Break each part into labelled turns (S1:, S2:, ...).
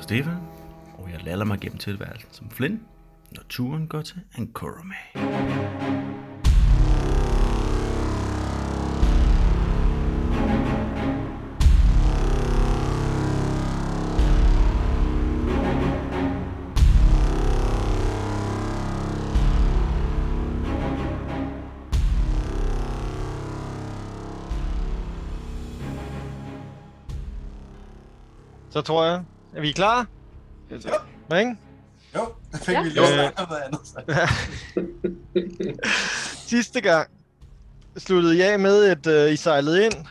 S1: Stefan, og jeg lader mig gennem tilværelsen som Flynn, når turen går til Ankorome.
S2: Så tror jeg, at vi er klar. Ja. Ikke?
S3: Jo, det fik
S4: Ja.
S3: vi
S2: Jo.
S3: lige snakket om noget andet. så.
S2: Sidste gang sluttede jeg af med, at øh, I sejlede ind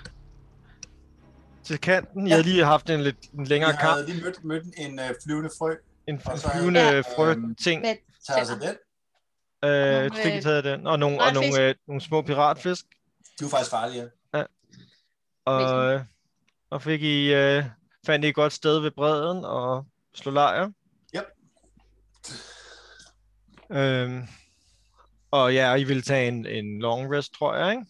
S2: til kanten. I havde lige haft en lidt en længere
S3: Vi
S2: kamp.
S3: havde lige mødt, mødt en øh, flyvende frø,
S2: En
S3: og så-
S2: flyvende
S3: Ja.
S2: ja. frø-ting.
S4: Med
S3: tager altså den.
S2: Øh,
S4: nogle,
S2: fik I
S4: øh,
S2: taget den. Og nogle, og nogle, øh, nogle små piratfisk.
S3: Du er faktisk farligere.
S2: Og, øh, og fik I, øh, fandt I et godt sted ved bredden og slog lejr.
S3: Yep.
S2: Øhm, og ja, og I ville tage en, en long rest, tror jeg, ikke?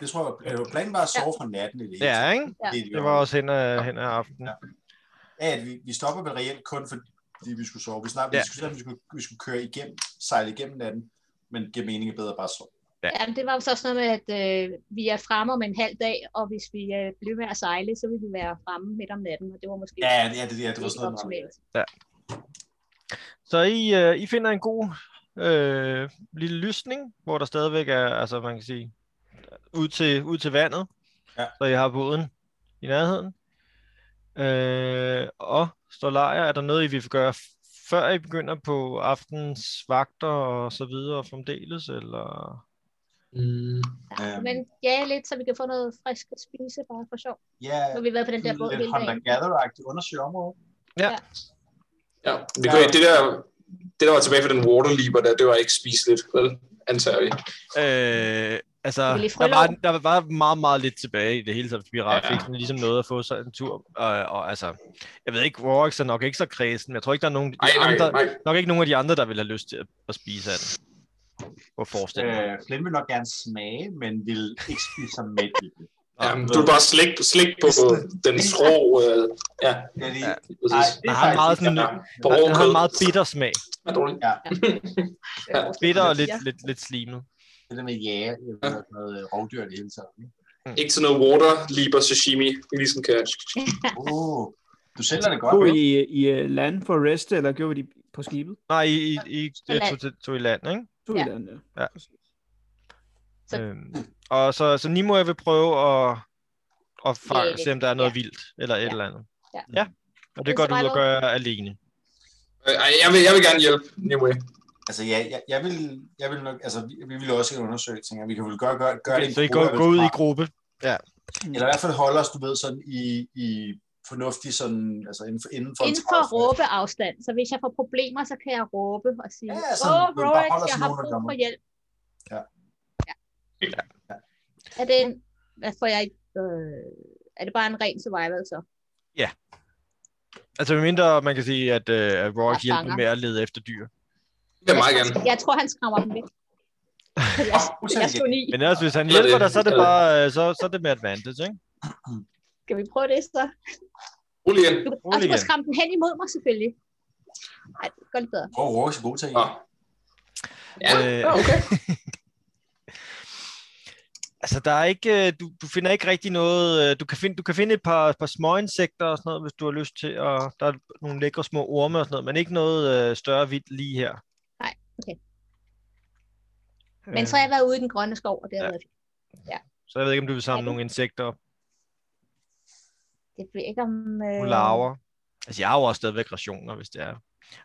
S3: Det tror jeg, øh, planen var at sove fra natten i det hele
S2: Ja,
S3: taget.
S2: ikke?
S3: Det, er
S2: Det var også hen ad, hen ad aftenen.
S3: Ja. Ja, at vi, vi stopper vel reelt kun fordi vi skulle sove. Vi snakkede,
S2: Ja.
S3: ja. vi, skulle, vi, skulle, vi skulle køre igennem, sejle igennem natten, men det giver mening er bedre bare at sove.
S4: Ja, men det var jo så sådan noget med, at øh, vi er fremme om en halv dag, og hvis vi øh, blev med at sejle, så ville vi være fremme midt om natten, og det var måske
S3: Ja, ja det, ja, det var sådan noget.
S4: ikke
S3: meget-
S4: optimalt.
S2: Så I, øh, I finder en god øh, lille lysning, hvor der stadigvæk er, altså man kan sige, ud til, ud til vandet,
S3: Ja.
S2: så I har båden i nærheden. Øh, og står lejer, er der noget, I vil gøre, f- før I begynder på aftens vagter og så videre fremdeles, eller?
S5: Mm,
S4: Ja,
S3: Øhm.
S4: men ja, lidt, så vi kan få noget frisk at spise, bare for sjov.
S3: Ja,
S4: Nu har vi været på den der båd
S3: lidt
S4: hele
S3: Hunter
S4: dagen.
S3: Gatherer-agtigt undersøge området.
S5: ja, vi kunne, det, der, det, der var tilbage fra den waterleaper, der, det var ikke spiseligt, vel? Antager vi.
S2: Øh, altså,
S4: Vil I
S2: der var,
S4: frølov?
S2: der var meget, meget lidt tilbage i det hele taget. Pirat
S5: Ja.
S2: fik sådan ligesom noget at få sig en tur. Og, og altså, jeg ved ikke, Rorax er nok ikke så kredsen, men jeg tror ikke, der er nogen, af de
S5: Ej, nej,
S2: andre,
S5: nej.
S2: nok ikke nogen af de andre, der vil have lyst til at, at spise af den. På forestillingen.
S3: Øh, Flynn vil nok gerne smage, men vil ikke spise sig med i det.
S5: Jamen, du er bare slik, slik på den rå... Øh, ja,
S3: Ja, det,
S2: Ja.
S3: Ej,
S5: præcis.
S3: det
S2: Der
S3: er
S2: har
S3: faktisk
S2: meget sådan-
S3: ikke-
S5: Ja, på
S2: Den
S5: rå
S2: den har en
S5: kød.
S2: meget bitter smag.
S5: er dårligt. Ja,
S2: Bitter og lidt,
S4: Ja.
S2: lidt, lidt slimet.
S3: det der med jæger, jeg ved, sådan noget øh, rovdyr i det hele taget. ikke?
S5: Ikke sådan noget water, leaper, sashimi, vi ligesom kan...
S3: Uh, du sælger
S2: Altså,
S3: det godt,
S6: Tog
S3: ikke?
S6: I, I øh, land for at reste, eller gjorde I det på skibet?
S2: Nej, I, I, I
S4: På land.
S2: tog, til- tog i land, ikke?
S6: Tog ja.
S4: Ja.
S6: I land, ja.
S2: Ja.
S6: Præcis.
S4: Så-
S2: Øhm, og så, så Nimo, jeg vil prøve at, at fange,
S4: Jage.
S2: se, om der er noget
S4: Ja.
S2: vildt, eller et
S4: Ja.
S2: eller andet.
S4: Ja.
S2: ja. Og det
S4: Hvis
S2: går
S4: der
S2: du
S4: var
S2: ud og
S4: noget-
S2: gør alene.
S5: Øh, Ej, jeg vil, jeg vil gerne hjælpe, anyway.
S3: Altså, ja, jeg, jeg, vil, jeg vil nok, altså, vi, vi vil også gerne undersøge ting, og vi kan vel gøre, gøre, gøre
S2: Okay,
S3: det. i
S2: så I
S3: grupper,
S2: går, går ud
S3: hvis
S2: i
S3: vi har-
S2: gruppe.
S3: Eller i hvert fald holde os, du ved, sådan i, i fornuftig, sådan, altså inden for, inden for en
S4: Inden for
S3: 30
S4: råbeafstand, så hvis jeg får problemer, så kan jeg råbe og sige,
S3: Ja,
S4: åh,
S3: ja,
S4: ja,
S3: sådan,
S4: oh,
S3: men bare
S4: Rolex,
S3: hold os
S4: jeg har
S3: nogen, der
S4: brug
S3: kommer."
S4: for hjælp.
S3: Ja.
S4: ja.
S5: Ja.
S4: Er det en, hvad får jeg ikke, øh, er det bare en ren survival så?
S2: Altså mindre man kan sige, at uh, Rorik
S4: fanger.
S2: hjælper med at lede efter dyr.
S5: Det vil jeg meget gerne.
S4: Jeg tror, han skræmmer dem væk. Jeg, jeg stod ni.
S2: Men ellers, hvis han
S5: Eller det-
S2: hjælper dig, så er det
S5: eller-
S2: bare øh, så, så er det med advantage, ikke?
S4: Skal vi prøve det så?
S5: Rolig igen.
S4: Du, og
S2: Rolig
S4: du må
S2: igen.
S4: skræmme den hen imod mig selvfølgelig. Ej, det går lidt bedre.
S3: Hvor er Rorik så god til at
S5: Nå.
S3: hjælpe?
S5: Ja,
S2: Øh.
S5: ja, okay.
S2: Altså, der er ikke, øh, du, du finder ikke rigtig noget... øh, Du kan finde, du kan finde et par, par små insekter og sådan noget, hvis du har lyst til. Og der er nogle lækre små orme og sådan noget, men ikke noget øh, større vildt lige her.
S4: Nej, okay.
S2: Øh,
S4: Men så har jeg været ude i den grønne skov, og det har
S2: Ja.
S4: ja. været,
S2: så jeg ved ikke, om du vil samle
S4: Ja.
S2: nogle insekter op.
S4: det ved jeg ikke om... Øh,
S2: Nogle larver. Altså, jeg har jo også stadigvæk rationer, hvis det er.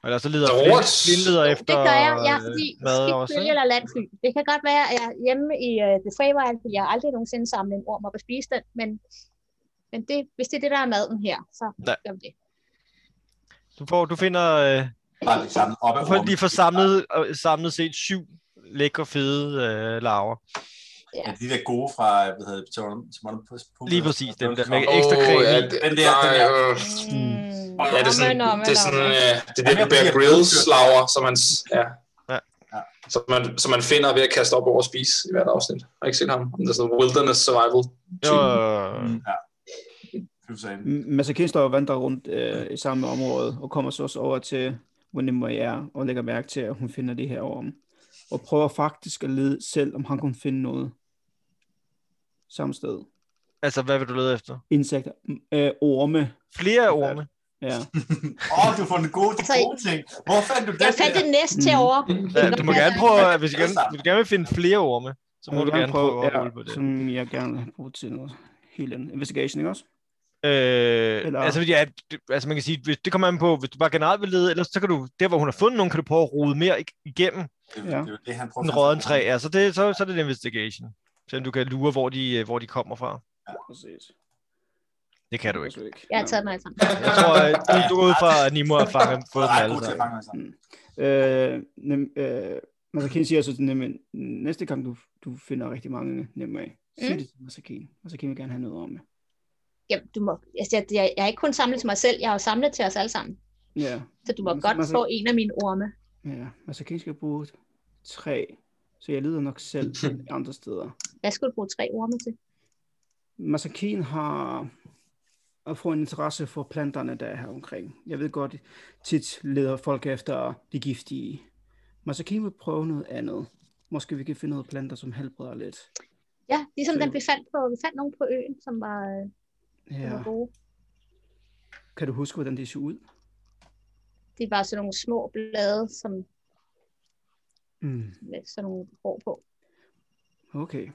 S2: Og der så leder
S5: Der er
S2: Flynn-
S5: rot.
S2: Flynn leder
S4: det
S2: efter
S4: gør jeg, jeg er
S2: øh,
S4: fordi
S2: mad
S4: skidt
S2: også,
S4: bølge
S2: ikke?
S4: eller landfly. Det kan godt være, at jeg hjemme i uh, The Flavor Island, vil jeg aldrig nogensinde samle en orm op og spise den, men, men det, hvis det er det, der er maden her, så
S2: Ja.
S4: gør vi det.
S2: Du, får, du finder øh,
S3: Bare lige sammen op ad
S2: For
S3: rummet.
S2: lige for samlet, og samlet set syv lækre fede øh, larver.
S3: Ja, de der gode fra, hvad hedder det, Tom- Tom- Tom-
S2: Lige præcis, dem der med
S3: Åh,
S2: ekstra creme
S5: Åh,
S2: i.
S5: ja, det-
S3: Den der- den
S5: nej,
S3: der.
S5: øh,
S4: Mm.
S5: Ja, det er sådan,
S4: Nå, men, nå,
S5: det er
S4: men,
S5: sådan,
S4: nå, men.
S5: øh, det er
S3: Ja,
S5: det
S3: men jeg
S5: Bear
S3: bliver
S5: Grylls
S3: udstyret.
S5: laver, som man, ja,
S2: Ja.
S3: Ja.
S5: Som, man, som man finder ved at kaste op over at spise i
S2: øh,
S5: hvert afsnit. Jeg har ikke set ham. Det er sådan noget wilderness survival.
S2: Jo,
S5: type.
S2: øh,
S3: Ja. Fy for satan.
S6: Massakister vandrer rundt øh, i samme område, og kommer så også over til Winnie er, og lægger mærke til, at hun finder det her orm. Og prøver faktisk at lede selv, om han kunne finde noget samme sted.
S2: Altså, hvad vil du lede efter?
S6: Insekter. M- Øh, orme.
S2: Flere af orme.
S6: Ja.
S3: Åh, oh, du har fundet gode, de
S4: Altså,
S3: gode ting. Hvor fandt du
S4: Jeg
S3: den
S4: fandt
S3: der?
S4: det næst til
S6: Mm.
S4: over.
S2: Ja, du må gerne prøve, at- hvis du gerne,
S3: Altså.
S2: hvis du gerne vil finde flere orme, så må
S6: Jeg
S2: du
S6: vil
S2: gerne prøve at rulle
S6: ja,
S2: på det.
S6: Som jeg gerne vil bruge til noget helt andet. Investigation, ikke også?
S2: Øh,
S6: Eller-
S2: altså, ja, det- altså man kan sige, hvis, det kommer an på, hvis du bare generelt vil lede, ellers så kan du, der hvor hun har fundet nogen, kan du prøve at rode mere ig- igennem
S3: Det,
S6: Ja.
S3: er jo- det er jo det, han prøver
S2: den
S3: at finde
S2: rådden træ.
S3: frem til.
S2: Ja, så, det, så, så er det en investigation. Så du kan lure, hvor de, øh, hvor de kommer fra.
S6: Præcis.
S2: Det kan du ikke.
S4: Jeg har taget mig sammen.
S2: Jeg tror, at du, du er ud fra at Nimo har fanget fået
S3: Han
S2: dem
S3: er ret
S2: alle
S3: god til at
S2: sammen.
S3: fange sig.
S6: Mm. Øh, nem, øh, Masakin siger så til Nemmen, næste gang du, du finder rigtig mange nemme af, sig
S4: Mm.
S6: det til Masakin, og så kan vi gerne have noget om det.
S4: Jamen, du må, altså, jeg, jeg, jeg har ikke kun samlet til mig selv, jeg har jo samlet til os alle sammen.
S6: Ja,
S4: Så du må
S2: Mm.
S6: Men så-
S2: Altså-
S4: godt
S6: men så-
S4: få en af mine orme.
S6: ja. Masakin skal bruge tre, så jeg lider nok selv andre steder.
S4: Hvad skulle du bruge tre orme til?
S6: Masakin har at få en interesse for planterne, der er her omkring. Jeg ved godt, tit leder folk efter de giftige. Masakin vil prøve noget andet. Måske vi kan finde noget planter, som helbreder lidt.
S4: Ja, ligesom
S6: Så-
S4: den vi fandt på. Vi fandt nogen på øen, som var, øh, som
S6: Ja.
S4: var gode.
S6: Kan du huske, hvordan det ser ud?
S4: Det var sådan nogle små blade, som
S6: Mm.
S4: med sådan nogle hår på.
S6: Okay.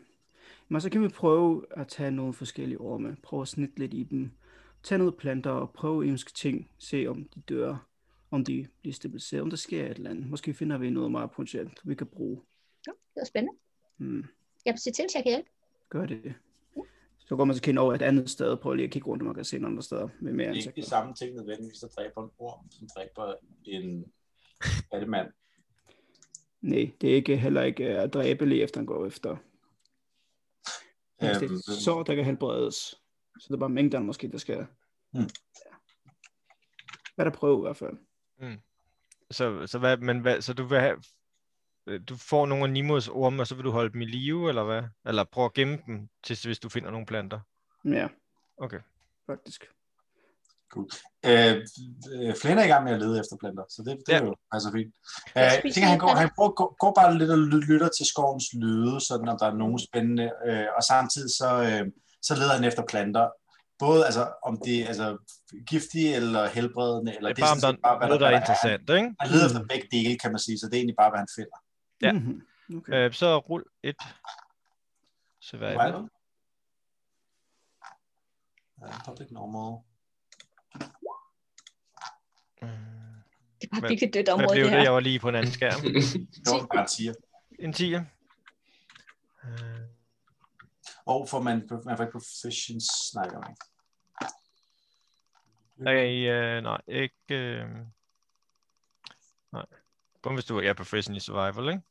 S6: Men så kan vi prøve at tage nogle forskellige orme. Prøve at snitte lidt i dem. Tag noget planter og prøve engelske ting. Se om de dør. Om de bliver stabiliseret. Om der sker et eller andet. Måske finder vi noget meget potentielt, vi kan bruge.
S4: Det var spændende.
S6: Mm.
S4: Jeg vil sige til, hvis jeg kan hjælpe.
S6: Gør det. Så går man så kende over et andet sted. Prøv lige at kigge rundt, om man kan se nogle andre steder med mere
S3: Det er ikke det
S6: ansigter.
S3: samme ting nødvendigvis, der dræber en orm, som dræber en øh, kattemand.
S6: Nej, det er ikke, heller ikke øh, at dræbe lige efter, han går efter. Men Hvis det
S3: Øhm,
S6: er så, der kan helbredes. Så det er bare mængden måske, der skal...
S3: Mm.
S6: Ja. Hvad der prøve i hvert fald.
S2: Så, så, hvad, men hvad, så du vil have, øh, du får nogle af Nimos orme, og så vil du holde dem i live, eller hvad? Eller prøve at gemme dem, til, hvis du finder nogle planter.
S6: Ja.
S2: Okay.
S6: Faktisk.
S3: Øh, øh, Flynn er i gang med at lede efter planter, så det, det ja. er
S2: Ja.
S3: jo altså fint.
S4: Jeg
S3: Øh,
S4: spiser
S3: tænker, han,
S4: ikke
S3: går,
S4: planter.
S3: han prøver, går, går bare lidt og ly- lytter til skovens lyde, sådan om der er nogen spændende, øh, og samtidig så, øh, så leder han efter planter. Både altså, om det er altså, giftige eller helbredende, eller
S2: Det er bare, om
S3: sådan
S2: der
S3: set
S2: er noget, der er
S3: hvad er.
S2: interessant, ikke?
S3: Han leder efter begge dele, kan man sige, så det er egentlig bare, hvad han finder.
S2: Ja.
S6: Mm-hmm. Okay.
S2: Øh, så rul et. Så hvad er det?
S3: Wild. Ja, Public normal.
S2: Mm.
S4: Det er bare
S2: Hvad-
S4: virkelig dødt
S2: Hvad
S4: område,
S2: blev
S4: det
S2: det?
S4: her.
S2: Jeg var lige på en anden skærm.
S3: Det var en garantier.
S2: En 10. Øh,
S3: Og for man, man får ikke proficiency, nej, det gør man ikke.
S2: Nej, øh, nej, ikke... Øh, nej. Kun hvis du er professional i survival, ikke?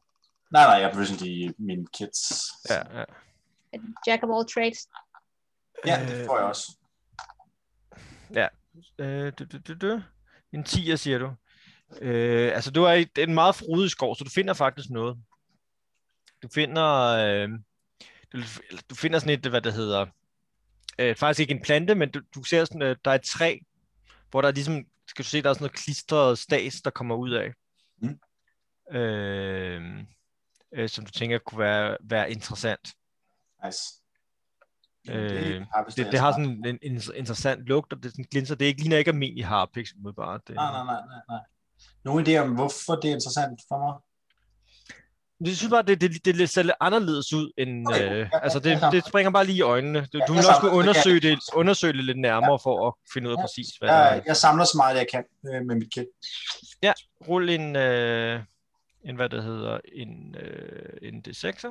S3: Nej, nej, jeg er proficient i mine kids.
S2: Ja, ja.
S4: Jack of all trades.
S3: ja det får jeg også.
S2: Øh, du, du, du, du. En 10'er, siger du. Øh, altså, du er i en meget frodig skov, så du finder faktisk noget. Du finder... Øh, du, eller du finder sådan et, hvad det hedder... Øh, faktisk ikke en plante, men du, du ser sådan, øh, der er et træ, hvor der er ligesom... Skal du se, der er sådan noget klistret stas, der kommer ud af.
S3: Mm.
S2: Øh, øh, som du tænker kunne være, være interessant.
S3: Nice.
S2: Øh,
S3: har vist
S2: Det, det har sådan en, en interessant lugt, og det sådan glinser. Det er ikke, ligner ikke almindelig harpix, umiddelbart. Det,
S3: Nej, nej, nej, nej, nej. Nogle idéer om, hvorfor det er interessant for mig?
S2: Jeg synes bare, det, det, det, det ser lidt anderledes ud, end...
S3: Okay.
S2: Øh, altså, det, det springer bare lige i øjnene. Du, du
S3: Ja, jeg
S2: vil også
S3: savner-
S2: kunne undersøge
S3: det kan
S2: det, undersøge det lidt nærmere, for at finde ud af
S3: Ja.
S2: præcis, hvad det
S3: Jeg,
S2: er.
S3: jeg samler så meget, jeg kan øh, med mit kit.
S2: Rul en, øh, en hvad det hedder, en, øh, en D6'er.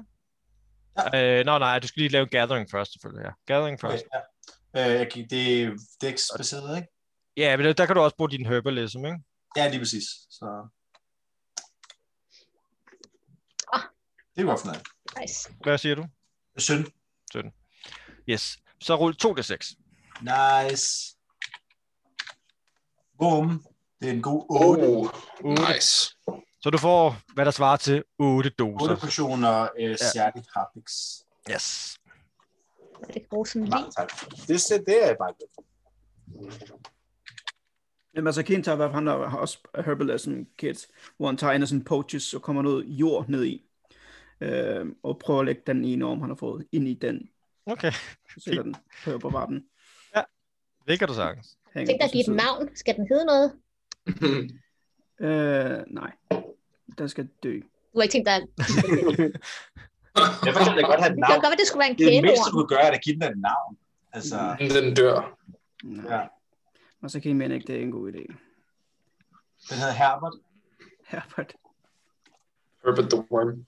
S2: Øh, nej, nej, du skal lige lave en gathering først, selvfølgelig. Ja. Gathering først.
S3: Okay, ja. øh, jeg gik, det er dæksbaseret, ikke?
S2: Ja, men der, der kan du også bruge din herbalism, ikke?
S3: Ja, lige præcis. Så...
S4: Ah.
S3: Det er godt for noget.
S4: Nice.
S2: Hvad siger du?
S3: Synd.
S2: Yes. Så rul 2D6.
S3: Nice. Boom. Det er en god 8.
S5: Oh, nice.
S2: Så du får, hvad der svarer til 8
S3: 8
S2: doser.
S3: portioner øh, særligt harpiks.
S2: Yes.
S4: Det kan bruges som
S3: Mange
S4: lige.
S3: tak. Det, det er bare godt.
S6: Jamen altså, Ken tager i hvert fald, han der har også herbalism kit, hvor han tager en af sine pouches og kommer noget jord ned i. Øh, og prøver at lægge den ene om, han har fået ind i den.
S2: Okay,
S6: Så sætter den, prøver at bevare den.
S2: det kan du sagtens.
S6: hænger
S4: Tænk dig
S6: på
S4: at give
S6: sin
S4: den navn. Skal den hedde noget?
S6: side. Øh, nej. Den skal dø.
S4: Du har ikke tænkt dig, at
S3: Jeg vil da godt have et
S4: det kan
S3: navn.
S4: godt være, det skulle være en
S3: Det mindste,
S4: kæleord.
S3: du kunne gøre, er at give den et navn. Altså,
S5: Den dør.
S6: Nej.
S3: ja.
S6: Ja. Og så kan I mene ikke, det er en god idé.
S3: Den hedder Herbert.
S6: Herbert.
S5: Herbert the Worm.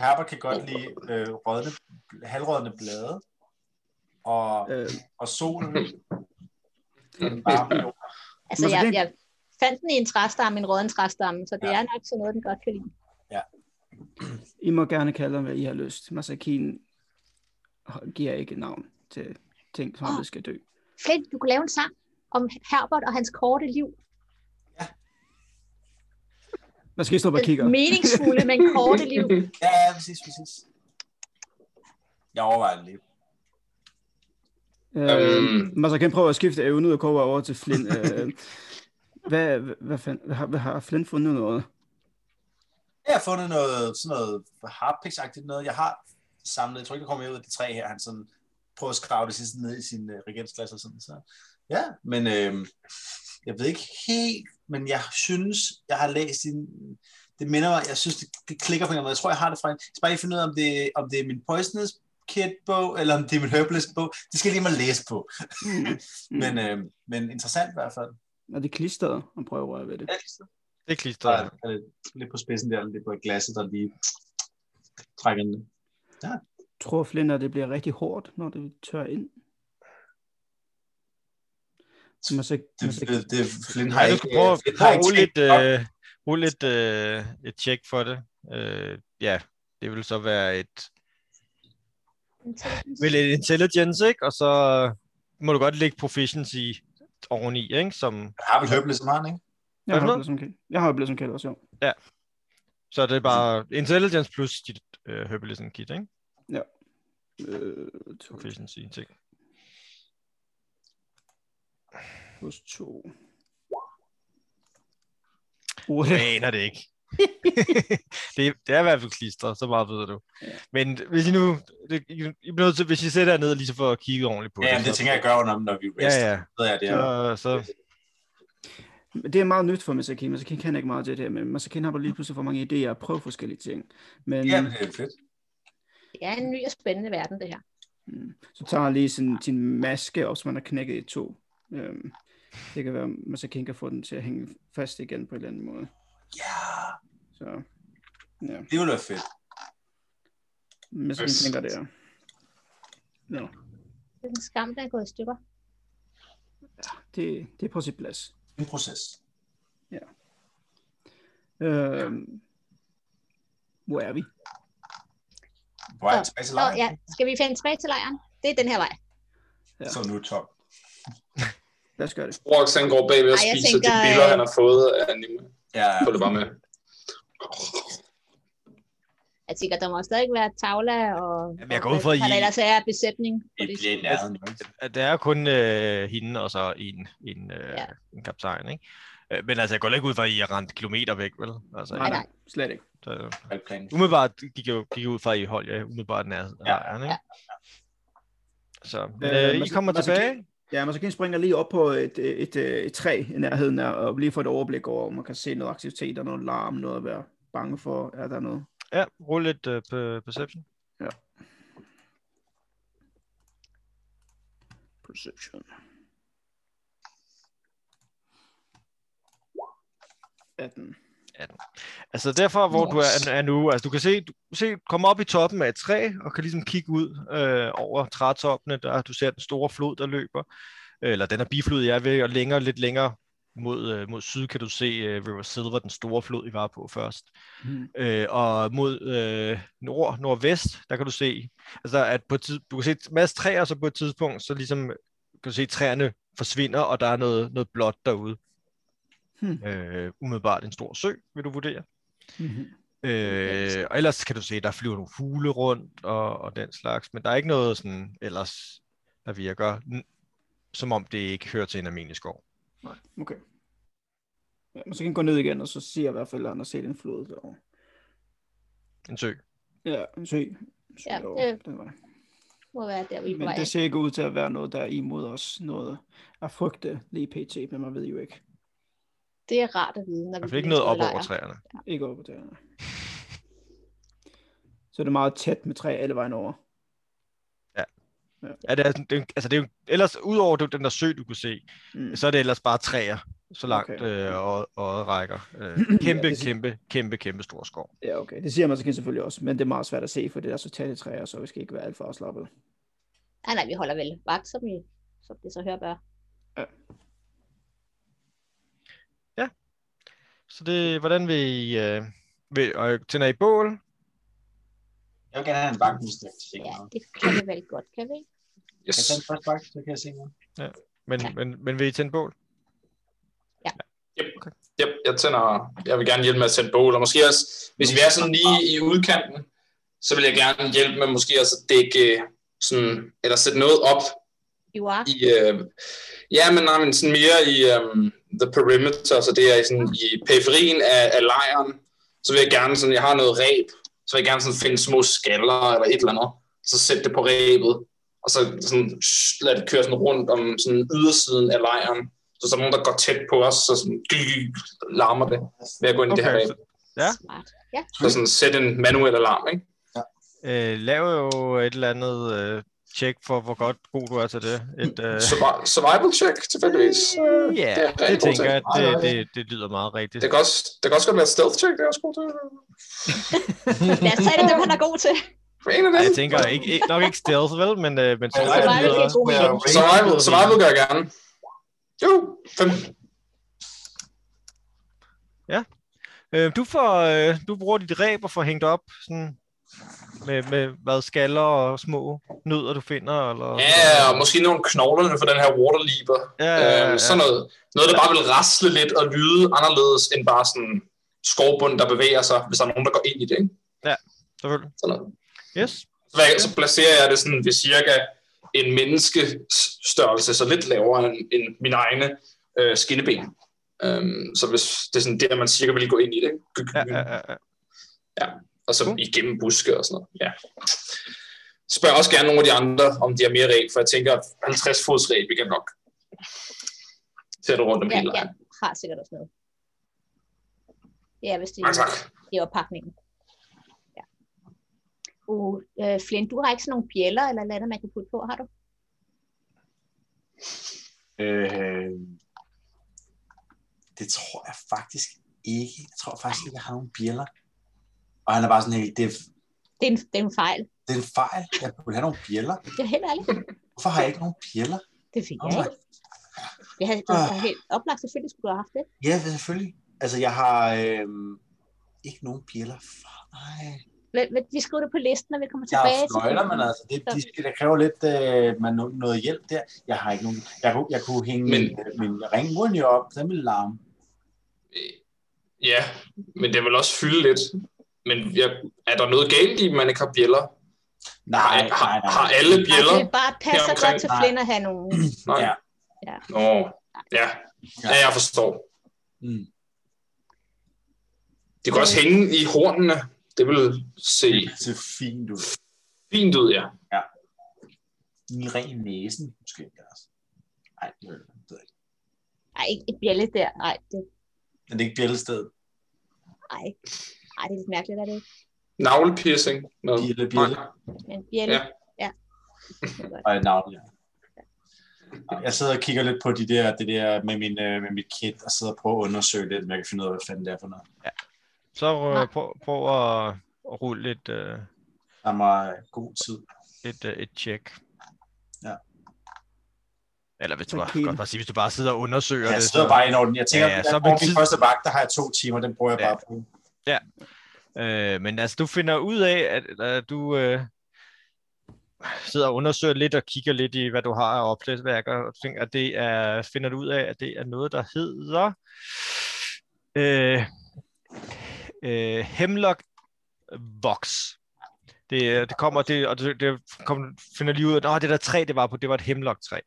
S3: Herbert kan godt lide øh, rådne, halvrådne blade. Og,
S6: Øh,
S3: og solen. Den varme jord.
S4: Altså,
S6: Nå, så
S4: jeg,
S6: det-
S4: jeg fandt den i en træstamme, en råden træstamme, så det
S3: Ja.
S4: er nok sådan noget, den godt kan lide.
S6: I må gerne kalde ham, hvad I har lyst. Masakin giver ikke navn til ting, som
S4: Åh.
S6: oh. skal dø.
S4: Flint, du kunne lave en sang om Herbert og hans korte liv.
S6: Man skal stå og
S4: Det
S6: kigge.
S4: meningsfulde, men korte liv.
S3: Ja, ja, præcis, præcis. Jeg overvejer det lige.
S6: Øh,
S3: Mm.
S6: Masakin prøver at skifte evnen ud og kommer over til Flynn. Øh, hvad, hvad, fanden, hvad, har, hvad har Flynn fundet noget?
S3: Jeg har fundet noget, sådan noget harpiksagtigt noget. Jeg har samlet, jeg tror ikke, det kommer ud af de tre her. Han sådan prøver at skrave det sidste ned i sin øh, regensglas og sådan. Så. Ja, men øh, jeg ved ikke helt, men jeg synes, jeg har læst din... Det minder mig, jeg synes, det, det klikker på en eller anden måde. Jeg tror, jeg har det fra en... Jeg skal bare lige finde ud af, om det, om det er min poisonous kid bog, eller om det er min herbalist bog. Det skal jeg lige mig læse på.
S6: Mm.
S3: Men, øh, men interessant i hvert fald.
S6: Er det klistret? Han prøver at røre ved det.
S3: Ja,
S2: Det er klistret.
S3: der er lidt, lidt på spidsen der, lidt på glasset, der lige trækker den.
S6: Tror Flynn, at det bliver rigtig hårdt, når det tør ind? Masakin,
S3: Det, det, det Flynn har
S2: Ja, du
S3: ikke...
S2: skal prøve,
S3: øh, Flynn
S2: prøve
S3: har
S2: at
S3: ikke
S2: rulle et,
S3: tjekket op.
S2: øh, rulle et, øh, et tjek for det. Øh, ja, det vil så være et, vel et intelligence, ikke? Og så må du godt lægge proficiency oveni, ikke? Som,
S3: Han har vel høblet som han, ikke?
S6: Jeg
S2: Hvad for
S6: har blevet som kæld. Jeg har blevet som kæld også, jo.
S2: så er det bare intelligence plus dit øh, herbalism kit, ikke?
S6: Øh, to
S2: Proficiency ting.
S6: plus to.
S2: Jeg
S6: Otte.
S2: aner det ikke. det, det er i hvert fald klistret, så meget ved du.
S6: Ja.
S2: Men hvis I nu, det, I, I bliver nødt til, hvis I sætter jer ned lige så for at kigge ordentligt på
S3: Ja, jamen, det
S2: så,
S3: tænker jeg, jeg gør, når, når vi
S2: ja,
S3: rester. Ja, ja.
S2: ja.
S3: Ved jeg, det er.
S2: Så, så
S6: Men Det er meget nyt for Masakin. Masakin kan ikke meget til det her, men Masakin har bare lige pludselig for mange idéer og prøver forskellige ting. Men
S3: Ja, men det er fedt.
S4: Det er en ny og spændende verden, det her.
S6: mm, så tager han lige sin, sin maske op, som han har knækket i to. Øhm, det kan være, Masakin kan få den til at hænge fast igen på en eller anden måde.
S3: Ja,
S6: Så ja,
S3: det ville være fedt.
S6: Masakin
S5: Yes.
S6: tænker det her. Nå,
S4: Det er en skam, der er gået i stykker.
S6: det, det er på sit plads.
S3: En proces.
S6: Øhm, hvor er vi?
S3: På vej tilbage til
S4: Nå,
S3: lejren,
S4: ja. Skal vi finde tilbage til lejren? Det er den her vej.
S6: ja.
S3: så er nu er Tom.
S6: Lad os gøre det.
S5: Rox, han går bagved og
S4: Ej, jeg
S5: spiser
S4: tænker,
S5: de billeder,
S4: øh,
S5: han har fået af anime.
S3: Ja,
S5: Få det bare med.
S4: Jeg tænker, der må stadig være tavla og...
S2: Jamen, jeg går ud fra,
S4: og hvad
S2: I-
S4: der ellers er af besætning. på
S3: det
S4: det.
S3: bliver i nærheden. jo, ikke?
S2: at der er kun øh, hende og så en, en, øh, ja.
S4: Ja.
S2: en kaptajn, ikke? Øh, Men altså, jeg går da ikke ud fra, at I har rent kilometer væk, vel? Altså,
S6: Nej,
S4: nej.
S6: nej, slet ikke.
S2: Så,
S3: Valgplanen.
S2: umiddelbart gik jeg, jo- gik jeg ud fra, at I holdt jer umiddelbart nær ja. lejren, ikke? Så, men,
S6: Øh,
S2: øh, I
S6: men så-
S2: kommer
S6: men så
S2: tilbage.
S6: Ja, man skal springer lige op på et, et, et, øh, et træ i nærheden af, og lige få et overblik over, om man kan se noget aktivitet og noget larm, noget at være bange for. Er der noget?
S2: Ja, rul lidt øh, pe- perception.
S6: Perception. Atten.
S2: Altså derfor, hvor du er, er nu, altså du kan se, du kan se, komme op i toppen af et træ, og kan ligesom kigge ud øh, over trætoppene, der du ser den store flod, der løber, øh, eller den er biflod, jeg er ved, og længere, lidt længere mod, øh, mod syd kan du se øh, River Silver, den store flod, vi var på først.
S6: Hmm.
S2: Øh, og mod øh, nord, nordvest, der kan du se, altså at på et tid, du kan se en masse træer, og så på et tidspunkt, så ligesom kan du se, at træerne forsvinder, og der er noget, noget blåt derude.
S6: Hmm.
S2: Øh, umiddelbart en stor sø, vil du vurdere. Mm-hmm.
S6: Mhm.
S2: Øh, og ellers kan du se, at der flyver nogle fugle rundt og, og den slags, men der er ikke noget sådan ellers der virker, n- som om det ikke hører til en almindelig skov.
S6: Nej, okay. Ja, men så kan han gå ned igen, og så ser jeg i hvert fald, at han har set en flod derovre.
S2: En sø.
S6: Ja, en sø. En sø
S4: Ja,
S6: derovre,
S4: det-
S6: den vej.
S4: Må være der, vi er på
S6: Men
S4: vej.
S6: det ser ikke ud til at være noget, der er imod os. Noget at frygte lige pt, men man ved jo ikke.
S4: Det er rart at vide, når
S2: I
S4: vi
S2: hvert fald ikke
S4: bliver
S2: noget op over
S4: lejre.
S2: træerne.
S6: Ikke over der. nej. Så det er meget tæt med træ alle vejen over.
S2: Ja, det er, sådan- det, er jo- altså det er jo, ellers, udover det, den der sø, du kunne se,
S6: Mm.
S2: så er det ellers bare træer, så langt
S6: Okay.
S2: okay. øh, øjet- øjet rækker. Øh,
S6: Ja,
S2: kæmpe,
S6: det-
S2: kæmpe, kæmpe, kæmpe stor skov.
S6: Ja, okay. Det siger man så selvfølgelig også, men det er meget svært at se, for det er så tætte træer, så vi skal ikke være alt for afslappet.
S4: Nej, nej, vi holder vel vagt, som, vi, som det så hører bør.
S2: Så det, hvordan vil I... Øh, vil, og tænder I bål?
S3: Jeg vil gerne have en vagthus, der kan se
S4: Ja,
S3: noget.
S4: det kan vi vel godt, kan vi ikke?
S5: Yes.
S3: Kan jeg tage den første vagt, så kan jeg se noget?
S2: Men,
S4: Ja.
S2: men, men vil I tænde bål?
S5: Yep, jeg, tænder, jeg vil gerne hjælpe med at tænde bål, og måske også, hvis vi er sådan lige i udkanten, så vil jeg gerne hjælpe med måske også at dække øh, sådan, eller sætte noget op
S4: Jo, ah,
S5: i, øh, ja, men, nej, men sådan mere i øh, the perimeter, så det er i sådan, i periferien af, af lejren, så vil jeg gerne sådan, jeg har noget ræb, så vil jeg gerne sådan finde små skaller eller et eller andet, så sætte det på ræbet, og så sådan, shh, lade det køre sådan rundt om sådan ydersiden af lejren, så der er nogen, der går tæt på os, så sådan, dy, larmer det ved at gå ind i okay, det her
S2: Okay,
S5: ræb.
S2: så Ja.
S4: smart.
S5: Så sådan sætte en manuel alarm, ikke?
S2: øh, lav jo et eller andet øh, tjek for, hvor godt god du er til det. Et, øh,
S5: Survi- survival check, tilfældigvis.
S2: ja,
S5: det er
S2: det,
S5: rigtig god
S2: tænker jeg,
S5: ting.
S2: at det, det, det lyder meget rigtigt.
S5: Det kan, også, det kan også godt være et stealth check, det er også godt.
S4: Lad os tage det, dem han er god til.
S5: For en af
S2: Ej,
S5: dem.
S2: jeg tænker ikke, ikke, nok ikke stealth, vel? Men, øh, men så
S4: Ej, survival
S2: det lyder-
S4: er god igen.
S5: Survival, survival gør jeg gerne. Jo, fem.
S2: Øh, du, får, øh, du bruger dit ræb og får hængt op sådan med, med hvad, skaller og små nødder, du finder? Eller,
S5: Ja, og måske nogle knoglerne for den her waterleaper.
S2: Ja, ja,
S5: Øhm,
S2: ja.
S5: sådan noget. Noget, der bare vil rasle lidt og lyde anderledes end bare sådan skovbund, der bevæger sig, hvis der er nogen, der går ind i det. Ikke?
S2: Selvfølgelig.
S5: Sådan noget.
S2: Yes.
S5: Så, hvad- så placerer jeg det sådan ved cirka en menneskestørrelse, så lidt lavere end, end mine egne øh, skinneben. Øhm, så hvis det er sådan der, man cirka vil gå ind i det. ikke?
S2: Ja, ja, ja, ja.
S5: Og så
S2: Cool.
S5: igennem buske og sådan noget. Ja. Spørg også gerne nogle af de andre, om de har mere ræb, for jeg tænker, at 50 fods ræb, vi kan nok sætte rundt om
S4: Ja,
S5: hele
S4: ja,
S5: lejren.
S4: har sikkert også noget. Ja, hvis det,
S5: Mange
S2: Altså,
S5: tak.
S4: det er oppakningen. Ja. Uh, øh, Flint, du har ikke sådan nogle bjæller eller noget andet, man kan putte på, har du?
S3: Øh, det tror jeg faktisk ikke. Jeg tror faktisk ikke, jeg har nogen bjæller. Og han er bare sådan helt, det er,
S4: Det er en, det er en fejl.
S3: det er en fejl. Jeg burde have nogle bjæller.
S4: Jeg er helt ærlig.
S3: Hvorfor har jeg ikke nogen bjæller?
S4: Det fik
S3: Oh
S4: jeg
S3: my
S4: ikke. Jeg havde, det var helt oplagt, selvfølgelig skulle du have haft det.
S3: Ja, selvfølgelig. Altså, jeg har øh, ikke nogen bjæller. Nej.
S4: Men- men Vi skriver det på listen, når vi kommer
S3: Jeg
S4: tilbage.
S3: har fløjter, men altså, det, de, det kræver lidt øh, man, no- noget hjælp der. Jeg har ikke nogen. Jeg, kunne- jeg kunne hænge
S5: Men-
S3: min, øh, min ringmuren jo op, den ville larme.
S5: Ja, men det vil også fylde lidt. Men jeg, er der noget galt i, at man ikke har bjæller?
S3: Nej,
S5: har,
S3: nej,
S5: har,
S3: nej.
S5: har alle
S4: Nej,
S5: bjæller?
S4: det bare passer
S5: omkring.
S4: godt til Flint at have nogen.
S5: Nej.
S3: Ja.
S4: Ja.
S5: Nå, ja. ja, jeg forstår.
S3: Mm.
S5: Det kan også hænge i hornene. Det vil se
S3: Det er fint ud.
S5: fint ud, ja.
S3: En ren næsen, måske. Altså. Nej, det ved jeg ikke.
S4: Ej, ikke et bjælle der. Ej, det,
S3: Men det er ikke bjællestedet.
S4: ej. Ej, det er lidt mærkeligt, er det ikke?
S5: Navlepiercing. Noget.
S3: Bjælle,
S5: Nej.
S3: bjælle.
S4: Men bjælle,
S5: Ja.
S4: ja.
S3: Og et navn, ja. Jeg sidder og kigger lidt på de der, det der med, min, øh, med mit kit, og sidder og prøver at undersøge lidt, om jeg kan finde ud af, hvad fanden det er for noget.
S2: Så
S4: Nej.
S2: øh, prøv, prøv at, at rulle lidt, øh,
S3: Der er meget god tid.
S2: et, øh, et check.
S3: Ja.
S2: Eller hvis du
S6: Okay.
S2: bare, godt bare sige, hvis du bare sidder og undersøger
S3: Jeg
S2: det.
S3: sidder bare i en orden. Jeg tænker,
S2: Ja, ja,
S3: ja,
S2: så
S3: så
S2: er
S3: jeg
S2: min
S3: min
S2: tid-
S3: første vagt, der har jeg to timer, den bruger jeg
S2: Ja.
S3: bare på.
S2: Øh, men altså, du finder ud af, at, at du øh, sidder og undersøger lidt og kigger lidt i, hvad du har af opslagsværker, og tænker, at det er, finder du ud af, at det er noget, der hedder øh, øh, Hemlock Vox. Det, øh, det kommer, det, og det, det kom, finder lige ud af, at det der træ, det var på, det var et hemlock-træ.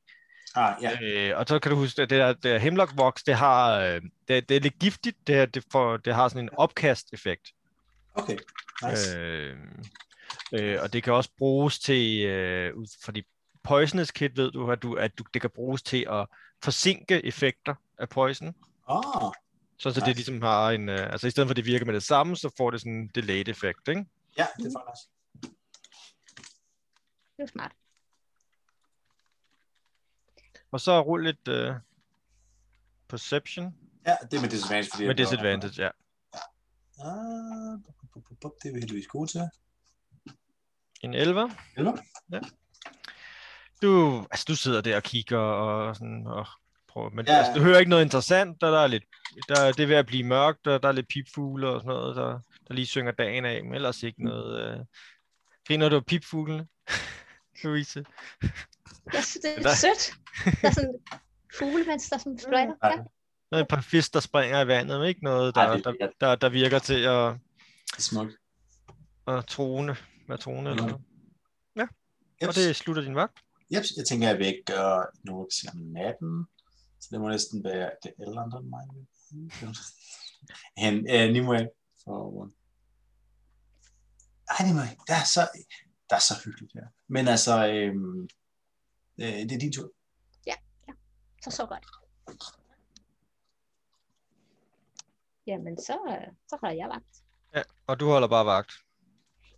S3: Ah, ja.
S2: Øh, og så kan du huske, at det der, det der hemlock voks, det, har, øh, det, det er lidt giftigt, det, her, det, får, det har sådan en opkast-effekt.
S3: Okay. Nice.
S2: Øh, øh, og det kan også bruges til, øh, ud fra de poisonous kit ved du, at, du, at du, det kan bruges til at forsinke effekter af poison.
S3: Åh, oh,
S2: Så, så
S3: Nej.
S2: det ligesom har en, øh, altså i stedet for at det virker med det samme, så får det sådan en delayed effekt, ikke?
S3: ja, det er faktisk.
S4: Det er jo smart.
S2: Og så rulle lidt øh, perception
S3: Ja, det er med disadvantage. Fordi
S2: med
S3: jeg-
S2: disadvantage, ja.
S3: Ah, bup, bup, bup, bup, det er vi heldigvis gode til.
S2: En 11.
S3: Elver?
S2: Ja. Du, altså, du sidder der og kigger og sådan, og prøver, men
S3: Ja,
S2: ja.
S3: ja.
S2: altså, du hører ikke noget interessant, og der er lidt, der, det er ved at blive mørkt, og der er lidt pipfugle og sådan noget, der, der lige synger dagen af, men ellers ikke
S3: Mm.
S2: noget. Øh. Griner du af pipfuglene, Louise?
S4: Jeg synes, det er
S2: Nej.
S4: sødt. Der er sådan fugle, mens der er sådan fløjter. Ja.
S2: Der er et par fisk, der springer i vandet, men ikke noget, der,
S3: Ej,
S2: der,
S3: det
S2: der,
S3: er lækkert.
S2: der, der virker til at,
S3: Det er smukt.
S2: at trone, være trone eller
S3: Mhm.
S2: noget. Ja, og
S3: Jeps.
S2: det slutter din vagt.
S3: Jeps, jeg tænker, at jeg vil ikke gøre noget til om natten. Så det må næsten være det er alle andre end mig. Han, øh, Nimue. For one. Ej, Nimue, det er så, det er så hyggeligt her. Men altså, øh, øh, det er din tur.
S4: Så så godt. Jamen, så, øh, så holder jeg vagt.
S2: Ja, og du holder bare vagt.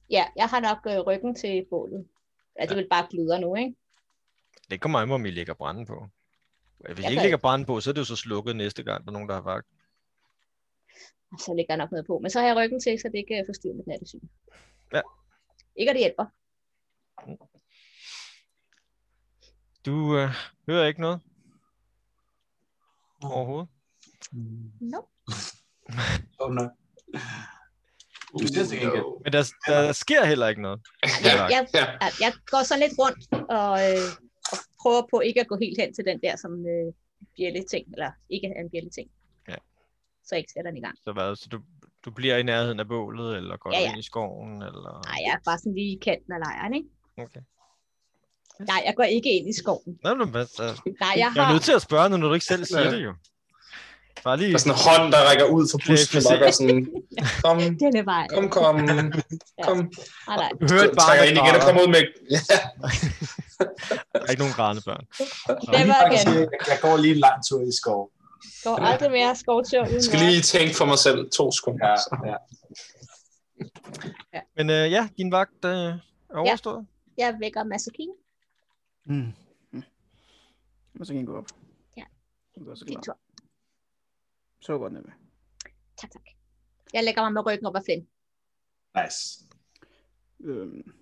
S4: Ja, jeg har nok øh, ryggen til bålet. Ja, det vil bare gludre nu, ikke?
S2: Det kommer an på, om I lægger branden på. Hvis I
S4: Jeg
S2: ikke
S4: kan
S2: lægger branden på, så er det jo så slukket næste gang, der er nogen, der har vagt.
S4: Og Så lægger jeg nok noget på. Men så har jeg ryggen til, så det ikke øh, forstyrrer mit nattesyn.
S2: Ja.
S4: Ikke at det hjælper.
S2: Du øh, hører ikke noget overhovedet.
S3: Mm.
S4: No.
S3: Oh, no. Du siger det ikke.
S2: Men der, der, der sker heller ikke noget.
S4: Jeg,
S2: Ja.
S4: jeg,
S5: Ja.
S4: jeg, jeg går sådan lidt rundt og, øh, og prøver på ikke at gå helt hen til den der som øh, bjælle ting, eller ikke er en bjælle ting.
S2: Ja.
S4: Så jeg ikke sætter den i gang.
S2: Så, hvad, så du, du bliver i nærheden af bålet, eller går
S4: Ja,
S2: ja,
S4: ja.
S2: ja. ind i skoven, eller...
S4: Nej, jeg er bare sådan lige i kanten af lejren, ikke?
S2: Okay.
S4: Nej, jeg går ikke ind i skoven.
S2: Nå, men, altså,
S4: Nej, jeg
S2: jeg
S4: har...
S2: er nødt til at spørge, nu, når du ikke selv siger
S5: Ja.
S2: det jo. Bare lige...
S5: Der er sådan en hånd, der rækker ud fra busken, og der er sådan, kom,
S4: Denne vej.
S5: kom, kom, kom.
S4: Nej, Ah, nej.
S2: Du hører et barn,
S5: Trækker ind igen og
S2: der,
S5: kommer ud med, ja,
S2: der er ikke nogen grædende børn.
S4: Det var
S3: Jeg,
S4: igen.
S3: jeg går lige en lang tur i skov.
S4: Går aldrig mere skovtur uden
S5: jeg skal lige tænke for mig selv to sekunder.
S3: Ja,
S5: så.
S3: ja.
S2: Men øh, ja, din vagt øh, er overstået.
S4: mørke. Jeg vækker Masakine.
S6: Mm. Mm. Og så kan I gå op.
S4: Ja.
S6: Det går så
S4: Din
S6: klart.
S4: tur.
S6: Så godt nemlig.
S4: Tak, tak. Jeg lægger mig med ryggen op af Flynn.
S3: Nice.
S6: Øhm,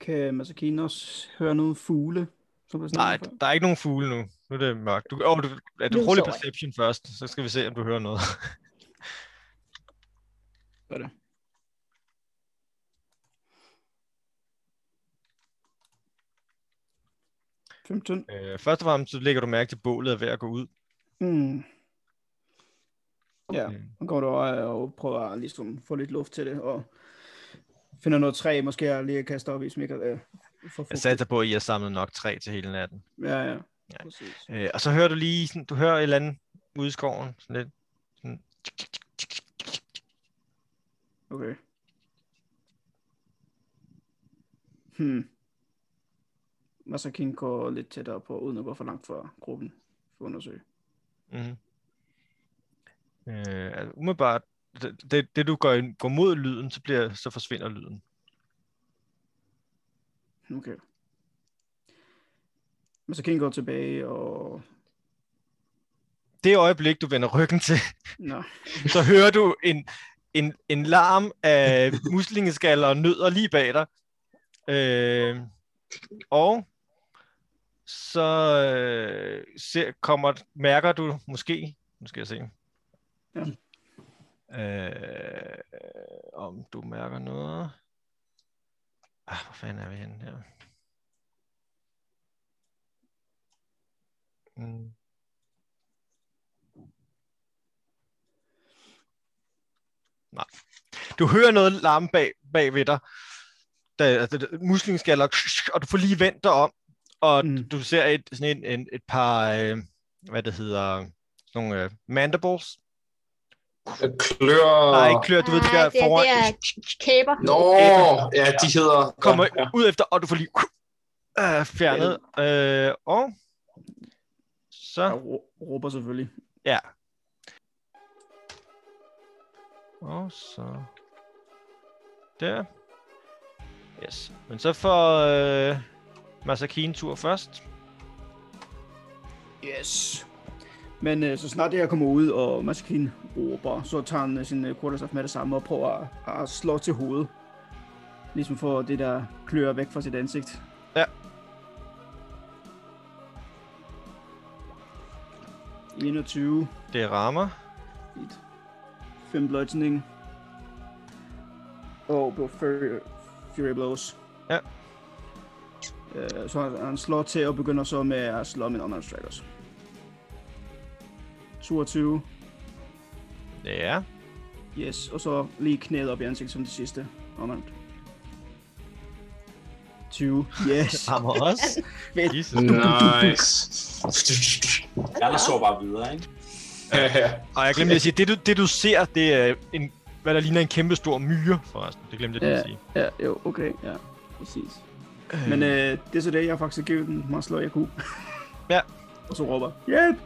S6: kan Masakine også høre nogle fugle? Som der
S2: Nej, der er ikke nogen fugle nu. Nu er det mørkt. Du, oh, du, ja, du
S4: Nu
S2: ruller
S4: sover jeg.
S2: perception først, så skal vi se, om du hører noget.
S6: Sådan. Femten.
S2: Øh, først og fremmest så lægger du mærke til, at bålet er ved at gå ud.
S6: Mm. Ja,
S2: Øh,
S6: nu går du over og prøver at ligesom få lidt luft til det, og finder noget træ, måske jeg lige kaster op i, som ikke er øh, for
S2: Jeg
S6: fugtigt.
S2: satser på, at I har samlet nok træ til hele natten.
S6: Ja, ja.
S2: Ja.
S6: Præcis.
S2: Øh, og så hører du lige, sådan, du hører et eller andet ude i skoven. Sådan lidt. Sådan.
S6: Okay. Hmm. Masakin går lidt tættere på, uden at gå for langt fra gruppen for at undersøge.
S2: Mm. Øh, altså, umiddelbart, det, det, det du går, ind- går mod lyden, så, bliver, så forsvinder lyden.
S6: Okay. Masakin går tilbage, og...
S2: Det øjeblik, du vender ryggen til,
S6: Nå,
S2: så hører du en, en, en larm af muslingeskaller og nødder lige bag dig. Øh, og så øh, ser, kommer, mærker du måske, nu skal jeg se,
S6: Ja.
S2: øh, om du mærker noget. Ah, hvor fanden er vi henne her? Mm. Du hører noget larme bag, bag ved dig, der, altså, der- muslingeskaller, og du får lige vendt dig om, og
S6: Mm.
S2: mm. du ser et, sådan en, en, et par, øh, hvad det hedder, sådan nogle øh, mandibles.
S5: Klør...
S2: Nej, ikke klør, du ved, de
S4: Ej,
S2: der
S4: Ah, det,
S2: foran,
S4: det er kæber.
S5: Nå, ja, de hedder...
S2: kommer
S5: ja.
S2: ud efter, og du får lige øh, fjernet. Øh, og så...
S6: Jeg rå- råber selvfølgelig.
S2: Ja. Og så... Der. Yes. Men så får øh, Masaki en tur først.
S6: Yes. Men øh, så snart jeg kommer ud, og maskinen råber, så tager han øh, sin øh, quarterstaff med det samme og prøver at, at slå til hovedet. Ligesom for det der klør væk fra sit ansigt.
S2: Ja.
S6: I 21.
S2: Det rammer.
S6: Et. Fem bludgeoning. Og på Fury, Fury Blows.
S2: Ja.
S6: Øh, så han, han slår til og begynder så med at slå med en unarmed strike også. 22.
S2: Ja.
S6: Yes, og så lige knæet op i ansigtet som det sidste. Unarmed. 20. Yes.
S2: Rammer også.
S6: Fedt.
S2: Jesus.
S5: Nice.
S3: Jeg så bare videre, ikke?
S5: ja, ja.
S2: Og jeg glemte lige at sige, det du, det du ser, det er en, hvad der ligner en kæmpe stor myre, forresten. Det glemte jeg lige at sige.
S6: Ja, jo, okay, ja. Præcis. Men øh, det er så det, jeg faktisk givet den meget slå, jeg kunne.
S2: Ja.
S6: Og så råber, hjælp!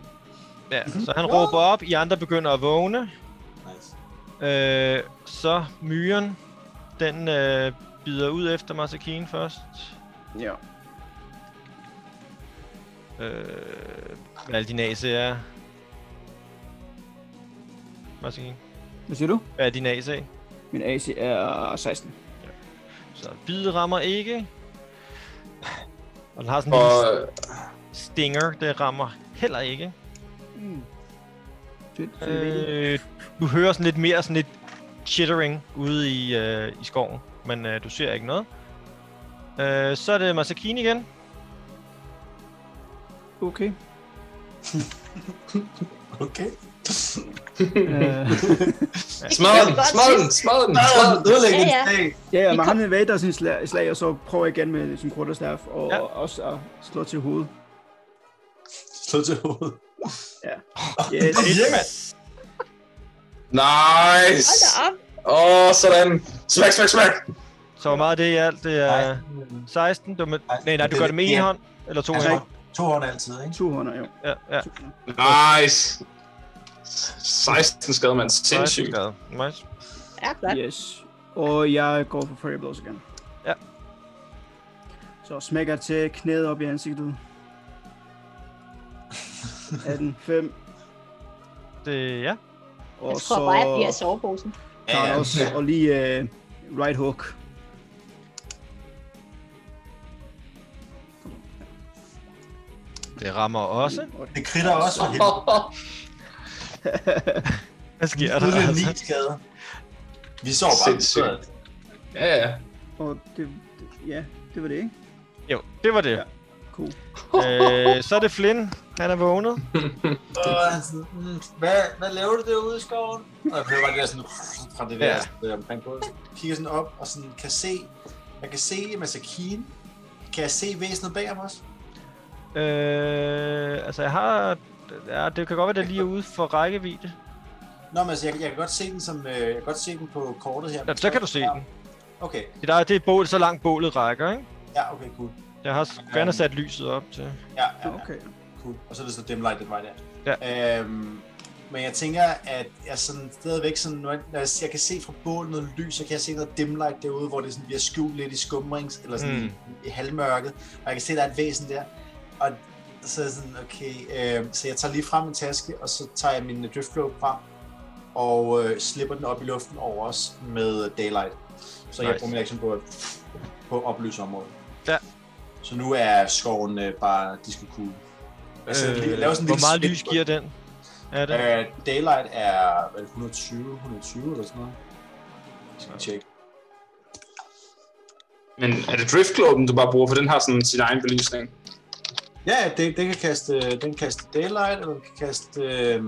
S2: Ja, så han råber op, I andre begynder at vågne.
S3: Nice.
S2: Øh, så myren, den øh, bider ud efter Masakine først.
S6: Ja.
S2: Øh, hvad alle dine AC er. Martin,
S6: Hvad siger du?
S2: hvad er din AC?
S6: Min AC er 16.
S2: Så bid rammer ikke. Og den har sådan en
S5: Og
S2: lille stinger, det rammer heller ikke.
S6: Mm. Fedt. Øh...
S2: Øh, du hører sådan lidt mere sådan lidt chittering ude i, øh, i skoven, men øh, du ser ikke noget. Øh, så er det Masakine igen.
S6: Okay.
S3: Okay.
S6: Øh,
S5: smad den, smad den, smad den, smad den.
S3: Ødelæggende
S4: Ja, ja.
S3: dag.
S6: ja, ja,
S4: Vi
S6: men
S4: kom-
S6: han invader sin slag, slag, og så prøver jeg igen med sin quarterstaff, og
S2: Ja.
S6: ja. også at slå til hovedet.
S3: Slå til hovedet.
S6: Yes.
S5: Nice.
S4: Hold da op.
S5: Åh, oh, sådan. Smack, smack, smack.
S2: Så hvor meget er det i alt? Det er 16. Du er med,
S3: Ej,
S2: nej, nej, du
S3: det-
S2: gør det med en
S3: ja.
S2: hånd. Eller to
S3: Altså,
S2: hænder.
S3: to hånd altid, ikke?
S6: To hånder, jo.
S2: Ja, ja.
S6: To hånder.
S5: Nice. 16 skade, mand. Sindssygt.
S2: Nice. Nice.
S4: Ja, flot.
S6: Yes. Og jeg går for Fairy Blows igen.
S2: Ja.
S6: Så smækker til knæet op i ansigtet. 18, 5,
S2: Det, ja.
S6: og
S4: Jeg
S6: så
S4: tror bare, jeg bliver i soveposen.
S6: tager jeg også, og lige øh, right hook.
S2: Det rammer også.
S3: Det kritter også for helvede.
S2: Hvad sker der?
S3: Nu er det
S2: Altså?
S3: ni skader. Vi så bare
S5: Sindssygt.
S3: videre.
S5: Ja, ja.
S6: Og det, det, ja, det var det, ikke?
S2: Jo, det var det.
S6: Ja. Cool.
S2: Øh, så er det Flynn. Han er vågnet.
S3: Og han sådan, "Mm, hvad, hvad laver du derude i skoven? Og jeg prøver bare det der sådan, fra det der,
S2: Ja.
S3: sådan, der omkring på. Kigger sådan op og sådan kan se, jeg kan se Masakine. Kan jeg se væsenet bag ham også?
S2: Øh, altså, jeg har... Ja, det kan godt være, det er lige er ude for rækkevidde.
S3: Nå, men altså, jeg, jeg kan godt se den som, øh, jeg kan godt se den på kortet her.
S2: Ja, så kan du se den.
S3: Okay,
S2: Det, der, det er bål, så langt bålet rækker, ikke?
S3: ja, okay, cool.
S2: Jeg har s- gerne sat lyset op til.
S3: Ja, ja, ja.
S6: Okay.
S3: Cool. Og så er det så dim light den vej der. Ja. Øhm, men jeg tænker, at jeg sådan stadigvæk sådan, når jeg, når jeg- jeg kan se fra bålet noget lys, så kan jeg se noget dim light derude, hvor det sådan bliver skjult lidt i skumrings, eller sådan
S2: Mm.
S3: mm. i halvmørket, og jeg kan se, der er et væsen der. Og så er jeg sådan, okay, øh, så jeg tager lige frem min taske, og så tager jeg min driftglobe frem, og øh, slipper den op i luften over os med daylight. Så nice. jeg
S2: Nice.
S3: bruger min action på, at- på at oplyse området.
S2: Ja.
S3: Så nu er skoven øh, bare disco-cool. Altså, øh, laver sådan en
S2: hvor
S3: lille
S2: meget
S3: split
S2: lys
S3: på-
S2: giver den? Er det?
S3: Øh, daylight er hvad er det, 120, 120 eller sådan noget. Jeg skal tjekke.
S5: Men er det driftgloben, du bare bruger, for den har sådan sin egen belysning?
S3: Ja, ja, den, den kan kaste, den kan kaste daylight, eller den kan kaste... Øh,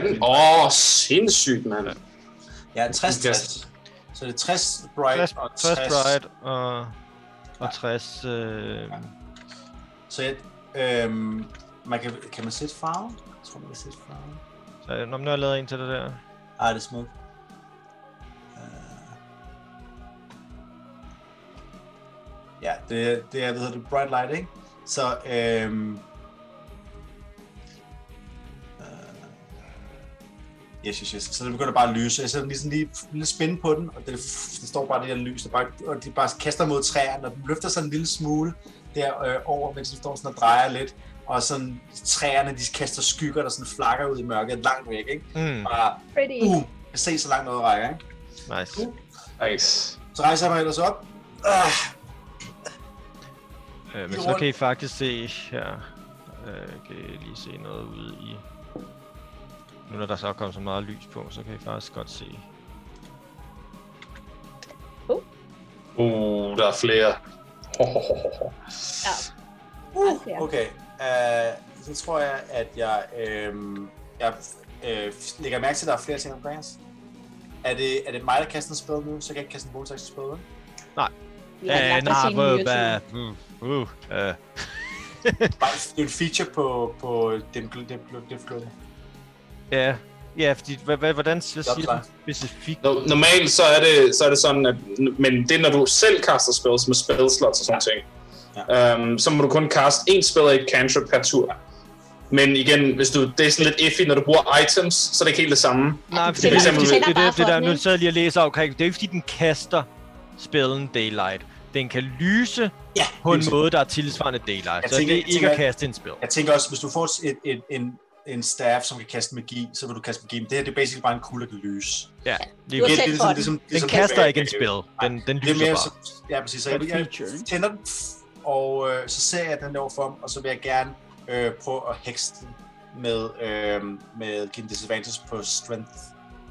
S3: øh,
S5: Åh, oh, sindssygt, mand.
S3: ja, 60
S5: den kan-
S3: 60. Så det er 60 bright
S2: 60
S3: og 60...
S2: 60 Pride og, og 60... Øh,
S3: Så jeg, øhm, man kan, kan man sætte farve? Jeg tror, man kan sætte farve.
S2: så, øh, nå, men nu har jeg lavet en til det der.
S3: Ej, det er smukt. Øh. Ja, det, det er, hvad hedder det, bright light, ikke? Så, øhm, øh, Yes, yes, yes. Så det begynder bare at lyse. Jeg sætter lige sådan lige en lille spin på den, og det, det står bare det der lys, der bare, og de bare kaster mod træerne, og den løfter sig en lille smule derover, øh, over, mens den står sådan og drejer lidt. Og sådan træerne, de kaster skygger, der sådan flakker ud i mørket langt væk, ikke?
S2: Mm,
S3: Bare
S4: Pretty.
S3: uh, jeg ser så langt noget rækker, ikke?
S2: nice.
S5: Nice.
S3: Så rejser jeg mig ellers op. Ah,
S2: Øh, men så kan I faktisk se her, øh, kan I lige se noget ude i, nu når der så er kommet så meget lys på, så kan I faktisk godt se.
S5: Uh, der er flere. Hohohoho.
S4: Ja.
S3: uh,
S4: Okay.
S3: okay. Uh, så tror jeg, at jeg, øh, jeg øh, lægger mærke til, at der er flere ting omkring os. Er det, er det mig, der kaster en spil nu, så kan jeg ikke kaste en bonus action spil? vel?
S4: Vi har lagt os i en YouTube.
S2: uh, uh, uh,
S3: Bare, Det er jo en feature på, på den glød. Den glød, den glød.
S2: ja, ja, fordi, hvad, hvad, hvordan hvad
S3: Godt
S2: siger den specifikt?
S5: No- Normalt så er, det, så er det sådan, at, men det er, når du selv kaster spells med spellslots og sådan ting. Ja. Um, så må du kun kaste én spell og et cantrip per tur. Men igen, hvis du, det er sådan lidt iffy, når du bruger items, så er det ikke helt det samme.
S2: Nej,
S4: det
S2: fordi, det,
S5: er
S2: det,
S5: bare-
S2: det, det,
S4: det er
S2: det, det
S4: bare
S2: der,
S4: sådan,
S2: nu
S4: ikke?
S2: sad jeg lige og læser omkring, det er jo ikke fordi, den kaster spillen Daylight. Den kan lyse
S3: Ja,
S2: på en
S3: lyse.
S2: måde, der er tilsvarende Daylight.
S3: Jeg
S2: så
S3: tænker-
S2: det er
S3: jeg
S2: ikke at
S3: tænker-
S2: kaste en spil.
S3: Jeg tænker også, hvis du får et, et, en, en staff, som kan kaste magi, så vil du kaste magi. Men det her det er basically bare en kugle, der kan lyse.
S2: Ja, lige
S4: Du har
S2: præcis.
S4: selv
S3: ligesom-
S4: for den.
S3: ligesom-
S2: Den
S3: ligesom-
S2: kaster ikke en spil. Den, den
S3: Det er
S2: lyser
S3: mere
S2: bare.
S3: så, ja, præcis. Så
S6: Det er
S3: jeg,
S6: et
S3: jeg
S6: feature, ikke?
S3: tænder den, pff, og øh, så ser jeg den der for mig, og så vil jeg gerne øh, prøve at hekse den med, øh, med give den disadvantage på strength.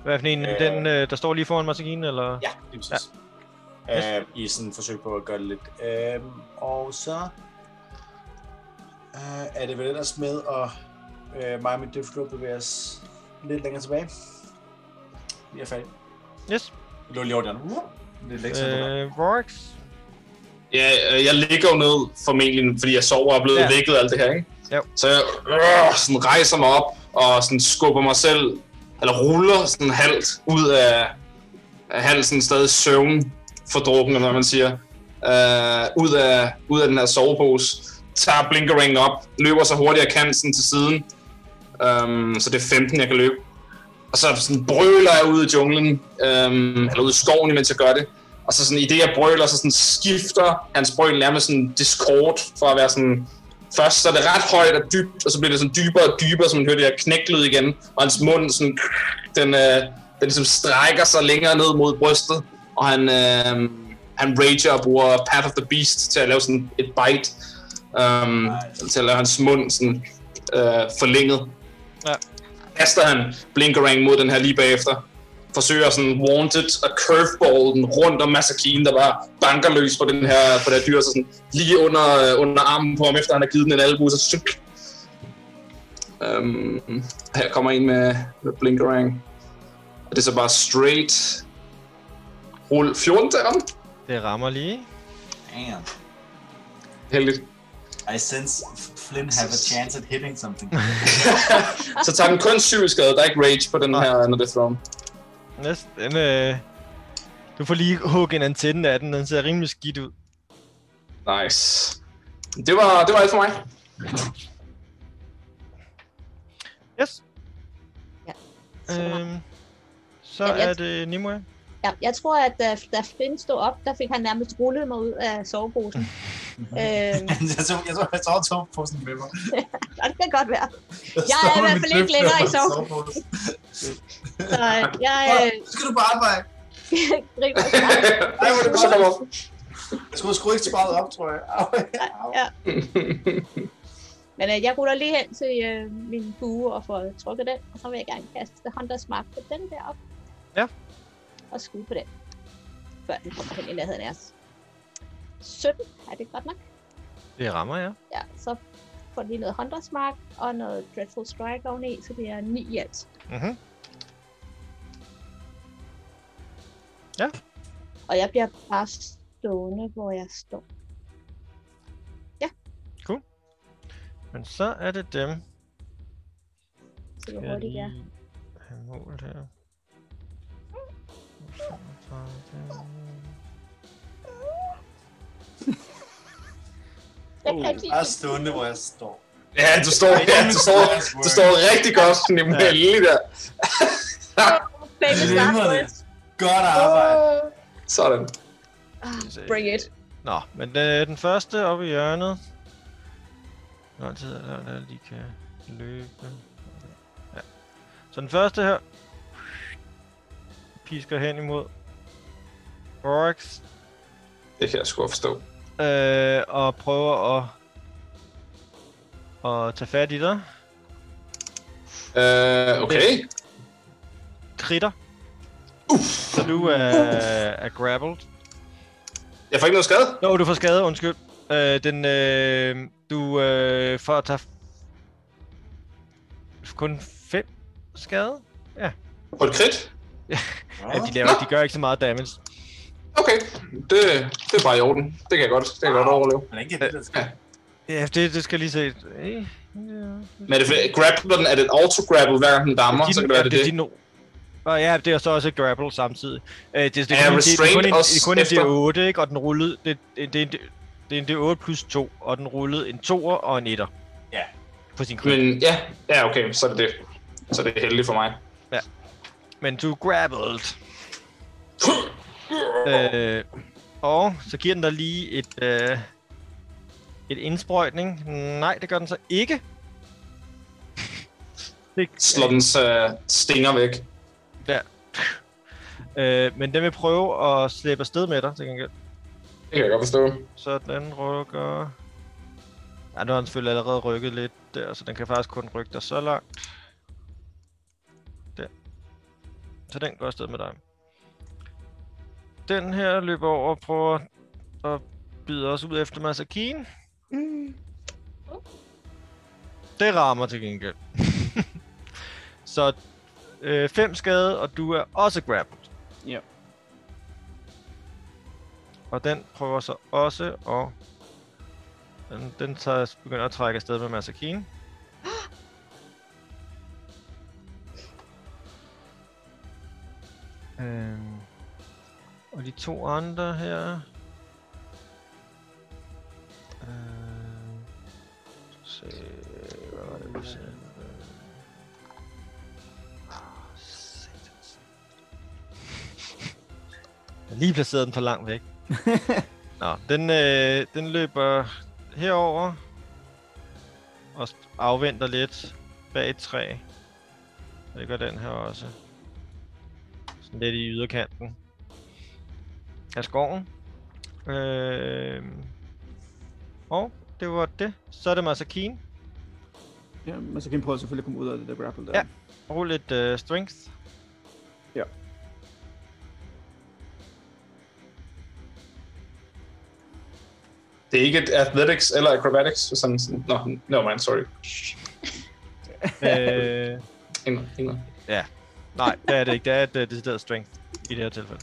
S2: Hvad for en?
S3: Øh,
S2: Den, øh, der står lige foran Martin, eller?
S3: Ja, det er præcis. Ja. Øh, I sådan et forsøg på at gøre det lidt. Øh, og så øh, er det vel ellers med at øh, mig og mit dødflå bevæger os lidt længere tilbage. Vi er færdige.
S2: Yes.
S3: Vi lå lige over den. Lidt længere øh.
S2: Øh, Rorax.
S5: Ja, øh, jeg ligger jo ned formentlig, fordi jeg sover og er blevet
S2: Ja.
S5: ja. vækket og alt det her, ikke?
S2: Jo.
S5: Så jeg øh, sådan rejser mig op og sådan skubber mig selv, eller ruller sådan halvt ud af, af halsen, stadig søvn fordrukken, eller hvad man siger, øh, ud, af, ud af den her sovepose, tager blinkeringen op, løber så hurtigt jeg kan sådan til siden, øhm, så det er 15, jeg kan løbe. Og så sådan brøler jeg ud i junglen, øhm, eller ud i skoven, mens jeg gør det. Og så sådan, i det jeg brøler, så sådan skifter hans brøl nærmest sådan discord for at være sådan... Først så er det ret højt og dybt, og så bliver det sådan dybere og dybere, så man hører det her knæklyd igen. Og hans mund sådan, den, øh, den ligesom strækker sig længere ned mod brystet. Og han, øh, han rager og bruger Path of the Beast til at lave sådan et bite. Um,
S3: Nice.
S5: Til at lave hans mund sådan, øh, forlænget.
S2: Ja.
S5: Kaster han Blinkerang mod den her lige bagefter forsøger sådan wanted og curveball den rundt om Masakine, der bare banker løs på den her på det her dyr, så sådan lige under, øh, under armen på ham, efter han har givet den en albu, så syk. Um, her kommer en med, med Blinkerang. Og det er så bare straight. Rul 14 der om.
S2: Det rammer lige.
S3: Damn.
S5: Heldigt.
S3: I sense Flynn have a chance at hitting something.
S5: Så tager den kun 7 i skade. Der er ikke rage på den her, når det er from.
S2: Næste, den, øh, du får lige hugget en antenne af den. Den ser rimelig skidt ud.
S5: Nice. Det var, det var alt for mig.
S2: Yes.
S4: Ja, så var-
S2: Øhm, så
S4: Jamen, jeg-
S2: er det Nimue.
S4: Ja, jeg tror, at da, da Flynn stod op, der fik han nærmest rullet mig ud af soveposen. øhm,
S3: jeg tror, jeg tror, jeg tror, Tom får sådan med mig.
S4: og det kan godt være. Jeg er i hvert fald ikke længere i soveposen. Så øh, jeg øh,
S3: Så skal du bare arbejde.
S4: griber snart.
S3: Ej, hvor er det
S5: så kommer
S3: godt. Jeg skulle sgu ikke sparet op, tror jeg. Au, au.
S4: Ja. Men øh, jeg ruller lige hen til øh, min bue og får trykket den, og så vil jeg gerne kaste Hunters Mark på den der op.
S2: Ja.
S4: Og skyde på den, før den kommer hen i nærheden af os. 17, er det godt nok?
S2: Det rammer, ja.
S4: Ja, så får den lige noget Hunters Mark og noget Dreadful Strike oveni, så det er
S2: Mm-hmm.
S4: 9 i alt.
S2: Mhm.
S4: Og jeg bliver bare stående, hvor jeg står.
S2: Men så er det dem.
S4: Så
S2: Skal
S4: hvor
S2: jeg
S4: hurtigt jeg
S2: lige have målt her.
S4: Jeg kan ikke lide
S3: Bare stående, hvor jeg står.
S5: Ja, du står, ja, du står, du står rigtig godt,
S2: Ja.
S5: nemlig ja. der.
S4: Baby Star
S3: Glimrende.
S4: Wars.
S3: Godt arbejde.
S5: Sådan.
S4: Ah, Bring it.
S2: Nå, men øh, den første oppe i hjørnet. Hvor lang tid er der, der de kan løbe? Ja. Så den første her. Pisker hen imod. Oryx.
S5: Det kan jeg sgu godt forstå.
S2: Øh, og prøver at... At tage fat i dig.
S5: Øh, okay.
S2: Kritter. Uff. Så du er, er grappled.
S5: Jeg får ikke noget skade.
S2: Jo, du får skade, undskyld. Øh, den, øh, du øh, får at tage f- kun 5 skade.
S5: På et krit?
S2: Ja, de, laver, de gør ikke så meget damage.
S5: Okay. Det, det er bare i orden. Det kan jeg godt, det kan jeg godt overleve.
S3: Men ikke det, der skal.
S2: Ja, det, det skal jeg lige se. Øh, ja.
S5: Men er det, grapplen, er det en auto-grapple, hver gang den dammer, så kan det
S2: ja,
S5: være det er det.
S2: din no- Og ja, det er så også et grapple samtidig. Øh, det, det,
S5: Ja,
S2: er kun en- det, er
S5: restraint
S2: kun en, det
S5: også
S2: er kun en
S5: efter.
S2: D8, ikke? Og den rullede... Det, det, det, er en D- det er en D8 plus 2, og den rullede en 2'er og en 1'er.
S3: Ja.
S2: På sin crit.
S5: Men ja, ja, okay, så er det det. Så er det heldigt for mig.
S2: Men du er grappled. Øh, og så giver den dig lige et, øh, et indsprøjtning. Nej, det gør den så ikke. Det,
S5: Slå dens øh, stinger væk.
S2: øh, men den vil prøve at slippe afsted med dig, til gengæld.
S5: Det kan jeg godt forstå.
S2: Så den rykker... Ja, nu har den selvfølgelig allerede rykket lidt der, så den kan faktisk kun rykke dig så langt. Der. Så den går afsted med dig. Den her løber over og prøver at bide os ud efter Masakine.
S4: Mm.
S2: Det rammer til gengæld. så 5 øh, fem skade, og du er også grapplet.
S6: Ja.
S2: Og den prøver så også og Den, den tager, begynder at trække afsted med Masakine. øhm. Og de to andre her... Øh... Se, hvad var det, vi sendte? Ah, satans. Jeg har lige placeret den for langt væk. Nå, den, øh, den løber herover og s- afventer lidt bag et træ. Og det gør den her også. Sådan lidt i yderkanten af skoven. Øh, og det var det. Så er det Masakine.
S6: Ja, men så kan jeg prøve selvfølgelig at komme ud af det der grapple der.
S2: Ja. Rul lidt øh, strength.
S6: Ja.
S5: Det er ikke et athletics eller acrobatics, hvis han sådan... Nå, no, man, sorry.
S2: øh,
S5: Inger, Inger.
S2: nej, det er det ikke. Det er et øh, decideret strength i det her tilfælde.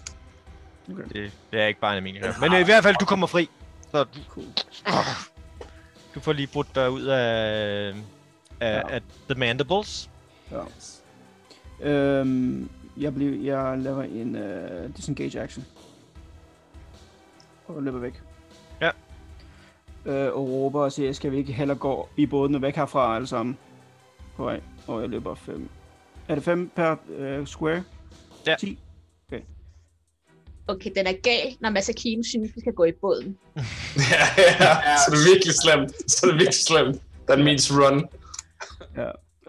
S6: Okay.
S2: Det, det er ikke bare en almindelig her. Men øh, i hvert fald, du kommer fri. Så du,
S6: Cool.
S2: du får lige brudt dig ud af, af,
S6: Ja.
S2: af The Mandibles.
S6: Ja. Øhm, jeg, bliver, jeg laver en uh, disengage action. Og løber væk.
S2: Ja.
S6: Øh, og råber og siger, skal vi ikke heller gå i båden og væk herfra alle sammen? På vej. Og jeg løber 5. Er det 5 per øh, square?
S2: Ja.
S6: 10?
S4: Okay, den er gal, når Masakine synes, vi skal gå i båden.
S5: ja, ja, så det er virkelig slemt. Så det er virkelig slemt. That means run.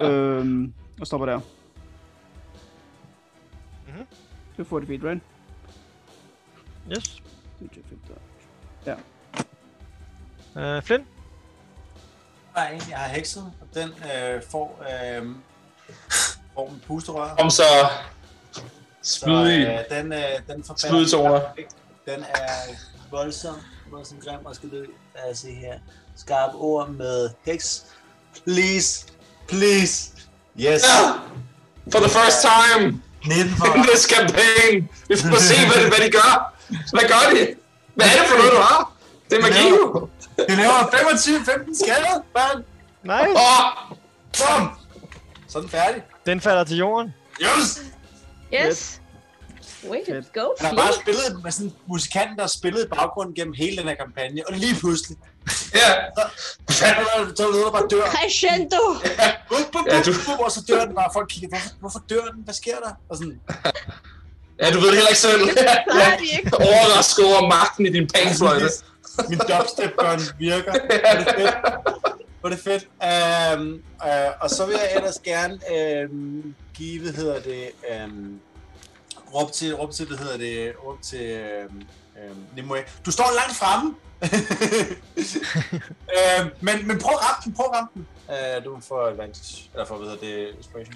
S6: Øhm, og stopper der.
S2: Mhm.
S6: Du får det fedt, right?
S2: Yes.
S6: Det er fedt, der.
S2: Øh, Flynn?
S3: Der er en, jeg har hekset, og den øh, får, øh, får en pusterør.
S5: Kom så...
S3: Så
S5: Spyd i.
S3: øh, den, øh, den forfatter,
S5: Spydtoner.
S3: Den er voldsom, voldsom grim og skal dø. Lad os se her. Skarp ord med heks. Please, please. Yes.
S5: Ah! For the first time
S3: 19 for
S5: in this campaign. Vi får se, hvad, det- hvad de gør. Hvad gør de? Hvad er det for noget, du har? Det er magi, jo.
S3: Du laver 25-15 skader, børn.
S2: Nej,
S5: Åh,
S3: Bum! Sådan færdig.
S2: den falder til jorden.
S3: Yes!
S4: Yes. Way to go,
S3: Han har bare spillet med sådan en musikant, der har spillet i baggrunden gennem hele den her kampagne, og lige pludselig,
S5: ja.
S3: så er der så er der noget, der bare dør.
S4: Crescendo!
S3: Bup, bup,
S5: Ja,
S3: bup,
S5: du-
S3: bup, og så dør den bare, og folk kigger, hvorfor, hvorfor dør den? Hvad sker der? Og sådan,
S5: Ja, du ved det heller ikke selv.
S4: Det
S5: Ja.
S4: klarer de ikke.
S5: Overrasket over magten i din panfløjte.
S3: min dubstep gun virker. Var det fedt? Var det fedt? Um, uh, og så vil jeg ellers gerne um, give, hvad hedder det, um, råb til, råb til, hvad hedder det, råb til um, um, Nimue. Du står langt fremme! um, men, men prøv at ramme den, prøv at ramme den. Uh, du får advantage, eller får, hvad hedder det, inspiration.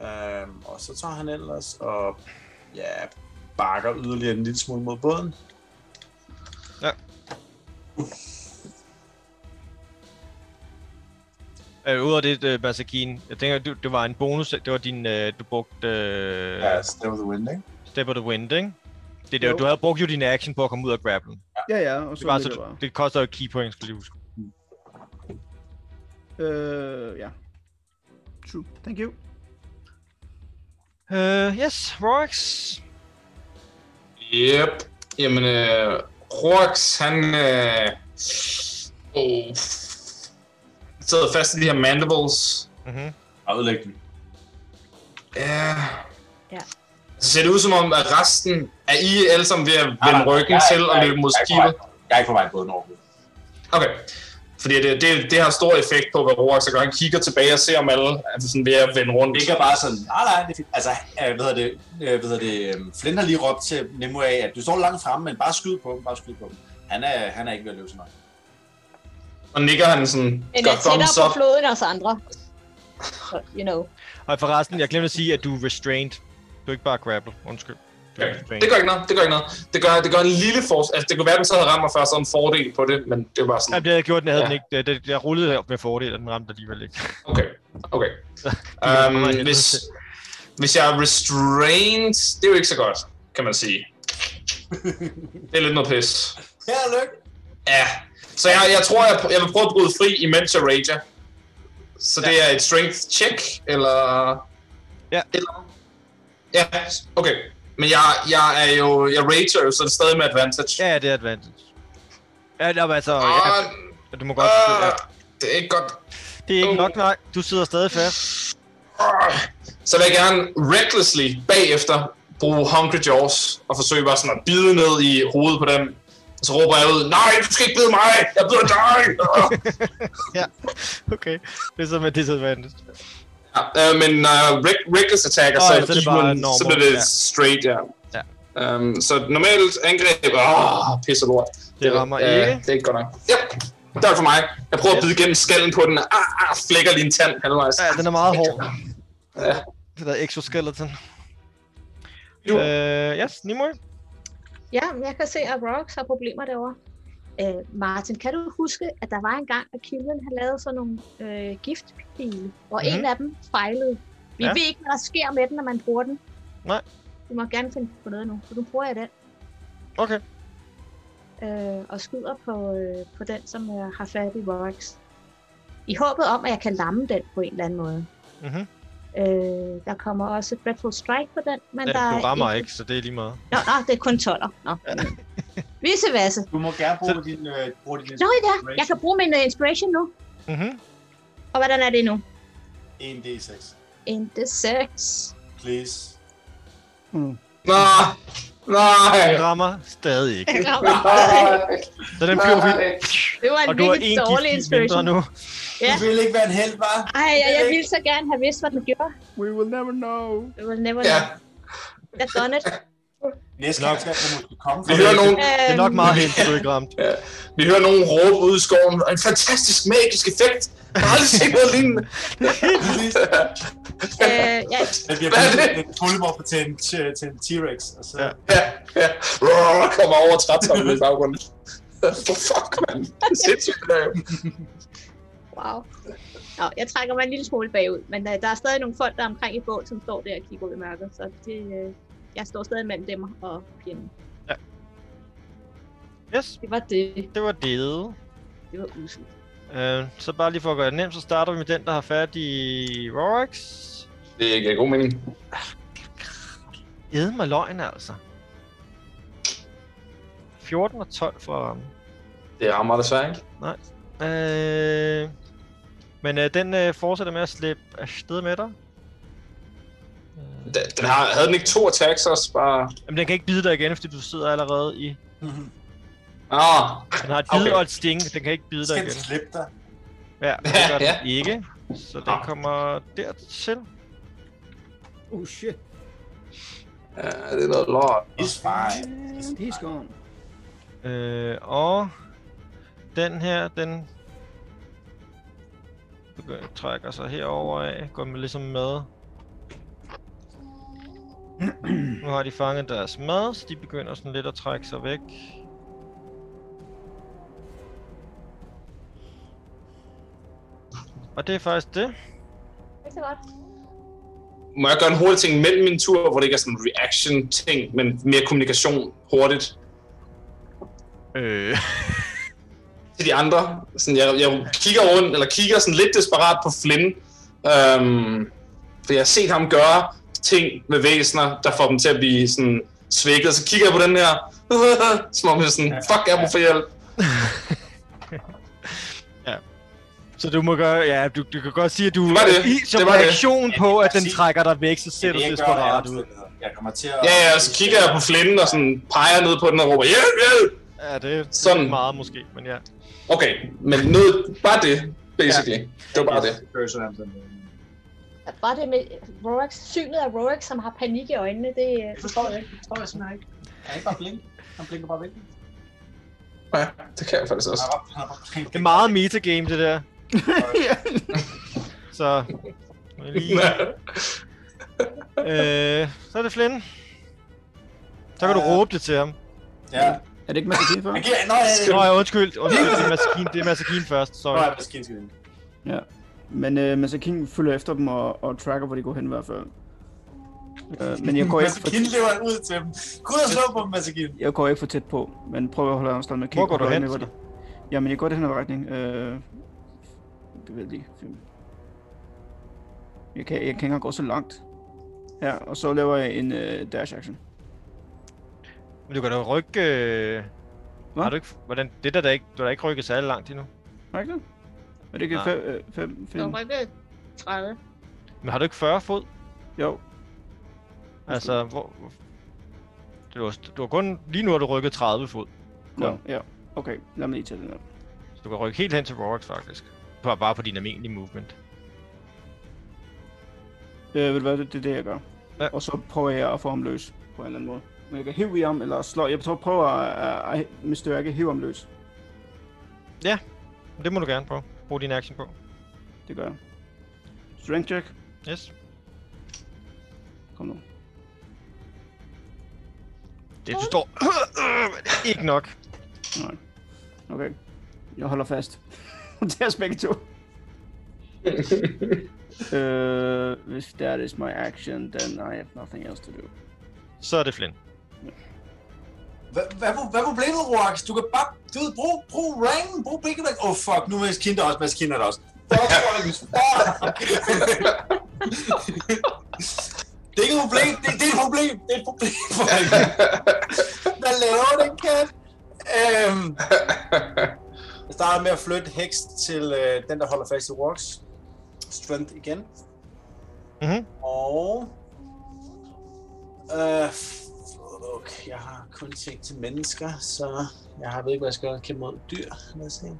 S3: Um, og så tager han ellers og ja, bakker yderligere en lille smule mod båden.
S2: Øh, udover det, øh, Masakine, jeg tænker, du, det var en bonus, det var din, øh, du brugte øh,
S3: Ja, Step of the Wind, ikke?
S2: Step of the Wind, ikke? Det der,
S6: Jo.
S2: du havde brugt jo din action på at komme ud af grapplen.
S6: Ja, ja, og
S2: Det,
S6: så
S2: var,
S6: var det
S2: så,
S6: bare.
S2: det koster jo et key point, skal jeg lige huske.
S6: Øh, ja. True. Thank you.
S2: Øh, yes, Rox.
S5: Yep. Jamen, øh, Rox, han... Øh, oh, sidder fast i de her mandibles.
S2: Mhm.
S3: Og udlæg den.
S5: Ja.
S4: Ja.
S5: Så ser det ud som om, at resten af I er alle sammen ved at vende ryggen til og løbe mod skibet.
S3: Jeg er ikke på vej på båden overhovedet.
S5: Okay. Fordi det, det, det har stor effekt på, hvad Roax gør. Han kigger tilbage og ser om alle er sådan ved at vende rundt.
S3: Ikke bare sådan, nej, nej, det er fint. Altså, øh, hvad hedder det, øh, hvad hedder det, øhm, Flint har lige råbt til Nimue, at du står langt fremme, men bare skyd på dem, bare skyd på dem. Han er, han er ikke ved at løbe så meget.
S5: Og nikker han sådan,
S4: Men
S5: gør
S4: er tættere
S5: thumbs
S4: på
S5: up.
S4: floden end os andre. Så, You know.
S2: Og forresten, jeg glemte at sige, at du er restrained. Du er ikke bare grapple, undskyld. Du er
S5: Okay.
S2: restrained.
S5: Det gør ikke noget, det gør ikke noget. Det gør, det gør en lille forskel. Altså, det kunne være, at den så havde ramt mig før, så havde en fordel på det, men det var
S2: Jamen,
S5: bare sådan,
S2: det havde jeg gjort, den havde
S5: Ja.
S2: ja. den ikke. Det, det, jeg rullede op med fordel, og den ramte alligevel ikke.
S5: okay, okay.
S2: er meget
S5: Um,
S2: helvede
S5: hvis,
S2: til.
S5: hvis jeg er restrained, det er jo ikke så godt, kan man sige. Det er lidt noget pis.
S3: Held og lykke!
S5: Ja, så jeg, jeg tror, jeg, jeg vil prøve at bryde fri, imens jeg rager. Så det er et strength check, eller...
S2: Ja.
S5: Eller... Ja, okay. Men jeg, jeg er jo... Jeg rager jo, så det er stadig med advantage.
S2: Ja, det er advantage. Ja, nå, men altså,
S5: Ah,
S2: ja, du må godt... Ja.
S5: ah, det er ikke godt.
S2: Det er ikke
S5: Uh.
S2: nok, nej. Du sidder stadig fast.
S5: Ah. Så vil jeg gerne recklessly bagefter bruge Hungry Jaws og forsøge bare sådan at bide ned i hovedet på dem. Og så råber jeg ud, nej, du skal ikke bide mig, jeg bider dig! Ah.
S2: Okay, det er så med disadvantage.
S5: Ja, øh, men når jeg rec- reckless attacker,
S2: Åh,
S5: så,
S2: ja,
S5: er det bare normal, så bliver det
S2: ja.
S5: straight, ja.
S2: Ja.
S5: Um, så normalt angreb, åh, pisse lort.
S2: Det rammer
S5: øh,
S2: ikke.
S5: Det er ikke godt nok. Ja, der er for mig. Jeg prøver at bide gennem skallen på den, ah, ah, flækker lige en tand halvvejs.
S2: Ja, den er meget hård.
S5: Ja.
S2: Det der exoskeleton.
S5: Jo.
S2: Øh, yes, Nimue.
S4: Ja, men jeg kan se, at Rox har problemer derovre. Øh, Martin, kan du huske, at der var en gang, at Kilden havde lavet sådan nogle øh, giftpile, hvor mm-hmm. en af dem fejlede.
S2: Mhm.
S4: Vi
S2: Ja.
S4: ja. ved ikke, hvad der sker med den, når man bruger den.
S2: Nej.
S4: Du må gerne finde på noget nu, for nu bruger jeg den.
S2: Okay.
S4: Øh, og skyder på, øh, på den, som øh, har fat i Rox. I håbet om, at jeg kan lamme den på en eller anden måde.
S2: Mhm.
S4: Øh, der kommer også Dreadful Strike på den, men
S2: Ja,
S4: der
S2: du
S4: er
S2: rammer
S4: ikke-
S2: ikke, så det er lige meget.
S4: Nå, nå, det er kun 12'er. Nå. Visse vasse.
S3: Du må gerne bruge din, øh, bruge din
S4: Nå ja, jeg kan bruge min uh, inspiration nu.
S2: Mhm.
S4: Og hvordan er det nu?
S3: 1d6.
S4: En D6.
S3: Please.
S6: Mm.
S5: Nej, nej.
S2: Den rammer stadig ikke. Så den flyver
S5: Nej.
S2: vildt.
S4: det var
S2: Og
S4: en
S2: du har
S4: virkelig
S2: en
S4: dårlig
S2: gift mindre
S4: inspiration.
S2: nu.
S4: Ja.
S3: Du vil ikke være en held, var?
S4: Ej, jeg, jeg ville så gerne have vidst, hvad den gjorde.
S6: We will never know.
S4: I will never
S5: Ja,
S4: know. That's done it.
S3: Næste
S2: Nok.
S3: gang skal du måske komme
S5: vi hører nogen,
S2: Det er nok
S4: Øhm,
S2: meget helt, du ikke ramt.
S5: vi hører nogen råbe ude i skoven. En fantastisk magisk effekt. Jeg har aldrig set noget lignende.
S3: Præcis.
S4: øh, ja,
S3: Den bliver
S5: Hvad er det?
S3: en pulver til en, t- til en T-Rex, og så...
S2: Ja.
S5: Ja, ja. Roar, kommer over trætoppen i baggrunden. For fuck, man. Det er sindssygt, det der jo.
S4: Wow. Nå, jeg trækker mig en lille smule bagud, men øh, der er stadig nogle folk, der er omkring i bål, som står der og kigger ud i mørket, så det, øh, jeg står stadig mellem dem og fjenden.
S2: Yes,
S4: Det var det.
S2: det var det.
S4: Det var uselt.
S2: Øh, så bare lige for at gøre det nemt, så starter vi med den, der har fat i Rorax.
S5: Det giver god mening.
S2: Æde mig løgn, altså. 14 og 12 for ham.
S5: Det rammer desværre ikke.
S2: Øh, men øh, den øh, fortsætter med at slippe afsted med dig. Øh,
S5: Den- Den har, havde den ikke to attacks også? Bare...
S2: jamen, den kan ikke bide dig igen, fordi du sidder allerede i...
S5: Ah,
S2: Den har et bid
S5: Okay.
S2: okay. og et sting, den kan ikke bide dig
S3: Skal den
S2: igen.
S3: slippe dig?
S2: Ja, det gør
S5: Ja,
S2: den ikke. Så den kommer dertil.
S6: Oh shit,
S5: ja, det er noget lort.
S3: It's fine.
S6: he's gone.
S2: Øh, og den her, den begynder, trækker sig herover af, går med ligesom med. Nu har de fanget deres mad, så de begynder sådan lidt at trække sig væk. Og det er faktisk det.
S4: Ikke så godt.
S5: Må jeg gøre en hurtig ting mellem min tur, hvor det ikke er sådan en reaction-ting, men mere kommunikation hurtigt
S1: Øh,
S5: til de andre? Sådan, jeg, jeg kigger rundt, eller kigger sådan lidt desperat på Flynn, øhm, for jeg har set ham gøre ting med væsener, der får dem til at blive sådan svækket. Så kigger jeg på den her, som om jeg sådan, fuck, jeg har brug for hjælp.
S2: Så du må gøre, ja, du, du kan godt sige, at du
S5: var det.
S2: I, som
S5: Det var det.
S2: reaktion
S3: Ja,
S2: på,
S3: det
S2: at
S3: er
S2: den
S3: præcis.
S2: trækker dig væk, så
S3: Det er
S2: ser
S3: det,
S2: du
S3: jeg gør
S2: desperat
S3: alle
S2: ud.
S3: steder. Jeg kommer til at...
S5: Ja, ja, og så kigger jeg på Flynn og sådan peger ned på den og råber, hjælp, hjælp!
S2: Ja, det er
S5: Sådan.
S2: sådan. meget måske, men ja.
S5: Okay, men noget, bare det, basically. Det var bare det.
S4: Bare det med Rorax, synet af Rorax, som har panik i øjnene, det, øh,
S3: Det forstår jeg ikke. Det forstår jeg simpelthen ikke. Han er ikke bare blink. Han blinker bare væk.
S5: Ja, det kan jeg faktisk også.
S3: Han er bare, han er bare blink.
S2: Det er meget metagame, det der.
S6: Ja.
S2: Så... må jeg Lige... øh, så er det Flynn. Så kan du
S3: Øh.
S2: råbe det til ham.
S3: Ja.
S6: Er det ikke maskin før?
S3: Han giver... Nå, ja,
S2: Nå,
S3: ja.
S2: ja, undskyld. Undskyld, det er Masakin, det er Masakin først.
S3: Nå, ja,
S2: Sorry.
S3: det skal jeg
S6: Ja. Men øh, Massa King følger efter dem og, og tracker, hvor de går hen i hvert fald. Øh, men jeg går, ikke for,
S3: Massakin lever ud til dem. Gud og slå på dem, Massakin.
S6: jeg går ikke for tæt på, men prøver at holde afstand med
S2: Hvor går du
S6: holde
S2: hen?
S6: øje med, hvor de- Jamen, jeg går den her retning. Øh, det ved jeg lige. Fem. Jeg kan, jeg kan ikke engang gå så langt. Ja, og så laver jeg en øh, dash action.
S2: Men du kan da rykke... Øh...
S6: Hvad?
S2: Har du ikke... Hvordan... Det der, der ikke... Du har da ikke rykket særlig langt endnu.
S6: Har jeg ikke det? Er det ikke
S2: Nej.
S6: 5? Øh, fem,
S4: du
S6: fem?
S4: rykker 30.
S2: Men har du ikke 40 fod?
S6: Jo.
S2: Altså, hvor... Du har, du har kun... Lige nu har du rykket 30 fod.
S6: Nå, ja. Okay, lad mig lige tage den her.
S2: Så du kan rykke helt hen til Rorax, faktisk. Bare bare på din almindelige movement.
S6: Øh, ved du hvad, det, det er det, jeg gør.
S2: Ja.
S6: Ja. Og så prøver jeg at få ham løs på en eller anden måde. Men jeg kan hive i ham, eller slå. Jeg tror, prøver at, at, at med styrke hive ham løs.
S2: Det må du gerne prøve. Brug din action på.
S6: Det gør jeg. Strength check.
S2: Yes.
S6: Kom nu.
S2: Det du står... men det er ikke nok.
S6: Nej. Okay. Jeg holder fast. det er os begge to. øh, hvis that is my action, then I have nothing else to do.
S2: Så er det Flynn.
S3: Hvad- Hvad er- hvad er problemet, Roax? Du kan bare... Du ved, brug, brug rangen, brug blinker væk. Åh, oh, fuck, nu er Massakin der også, Massakin er der også. Fuck, Roax, fuck! Det er ikke et problem, det, det er et problem, det er et problem, Roax. Hvad laver den kat? Øhm, jeg starter med at flytte heks til øh, den, der holder fast i Roax. Strength igen.
S2: Mhm.
S3: Og... Øh, f- okay, jeg har kun ting til mennesker, så jeg har ved ikke, hvad jeg skal kæmpe mod dyr. Lad os se.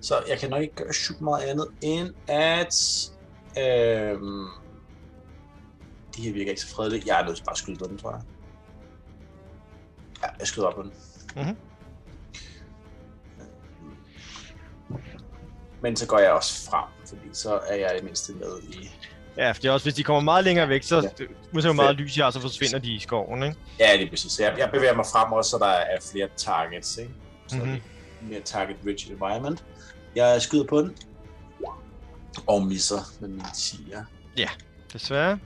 S3: Så jeg kan nok ikke gøre super meget andet, end at... Øh, de her virker ikke så fredelige. Jeg er nødt til bare at skyde på den, tror jeg. Ja, jeg skyder op på den.
S2: Mhm.
S3: Men så går jeg også frem, fordi så er jeg i det mindste med i
S2: Ja, for det er også, hvis de kommer meget længere væk, så
S3: Ja.
S2: ja. uanset hvor meget lys jeg har, så forsvinder de i skoven, ikke?
S3: Ja, lige præcis. Jeg, jeg bevæger mig frem også, så der er flere targets, ikke? Så mm-hmm.
S2: Mhm.
S3: det er mere target-rich environment. Jeg skyder på den. Og misser med min 10'er.
S2: Desværre.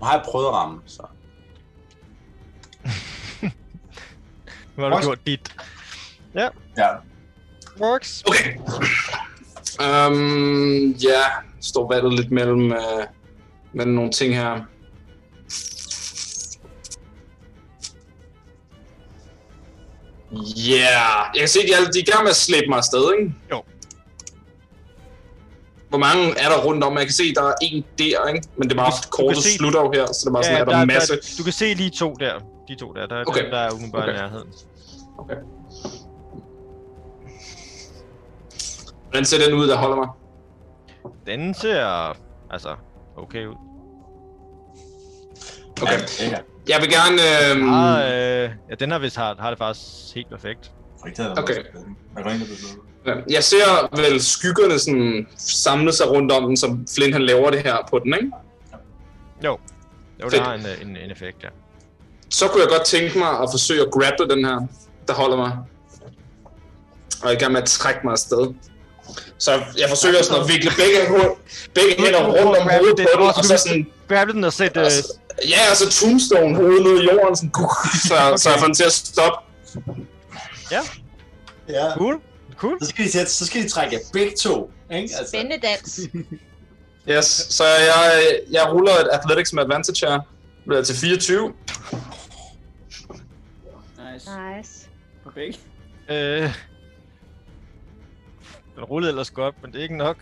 S3: Nu har jeg prøvet at ramme, så...
S2: Nu har du
S3: Også-
S2: gjort dit.
S3: Ja.
S2: Works.
S5: Okay. Um, ja, står valget lidt mellem, øh, mellem nogle ting her. Ja, yeah. jeg kan se, de er, de er i gang med at slæbe mig afsted, ikke?
S2: Jo.
S5: Hvor mange er der rundt om? Jeg kan se, der er en der, ikke? Men det er
S2: Du
S5: bare
S2: kan- du
S5: kortet
S2: kan se-
S5: slutter jo her, så det er bare sådan, ja, er der, der en masse.
S2: Der, du kan se lige to der. De to der, der er okay.
S5: Okay.
S2: dem, der er umiddelbart okay. i
S5: Okay.
S2: nærheden.
S5: Hvordan ser den ud, der holder mig?
S2: Den ser altså okay ud.
S5: Okay.
S3: Ja,
S5: Jeg vil gerne...
S2: Mm.
S5: Øh,
S2: Har, øh, ja, den har vist har, har det faktisk helt perfekt.
S5: Okay.
S3: Jeg går ind og
S5: Ja,
S3: bliver
S5: Jeg ser vel skyggerne sådan samle sig rundt om den, som Flynn han laver det her på den, ikke?
S2: Jo, det
S5: Fedt.
S2: har en, øh, en, en effekt, ja.
S5: Så kunne jeg godt tænke mig at forsøge at grabbe den her, der holder mig. Og er i gang med at trække mig afsted. Så jeg forsøger sådan at vikle begge, hå- begge hænder rundt om hovedet på den, og så sådan...
S2: Grab den og sæt... Øh,
S5: Altså, Ja, og så tombstone hovedet ned i jorden, sådan, så, så jeg får den til at stoppe.
S3: Ja.
S2: cool. Cool.
S3: Så skal de, tæt- så skal de trække jer begge to, ikke? Altså,
S4: Spændende dans.
S5: Yes, så jeg, jeg ruller et athletics med advantage her. Det bliver til 24.
S6: Nice.
S4: Nice.
S6: På begge.
S2: Øh, den rullede ellers godt, men det er ikke nok.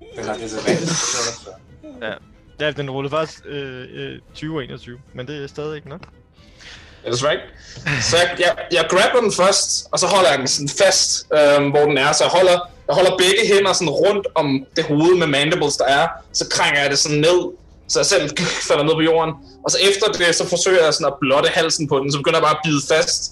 S3: det er det er rigtigt.
S2: Ja, den rullede faktisk øh, øh, 20 og 21, men det er stadig ikke nok.
S5: Ja, det er right. Så jeg, jeg, jeg grabber den først, og så holder jeg den sådan fast, øhm, hvor den er. Så jeg holder, jeg holder begge hænder sådan rundt om det hoved med mandibles, der er. Så krænger jeg det sådan ned, så jeg selv falder ned på jorden. Og så efter det, så forsøger jeg sådan at blotte halsen på den, så begynder jeg bare at bide fast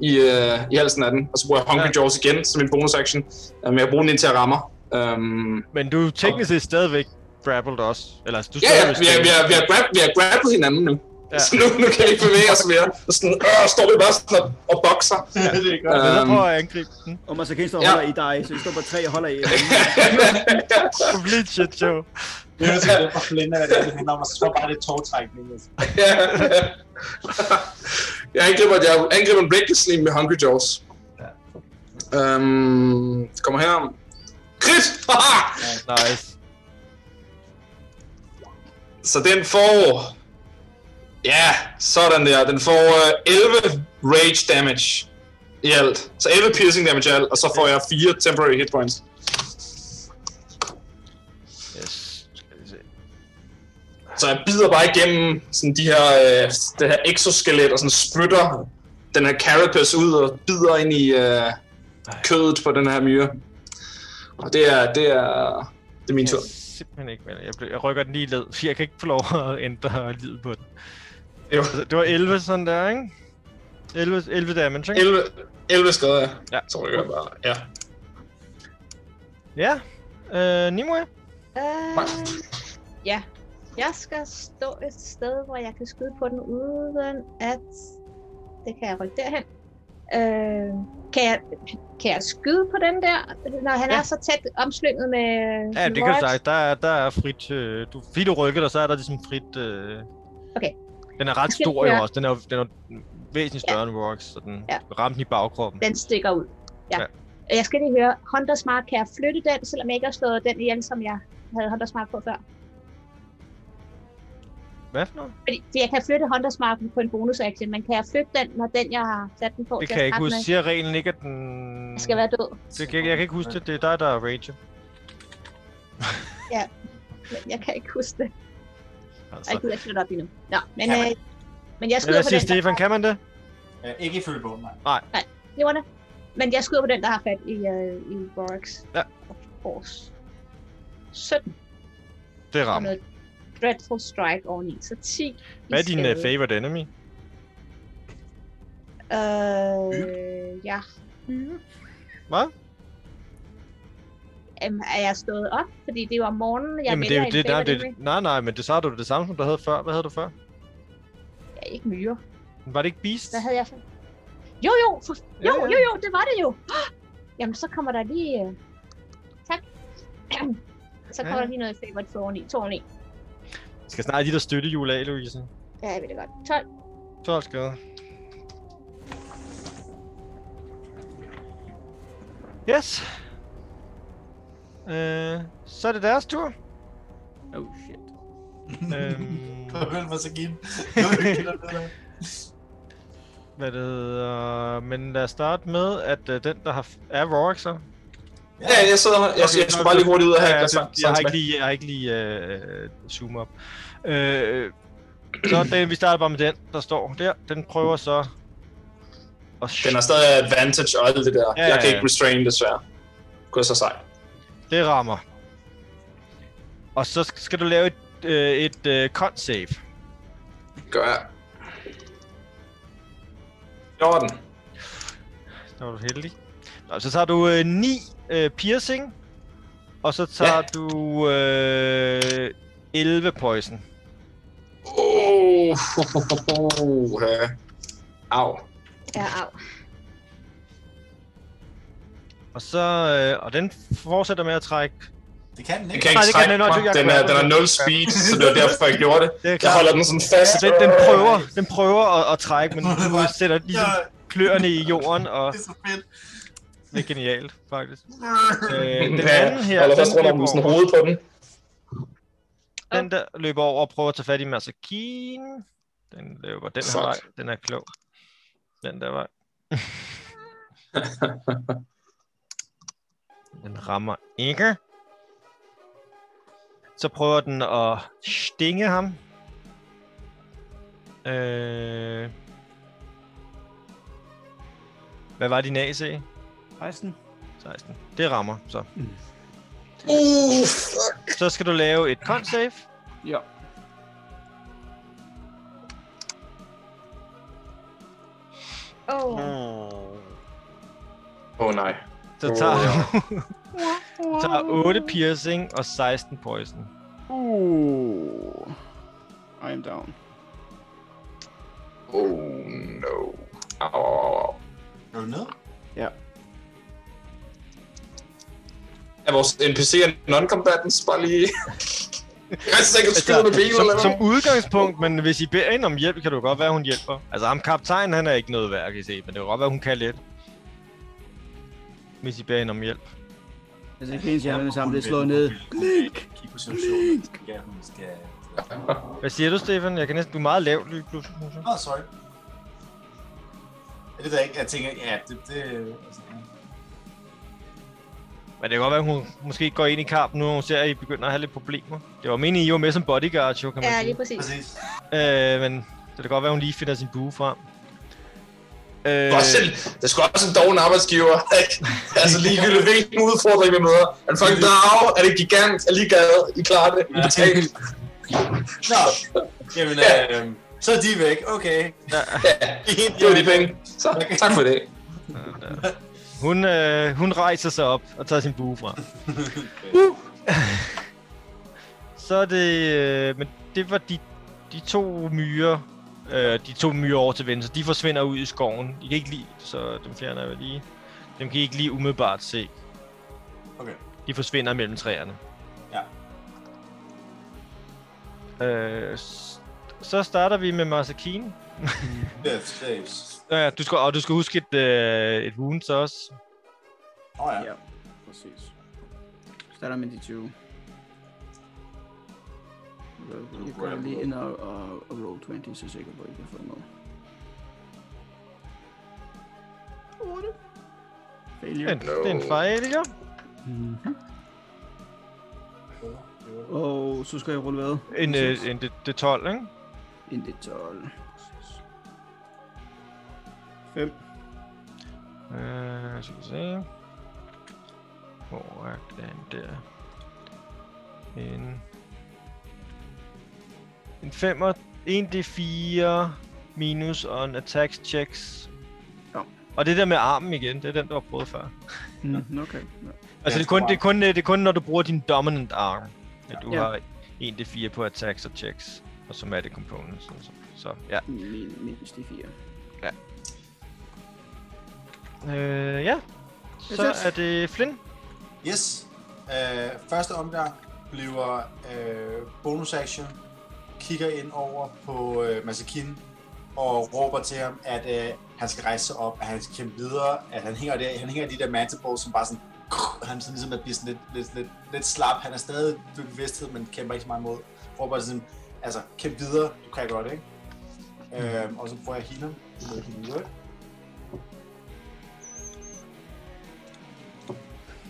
S5: i, øh, i halsen af den. Og så bruger jeg Hungry
S2: Ja.
S5: Jaws igen som min bonus action. Øhm, jeg bruger den indtil jeg rammer. Øhm,
S2: Men du er teknisk set stadigvæk grappled også. Eller, altså, du er
S5: Ja, ja,
S2: stadigvæk
S5: vi har, vi har, vi har, grab, vi har grabbet hinanden nu.
S2: Ja.
S5: Ja. Så nu, nu kan jeg ikke bevæge os mere. Så sådan, øh, står vi bare sådan og, og bokser.
S3: det er godt.
S2: Men så
S5: Øhm,
S2: prøver jeg at angribe den.
S6: Og man så kan
S5: Ja.
S6: holder i dig, så vi står på tre og holder i.
S2: Complete shit show.
S3: Det er jo sådan, at Flynn er det, det handler om, og så står bare det tårtrækning. Altså.
S5: ja. jeg angriber, jeg angriber en reckless lige med Hungry Jaws.
S3: Ja.
S5: Øhm, det kommer her. Crit! Haha!
S2: Nice.
S5: så den får... Ja, sådan der. Den får øh, 11 rage damage i alt. Så 11 piercing damage i alt, og så får jeg 4 temporary hit points.
S2: Yes. Skal vi se.
S5: Så jeg bider bare igennem sådan de her, øh, det her exoskelet og sådan spytter den her carapace ud og bider ind i øh, kødet på den her myre. Og det er, det er, det er min
S2: Jeg
S5: tur.
S2: er simpelthen ikke med det. jeg, blev, jeg rykker den lige ned, for jeg kan ikke få lov at ændre livet på den.
S5: Jo.
S2: Altså, det var 11 sådan der, ikke? 11, 11 damage, ikke?
S5: 11, 11 skader, ja.
S2: Ja.
S5: Så rykker jeg bare, ja.
S2: Ja. Øh, Nimue?
S4: Øh, ja. Jeg skal stå et sted, hvor jeg kan skyde på den, uden at... Det kan jeg rykke derhen. Øh, kan, jeg, kan jeg skyde på den der, når han
S2: Ja.
S4: ja. er så tæt omslynget med...
S2: Ja, det kan
S4: Morat?
S2: du sagt. Der er, der er frit... Øh, du, fordi du rykker dig, så er der ligesom frit... Øh...
S4: Okay.
S2: Den er ret
S4: Jeg skal
S2: stor jo
S4: gøre-
S2: også. Den er, jo- den er jo væsentligt
S4: Ja.
S2: større end Rox, så den
S4: Ja.
S2: ramte den i bagkroppen.
S4: Den stikker ud. Ja.
S2: Ja.
S4: ja. Jeg skal lige høre, Hunter Smart, kan jeg flytte den, selvom jeg ikke har slået den ihjel, som jeg havde Hunter Smart på før?
S2: Hvad for noget?
S4: Fordi, fordi jeg kan flytte Hunter Smart på en bonus action, men kan jeg flytte den, når den, jeg har sat den på?
S2: Det
S4: til
S2: kan jeg
S4: at
S2: ikke
S4: starte
S2: huske.
S4: med,
S2: Siger reglen ikke, at den...
S4: skal være død?
S2: Det kan, jeg, jeg kan ikke huske det. Det er dig, der er ranger.
S4: Men jeg kan ikke huske det. Og
S2: Altså.
S4: jeg gider ikke slå det op endnu. Nå, men,
S3: Ja, men-
S4: ja, men, øh, men jeg
S2: Men
S4: skyder
S2: Hvad
S4: på
S2: siger
S4: den, der
S2: Stefan? Kan man det?
S3: Ja, ikke ifølge bogen, nej.
S4: har leverne. Men jeg skyder på den, der har fat i, øh, i Vorax.
S2: Ja.
S4: Force. 17
S2: Det
S4: og
S2: rammer.
S4: noget Dreadful Strike oveni, så 10 i
S2: Hvad er din
S4: skade.
S2: uh, favorite enemy?
S4: Øh, ja.
S2: Hvad?
S4: Jamen, er jeg stået op? Fordi det var om morgenen, jeg
S2: Jamen, det
S4: vælger
S2: er jo
S4: en
S2: det, nej,
S4: favorite
S2: det,
S4: enemy.
S2: nej, nej, men det så har du det samme, som du havde før. Hvad havde du før?
S4: Jeg er ikke myre.
S2: Var det ikke Beast?
S4: Hvad havde jeg for? Jo, jo, for... jo,
S2: Ja, ja.
S4: jo, jo, det var det jo. Jamen, så kommer der lige... øh, Tak. Så kommer
S2: Ja.
S4: der lige noget favorite for oveni. To oveni.
S2: Skal snart de der støttehjul af, Louise.
S4: Ja, jeg ved det godt. 12.
S2: 12 skade. Yes. Øh, så er det deres tur.
S6: Oh shit.
S2: øhm,
S3: Høl mig så give den.
S2: hvad det hedder. Men lad os starte med, at øh, den, der har f- er Rorik så.
S5: Ja, jeg sidder her. Jeg, jeg skulle bare lige hurtigt ud og have
S2: Ja,
S5: et
S2: ja,
S5: glas
S2: det, jeg har
S5: vand.
S2: ikke lige, jeg har ikke lige øh, zoom op. Øh, så den, vi starter bare med den, der står der. Den prøver så... Og
S5: Den har stadig advantage og alt det der.
S2: Ja,
S5: jeg kan
S2: ja,
S5: ikke restrain, desværre. Gud så sej.
S2: Det rammer. Og så sk- skal du lave et, øh, et øh, con save.
S5: Gør jeg. 14.
S2: Der var du heldig. Nå, så tager du øh, 9 øh, piercing, og så tager ja. du øh, 11 poison.
S5: Oh, Au.
S4: Ja, au.
S2: Og så øh, og den fortsætter med at trække.
S3: Det kan den
S5: Den
S3: ikke.
S5: kan
S2: Nej, det
S5: ikke
S2: kan
S5: trække
S2: den ikke.
S5: mig. Den er, den er 0 speed, så det var derfor, jeg gjorde det.
S2: Det er
S5: Jeg
S2: klart.
S5: holder den sådan fast.
S2: Altså, Den, den prøver, den prøver at, at trække, men du sætter
S3: Ja,
S2: ligesom kløerne i jorden, og
S3: det er så fedt.
S2: det er genialt, faktisk. Øh, den
S5: Ja,
S2: anden her,
S5: holder
S2: den
S5: fast rundt om
S2: løber
S5: den sådan
S2: over.
S5: hovedet på den.
S2: Den der løber over og prøver at tage fat i Masakine. Den løber den her
S5: Fuck.
S2: vej. Den er klog. Den der vej. den rammer ikke. Så prøver den at stinge ham. Øh... Hvad var din AC?
S6: 16.
S2: 16. Det rammer, så.
S5: Uh, fuck.
S2: Så skal du lave et con save.
S6: Ja.
S4: Åh.
S5: Åh oh, nej.
S2: Så
S5: Åh,
S2: tager
S5: ja.
S2: du tager 8 piercing og 16 poison.
S6: Uh. I am down.
S5: Oh no. Au, au, au, au.
S3: Er du nede?
S6: Ja.
S5: Er vores NPC'er non-combatants bare lige... jeg synes ikke, at skyde med bilen eller
S2: Altså, som, som
S5: noget.
S2: udgangspunkt, men hvis I beder hende om hjælp, kan det jo godt være, hun hjælper. Altså ham kaptajnen, han er ikke noget værd, kan I se, men det kan godt være, hun kan lidt. Hvis I beder hende om hjælp.
S6: Altså, ikke ens hjerne sammen bliver slået ned. Blink!
S3: Kig på situationen. Ja, hun skal...
S2: Hvad siger du, Stefan? Jeg kan næsten blive meget lav lige pludselig. synes jeg.
S3: Nå, sorry. Jeg ved ikke, jeg tænker, ja, det... det altså,
S2: Men det kan godt være, hun måske går ind i kampen nu, når hun ser, at I begynder at have lidt problemer. Det var meningen, I var med som bodyguard, jo, kan man
S4: Ja,
S2: sige.
S4: lige præcis.
S3: præcis.
S2: Øh, men det kan godt være, hun lige finder sin bue frem. Øh,
S5: Det er også en- Det er sgu også en doven arbejdsgiver. ikke? altså ligegyldigt hvilken udfordring vi møder. Er det fucking drav? Er det gigant? Er ligeglad? I klarer det? I betaler?
S3: Nå, jamen, øh, så er de væk. Okay.
S5: Det var de penge. Så, tak for det.
S2: hun, øh, hun rejser sig op og tager sin bue frem. Så er det... Øh, men det var de, de to myrer. Øh, de to myrer over til venstre. De forsvinder ud i skoven. I kan ikke lige... Så dem fjerner jeg vel lige. Dem kan I ikke lige umiddelbart se.
S3: Okay.
S2: De forsvinder mellem træerne. Ja. Øh, s- så starter vi med Masakine.
S3: Death saves.
S2: Ja, du skal, og du skal huske et, øh, et wound så også.
S3: Åh oh, ja.
S6: Ja, præcis. Starter med de 20. Jeg går lige ind og, og, og roll 20, så er jeg sikker på, at I kan få noget.
S2: Det er en,
S6: Failure.
S2: det er en fejl, ikke?
S6: Mhm. Og så skal jeg rulle hvad?
S2: En, øh, en det, det 12, ikke?
S6: En det 12. 5.
S2: Øh, skal vi se. Hvor er den der? En... En 5'er, en D4 minus og en attacks checks.
S6: Ja.
S2: Og det der med armen igen, det er den, du har prøvet før.
S6: Mm, okay. Ja.
S2: Altså, det er,
S3: jeg
S2: kun,
S3: tror
S2: det, er kun, det er kun, når du bruger din dominant arm, at du
S6: Ja.
S2: har en D4 på attacks og checks, og somatic components. og Så, så ja.
S6: Min, minus de 4.
S2: Øh, ja. Så
S6: Yes, yes.
S2: Øh, er det Flynn.
S3: Yes. Uh, Øh, første omgang bliver øh, bonus action, kigger ind over på øh, Masakin og råber til ham, at øh, han skal rejse sig op, at han skal kæmpe videre, at han hænger, der, han hænger i de der mantiballs, som bare sådan, han sådan ligesom at blive sådan lidt, lidt, lidt, lidt slap. Han er stadig ved bevidsthed, men kæmper ikke så meget mod. Råber sådan, altså, kæmp videre, du kan godt, ikke? Øhm, og så prøver jeg at heal ham. Det ved jeg ikke, om det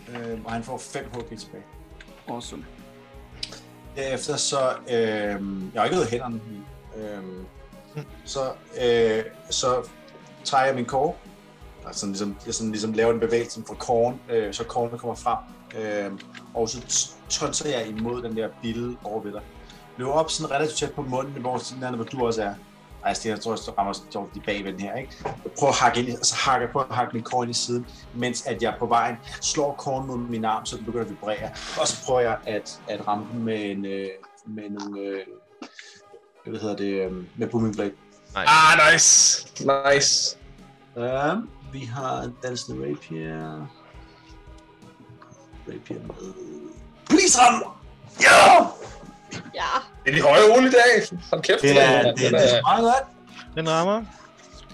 S3: virker. Øhm, og han får 5 HP tilbage.
S6: Awesome.
S3: Derefter så, øhm, jeg har ikke øvet hænderne, men, øhm, så, øh, så tager jeg min kår, og sådan ligesom, jeg sådan ligesom laver en bevægelse fra korn, øh, så kornene kommer frem, øh, og så t- tonser jeg imod den der bille over ved dig. Løber op sådan relativt tæt på munden, hvor, sådan der, hvor du også er. Ej, Sten, jeg tror, jeg rammer står lige bagved den her, ikke? Jeg prøver at hakke ind, i- og så hakker jeg på at hakke min korn i siden, mens at jeg på vejen slår korn mod min arm, så den begynder at vibrere. Og så prøver jeg at, at ramme den med en, øh, med nogle, øh, hvad hedder det, øh, med booming blade.
S5: Ah, nice. Nice.
S3: Ja, vi har en dansende rapier. Rapier med... Please ram! Ja!
S4: Ja,
S5: Det er de høje ol i dag. Hold kæft.
S3: Det er, det,
S5: den
S3: det er meget godt.
S2: Den rammer.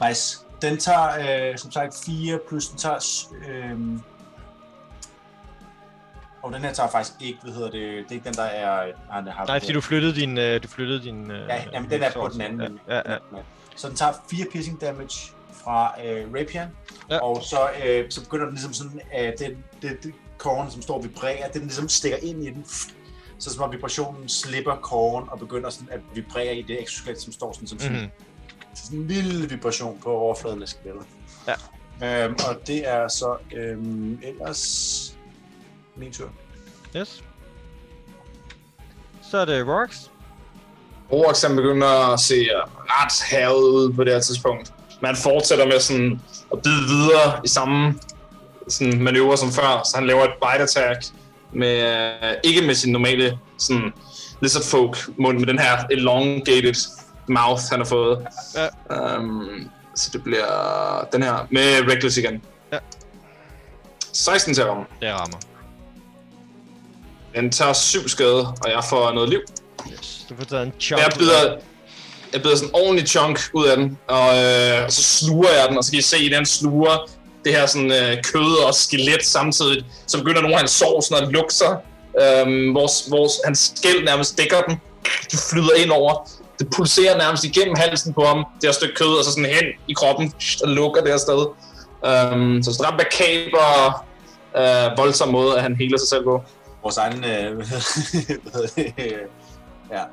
S3: Nice. Den tager, øh, som sagt, 4, plus den tager... s- Øhm, og den her tager faktisk ikke, hvad hedder det, det er ikke den, der er... Nej, den har
S2: Nej, fordi du flyttede din... Øh, du flyttede din øh,
S3: Ja, jamen, den er på den anden.
S2: Ja, ja, ja.
S3: Så den tager 4 piercing damage fra øh, Rapier,
S2: Ja.
S3: ja. og så, øh, så begynder den ligesom sådan, at det, det, det korn, som står og vibrerer, det den ligesom stikker ind i den, så som om vibrationen slipper korn og begynder sådan at vibrere i det exoskelet, som står sådan som sådan,
S2: Mhm.
S3: sådan en lille vibration på overfladen af skelettet.
S2: Ja.
S3: Øhm, og det er så øhm, ellers min tur.
S2: Yes. Så er det Rox.
S5: Roax han begynder at se ret havet ud på det her tidspunkt. Men han fortsætter med sådan at bide videre i samme sådan manøvre som før, så han laver et bite attack med, øh, ikke med sin normale sådan lizard folk mund, med den her elongated mouth, han har fået. Ja. Um, så det bliver den her med Reckless igen.
S2: Ja.
S5: 16 til om.
S2: Det rammer.
S5: Den tager syv skade, og jeg får noget liv.
S2: Yes. Du får taget en chunk.
S5: Men jeg bider, jeg bider sådan en ordentlig chunk ud af den, og, øh, og så sluger jeg den, og så kan I se, at den sluger det her sådan, øh, kød og skelet samtidig, så begynder nogle af hans sår sådan at lukke sig, øhm, vores, vores, hans skæld nærmest dækker den, det flyder ind over, det pulserer nærmest igennem halsen på ham, det her stykke kød, og så sådan hen i kroppen, og lukker det her sted. Øhm, så sådan ret makaber, øh, voldsom måde, at han heler sig selv på.
S3: Vores egen... Øh, hvad hedder det? øh, ja.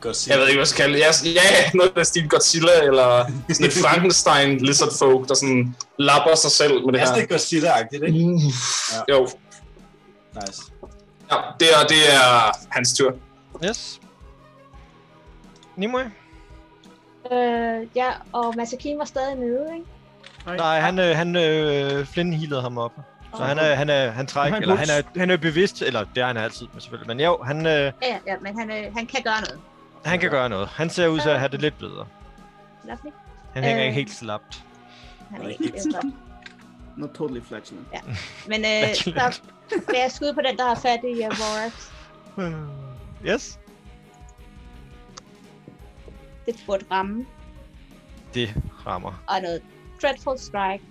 S3: Godt
S5: jeg ved ikke, hvad jeg skal kalde det. Jeg- Ja, noget af stil Godzilla, eller sådan et Frankenstein lizard folk, der sådan lapper sig selv med det
S3: Det er
S5: her.
S3: sådan lidt Godzilla-agtigt, ikke?
S5: Mm.
S3: Ja.
S5: Jo,
S3: Nice.
S5: ja, det, er, det er hans tur.
S2: Yes. Nimue?
S4: øh, ja, og Masakin var stadig nede, ikke?
S2: Nej, han, øh, han øh, Flynn healede ham op. Så han er, han er, han træk,
S1: Han har en
S2: eller han
S1: buks.
S2: er, han er bevidst, eller det er han altid, men selvfølgelig. Men jo, han, øh,
S4: Ja, ja, ja, men han, øh, han kan gøre noget.
S2: han kan gøre noget. Han ser ud til at have det lidt bedre.
S4: Lad os lige-
S2: Han hænger
S4: Øh.
S2: ikke helt slapt.
S4: Han er ikke helt ældre.
S6: Not totally flatulent.
S4: Men øh, så
S2: Flatulent.
S4: vil jeg skyde på den, der har fat i uh, Rorax.
S2: Øh, Yes.
S4: Det burde ramme.
S2: Det rammer.
S4: Og noget Dreadful Strike.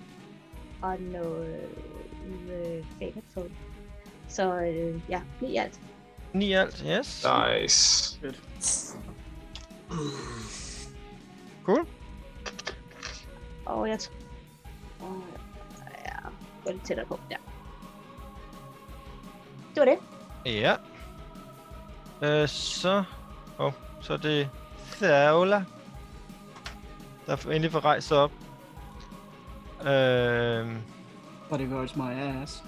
S4: Og noget øh, Fatal. Så øh, ja, lige alt.
S2: 9 alt, yes.
S5: Nice.
S2: Cool.
S4: Og jeg tror... Og, ja, gå lidt tættere på. Ja. Det var det.
S2: Ja. Øh, så... Åh, oh, så er det Thaula, der f- endelig får rejst sig op. Øh,
S6: But it hurts my ass.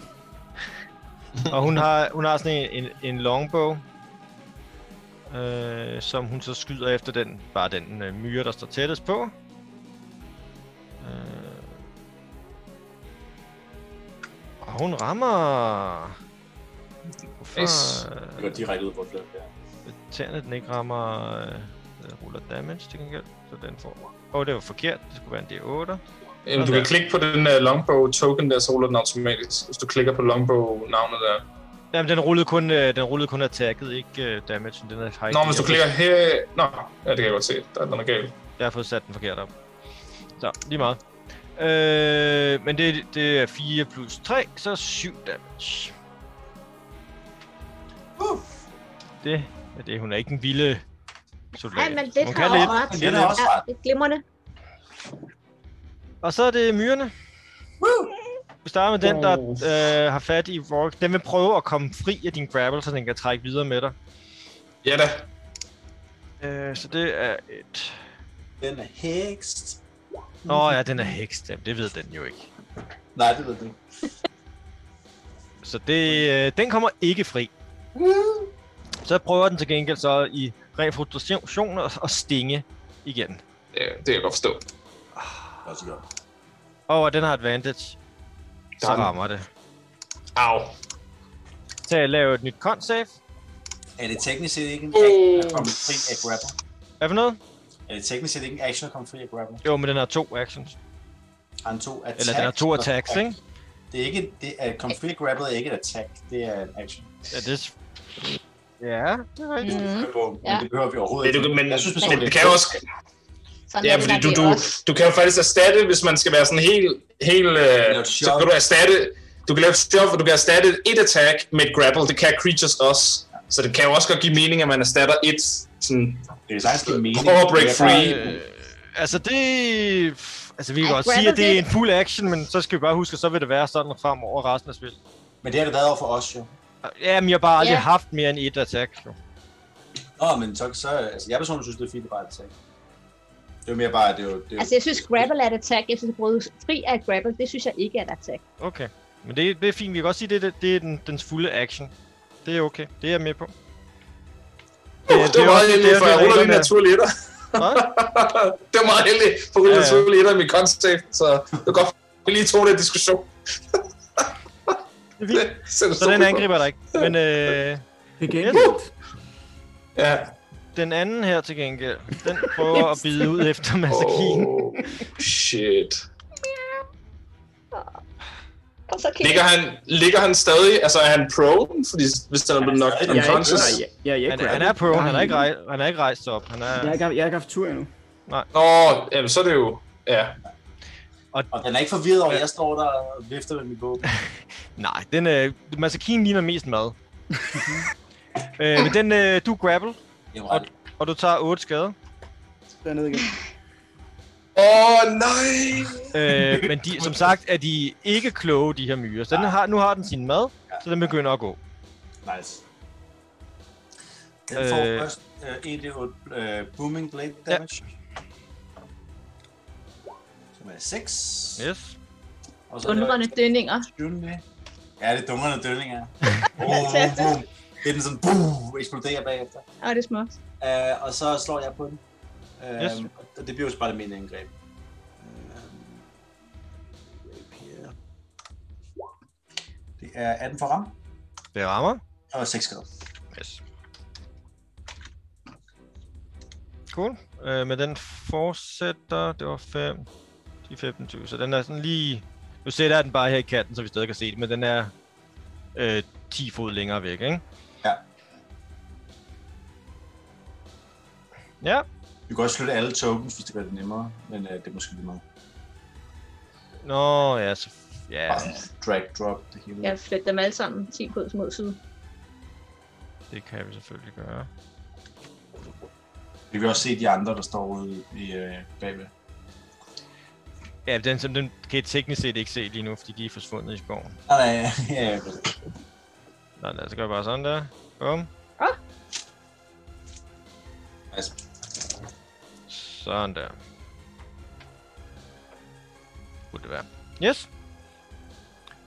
S2: og hun har, hun har sådan en, en, en longbow, øh, som hun så skyder efter den, bare den øh, myre, der står tættest på. Øh, og hun rammer... Hvorfor?
S5: Nice.
S3: Det går direkte ud på et flip, ja.
S2: Irriterende, at den ikke rammer øh, øh, ruller damage til gengæld, så den får... Åh, oh, det var forkert. Det skulle være en D8.
S5: Jamen, du kan klikke på den uh, longbow token der, så ruller den automatisk, hvis du klikker på longbow navnet der.
S2: Jamen, den rullede kun, øh, den rullede kun attacket, ikke øh, damage. Den er high
S5: Nå,
S2: gear.
S5: hvis du klikker her... Nå, ja, det kan jeg godt se. Der er noget galt.
S2: Jeg har fået sat den forkert op. Så, lige meget. Øh, men det, det er 4 plus 3, så 7 damage.
S3: Uh,
S2: Det er det. Hun er ikke en vilde soldat.
S4: Nej, men lidt
S2: Hun
S4: har
S2: kan lidt.
S4: overret.
S3: men den er også
S4: Ja,
S3: ret.
S4: det er glimrende.
S2: Og så er det myrerne.
S3: Woo!
S2: Vi starter med den, der øh, har fat i Rourke. Den vil prøve at komme fri af din grapple, så den kan trække videre med dig.
S5: Ja da.
S2: Øh, så det er et...
S3: Den er hekst.
S2: Nå ja, den er hekst. Jamen, det ved den jo ikke.
S3: Nej, det ved du.
S2: Så det, øh, den kommer ikke fri. Så prøver den til gengæld så i ren frustration at, at stinge igen.
S5: Ja, det kan jeg godt forstå.
S3: Godt, så godt.
S2: Og den har advantage. Så
S5: Sådan.
S2: rammer det.
S5: Au.
S2: Så jeg laver et nyt con save.
S3: Er det teknisk set ikke en
S4: Øh.
S3: action at komme fri af grapple?
S2: Hvad for noget?
S3: Er det teknisk set ikke en action at komme fri af grapple?
S2: Jo, men den har to actions.
S3: Har han to attacks?
S2: Eller den har to attacks, ikke?
S3: Det er ikke, det er, at komme fri af grapple er ikke et attack, det er en action.
S4: Mhm.
S2: Ja, det... s- Ja, det er rigtigt.
S4: Mm.
S3: Men
S4: Ja.
S3: det behøver vi overhovedet
S5: Men du,
S3: ikke.
S5: men,
S3: Jeg synes, vi
S5: men det kan jo også...
S4: Sådan
S5: Ja,
S4: er det,
S5: fordi
S4: når
S5: du,
S4: det er
S5: du,
S4: os.
S5: du kan jo faktisk erstatte, hvis man skal være sådan helt... helt øh,
S3: et
S5: så
S3: shot.
S5: kan du erstatte... Du kan lave et shot, hvor du kan erstatte et attack med et grapple. Det kan creatures også. Så det kan jo også godt give mening, at man erstatter et sådan...
S3: Det er sagtens give mening.
S5: Prøv at break free.
S2: Øh, altså det... Altså vi kan
S4: Ej,
S2: godt
S4: grabber
S2: sige, at det er
S4: det.
S2: en fuld action, men så skal vi bare huske, at så vil det være sådan fremover resten af spillet.
S3: Men det har det været over for os jo.
S2: Jamen, jeg har bare aldrig
S4: Ja.
S2: haft mere end et attack. Jo.
S3: Nå, men så, så altså, jeg personligt synes, det er fint, det bare er et attack. Det er jo mere bare, det er jo... Det er,
S4: Altså, jeg synes, grapple er et attack. Jeg synes, at bryde fri af grapple, det synes jeg ikke er et attack.
S2: Okay. Men det, det er fint. Vi kan godt sige, at det, det, det er den, dens fulde action. Det er okay. Det er jeg med på.
S5: Uh, det var meget heldigt, for jeg ruller lige naturlig etter.
S2: Hvad?
S5: det var meget heldigt, for jeg ruller
S2: Ja, ja.
S5: naturlig etter i min concept, så det var godt, vi lige tog den diskussion.
S2: Det er fint.
S5: Selv
S2: Så den angriber dig ikke. Men øh,
S6: Begavet.
S5: Ja.
S2: den anden her til gengæld, den prøver at bide ud efter Masakine. Oh.
S5: Oh, shit.
S4: Kom så, Kim.
S5: Ligger han, ligger han stadig, altså er han prone? Fordi hvis han er blevet nok
S3: stadig-
S5: unconscious?
S3: Nej,
S6: Ja, ja, ja,
S2: Han, han er prone, han er ikke, rej, han er ikke rejst sig op. Han
S6: Jeg har
S2: er,
S6: ikke haft, jeg har ikke haft tur endnu.
S5: Nå, jamen, så er det jo... Ja.
S3: Og den er ikke forvirret over, at jeg står der og vifter med min bog.
S2: nej, den, øh, Masakine ligner mest mad. øh, men den, øh, du er grapple,
S3: Jeg var ret.
S2: og du tager 8 skade.
S6: Dernede igen.
S5: Åh, oh, nej!
S2: Øh, men de, som sagt er de ikke kloge, de her myrer. Så den har, nu har den sin mad, så den begynder at gå.
S3: Nice. Den får
S2: Øh.
S3: først øh, 1d8 øh, booming blade damage. Som er 6.
S2: Yes.
S3: Og så er der-
S4: Undrende dønninger.
S3: Dønninge. Ja, det er dungerne dønninger. Oh,
S4: Fantastisk.
S3: boom. Det er den sådan, boom, eksploderer bagefter.
S4: Åh, det er smukt.
S3: Uh, og så slår jeg på den. Uh,
S2: Yes.
S3: Og det bliver jo så bare det mene angreb. Øhm, angreb her. Det er 18 for ram,
S2: Det rammer.
S3: og 6 skade.
S2: Yes. Cool. Øh, men den fortsætter. Det var 5. 10, 15, 20. Så den er sådan lige... Nu sætter jeg den bare her i kanten, så vi stadig kan se det, men den er øh, 10 fod længere væk, ikke?
S3: Ja.
S2: Ja,
S3: Du kan også slutte alle tokens, hvis det gør det nemmere, men uh, det er måske lige meget.
S2: nå ja, så, ja,
S3: Bare sådan drag, drop, det hele.
S4: Jeg flytter dem alle sammen 10 fod mod syd.
S2: det kan vi selvfølgelig gøre.
S3: Vi kan også se de andre, der står ude i, uh, bagved.
S2: Ja, den, som den kan jeg teknisk set ikke se lige nu, fordi de er forsvundet i skoven.
S3: Ah, Nej, nej, ja, ja, præcis.
S2: Nej, lad os gøre bare sådan der. Bum.
S3: Altså,
S2: Sådan der. Burde det være. Yes.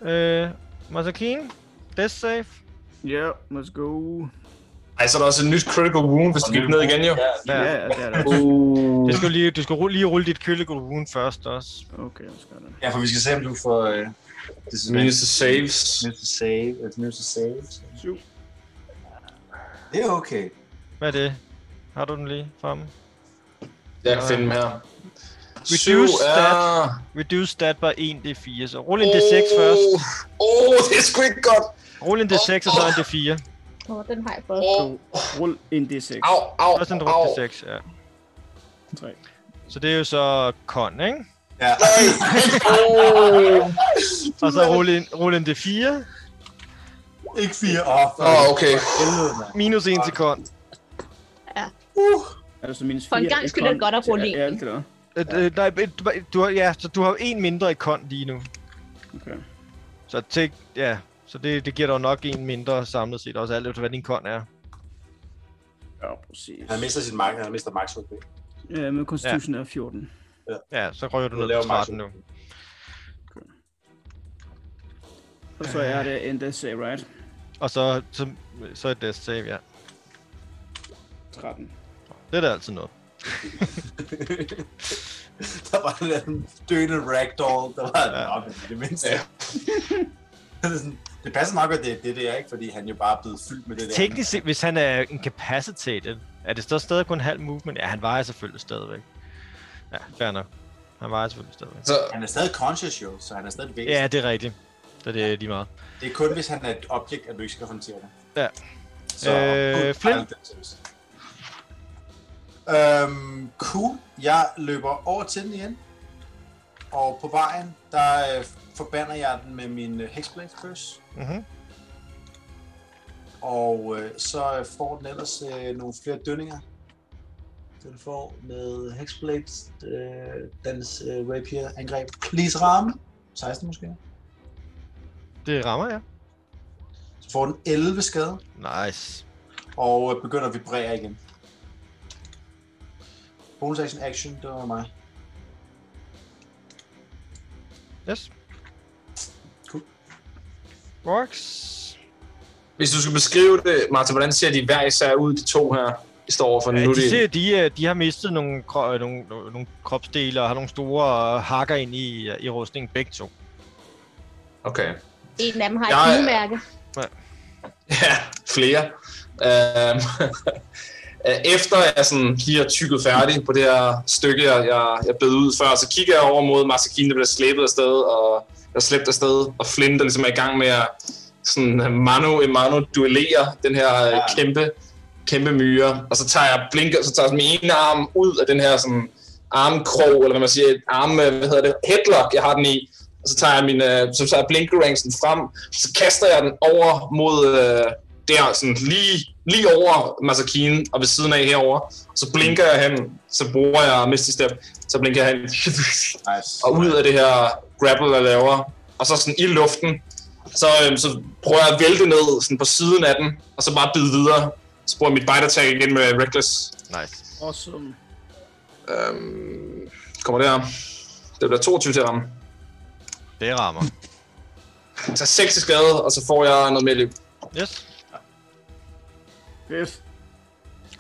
S2: Øh, Masakine. Death save.
S6: Ja, let's go.
S5: Ej, så er der også et nyt critical wound, hvis du gik ned igen, jo.
S3: Ja,
S6: Ja,
S2: Ja.
S6: ja, det er det.
S5: Uh.
S2: Du skal lige, du skal rulle, lige rulle dit critical wound først også.
S6: Okay, jeg skal det.
S3: ja, for vi skal se, om du får... Uh,
S5: Minus the saves.
S3: Minus to save. It's minus to save.
S6: Syv.
S3: Det er okay.
S2: Hvad er det? Har du den lige fremme?
S5: Jeg kan finde dem her. Syv
S2: Reduce
S5: er...
S2: Reduce stat by 1 d4, så rul en d6 først.
S5: Åh, oh, det er sgu ikke godt.
S2: Rul en d6 og så en d4.
S4: Åh, oh, den har jeg fået.
S5: Oh,
S6: Så rul en D6.
S5: au, au,
S2: Først en
S5: au.
S2: rul d6, ja.
S6: Tre.
S2: Så det er jo så con, ikke?
S3: Ja.
S5: Ej, åh.
S2: Og så rul en, rul en d4,
S3: Ikke fire. Åh, for
S5: Åh, okay.
S3: helvede, mand.
S2: minus 1 til con.
S6: Er det så minus 4?
S4: For en gang skyld er det godt at rulle en.
S6: Ja, alt det der.
S2: Øh, øh, nej, et- du har, ja, så du har en mindre i con lige nu.
S6: Okay.
S2: Så tænk, ja, så det, det giver dig jo nok en mindre samlet set, også alt efter hvad din kon er.
S6: Ja, præcis.
S3: Han mister sin max, han mister max HP.
S6: Ja, men Constitution ja. er 14.
S2: Ja, så rører du
S3: Du
S2: ned
S3: laver
S2: til 13 nu.
S6: Og så er det en DC, right?
S2: Og så, så, så er det save, ja.
S6: 13.
S2: Det er da altid noget.
S3: der var den der døende ragdoll, der var
S2: Ja.
S3: ja. det mindste. Ja. det, er sådan, det passer nok, at det er det der, ikke? Fordi han jo bare er blevet fyldt med det der.
S2: Teknisk set, hvis han er incapacitated, er det så stadig kun halv movement? Ja, han vejer selvfølgelig stadigvæk. Ja, fair nok. Han vejer selvfølgelig stadigvæk.
S5: Så,
S3: Han er stadig conscious jo, så han er stadig væsen.
S2: Ja, det er rigtigt. Så det er lige meget.
S3: Det er kun, hvis han er et objekt, at du ikke skal håndtere det.
S2: Ja.
S3: Så,
S2: Øh,
S3: gud,
S2: Flynn?
S3: ej, den tøs. Øhm, cool. Jeg løber over til den igen. Og på vejen, der øh, forbander jeg den med min øh, Hexblade Curse.
S2: Mhm.
S3: Og øh, så øh, får den ellers øh, nogle flere dønninger. Den får med Hexblade, øh, dens øh, rapier angreb. Please ramme. 16 måske.
S2: Det rammer, ja.
S3: Så får den 11 skade.
S2: Nice.
S3: og øh, begynder at vibrere igen. Bonus action action, det var mig.
S2: Yes.
S3: Cool.
S2: Works.
S5: hvis du skulle beskrive det, Martin, hvordan ser de hver især ud, de to her, I står overfor
S2: Ja,
S5: nu?
S2: de, ser, de, øh, de har mistet nogle, kro- øh, nogle, nogle nogle kropsdele og har nogle store øh, hakker ind i, i rustningen begge to.
S5: Okay.
S4: En af dem har et
S5: Jeg-
S4: bilmærke.
S5: Ja, flere. Øhm, øh, Efter jeg sådan lige har tykket færdig på det her stykke, jeg, jeg, jeg bed ud før, så kigger jeg over mod Masakine, der bliver slæbet afsted, og der er slæbt afsted, og Flynn, der ligesom er i gang med at sådan mano i mano duellere den her ja.
S3: Ja.
S5: kæmpe, kæmpe myre. Og så tager jeg blinker, så tager jeg min ene arm ud af den her sådan armkrog, eller hvad man siger, arm, øh, hvad hedder det, headlock, jeg har den i. Og så tager jeg min, øh, så tager jeg blinkerangsen frem, så kaster jeg den over mod, øh, der, sådan lige, lige over Masakine og ved siden af herover. Så blinker jeg hen, så bruger jeg Misty Step, så blinker jeg hen
S3: Nice.
S5: og ud af det her grapple, jeg laver. Og så sådan i luften, så, øhm, så prøver jeg at vælte ned sådan på siden af den, og så bare bide videre. Så bruger jeg mit bite attack igen med Reckless.
S2: Nice.
S6: Awesome.
S5: Øhm, kommer der. Det bliver 22 til at ramme.
S2: Det rammer.
S5: Så 6 i skade, og så får jeg noget mere liv.
S2: Yes.
S6: Fedt.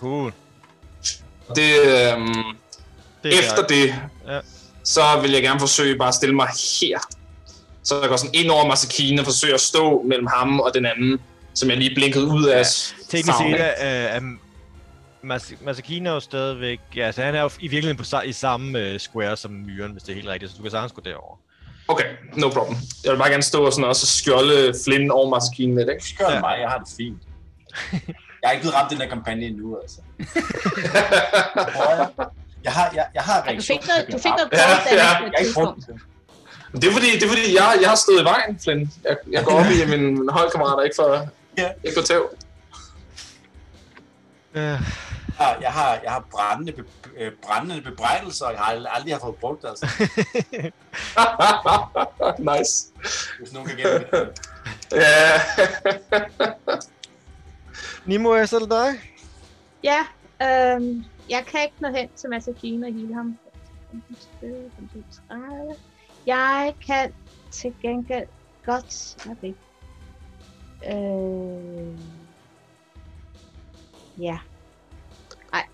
S2: Cool.
S5: Og det, øhm,
S2: Det er
S5: Efter det,
S2: Ja.
S5: ja. så vil jeg gerne forsøge bare at stille mig her. Så jeg går sådan ind over Masakine og forsøger at stå mellem ham og den anden, som jeg lige blinkede ud af.
S2: Ja,
S5: Ja.
S2: Teknisk set er øh, Masakine er jo stadigvæk... Ja, så han er jo i virkeligheden på, sa- i samme øh, square som myren, hvis det er helt rigtigt. Så du kan sagtens gå derover.
S5: Okay, no problem. Jeg vil bare gerne stå og sådan også skjolde Flynn over Masakine lidt, ikke?
S3: Skør
S2: Ja.
S3: ja. mig, jeg har det fint. Jeg er ikke blevet ramt i den her kampagne endnu, altså. Prøver jeg? Jeg har, jeg, jeg har
S4: Ja, du fik
S3: reaktion.
S4: noget, du fik noget
S5: Ja,
S4: bonus
S5: ja.
S4: damage på et
S3: Jeg har ikke brugt
S4: tidspunkt.
S3: den.
S5: Det er fordi, det er fordi jeg, jeg har stået i vejen, Flynn. Jeg, jeg går op i mine mine holdkammerater, ikke for,
S3: Ja.
S5: ikke for tæv.
S2: Øh,
S3: Jeg har, jeg har, jeg har brændende, be, øh, brændende bebrejdelser, og jeg har aldrig, aldrig har fået brugt det, altså.
S5: nice.
S3: Hvis nogen kan gætte det.
S5: Ja.
S2: Nimo, er så det dig?
S4: Ja, øhm, jeg kan ikke nå hen til Masakine og hele ham. 30. Jeg kan til gengæld godt... Okay. Øh... Ja. Nej.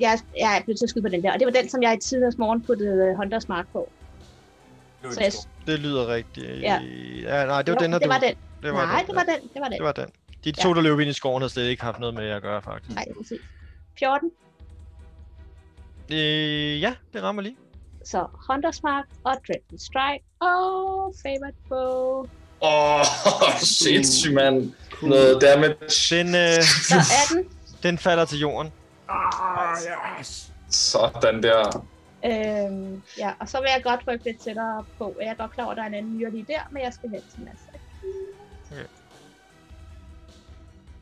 S4: Jeg, jeg er blevet til at skyde på den der, og det var den, som jeg i tidligere morgen puttede øh, Hunters Mark på.
S3: Det var
S4: Så
S3: det
S4: jeg,
S3: store.
S2: Det lyder rigtigt.
S4: Ja.
S2: ja nej, det var den her,
S4: det var
S2: du...
S4: den.
S2: Det var
S4: Nej,
S2: den.
S4: det var den. Det var den.
S2: Det var den. De to, der løb ind i skoven, har slet ikke haft noget med at gøre, faktisk.
S4: Nej, præcis. 14.
S2: Øh, ja, det rammer lige.
S4: Så Hunters Mark og Dreadful Strike og Favorite Bow.
S5: Åh, oh, sindssygt, mand. Noget damage.
S2: Den, øh,
S4: Så er den.
S2: den falder til jorden.
S6: Ah, yes.
S5: Sådan der.
S4: Øhm, ja, og så vil jeg godt rykke lidt tættere på. Jeg er godt klar over, at der er en anden myre lige der, men jeg skal hen til Mads.
S2: Okay.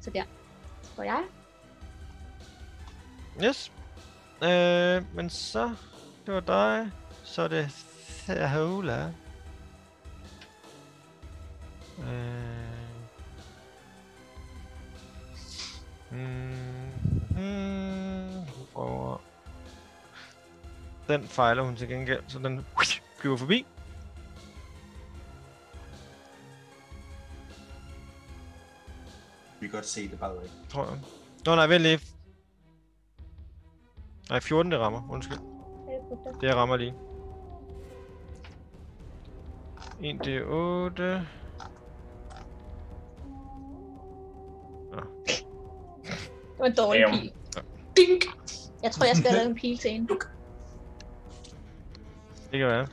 S4: Så der. Så jeg.
S2: Yes. Øh, men så, det var dig. Så er det Thaula. Øh. Mm, mm, hun prøver. Den fejler hun til gengæld, så den flyver forbi.
S3: Vi kan godt se det, bare ikke.
S2: tror jeg. Nå nej, vent lige. Nej, 14 det rammer. Undskyld.
S4: Øh,
S2: Det rammer lige. 1 d 8.
S4: Det var en dårlig
S5: Damn.
S4: pil.
S5: Dink.
S4: Jeg tror, jeg skal have lavet en pil til en.
S2: Det kan være.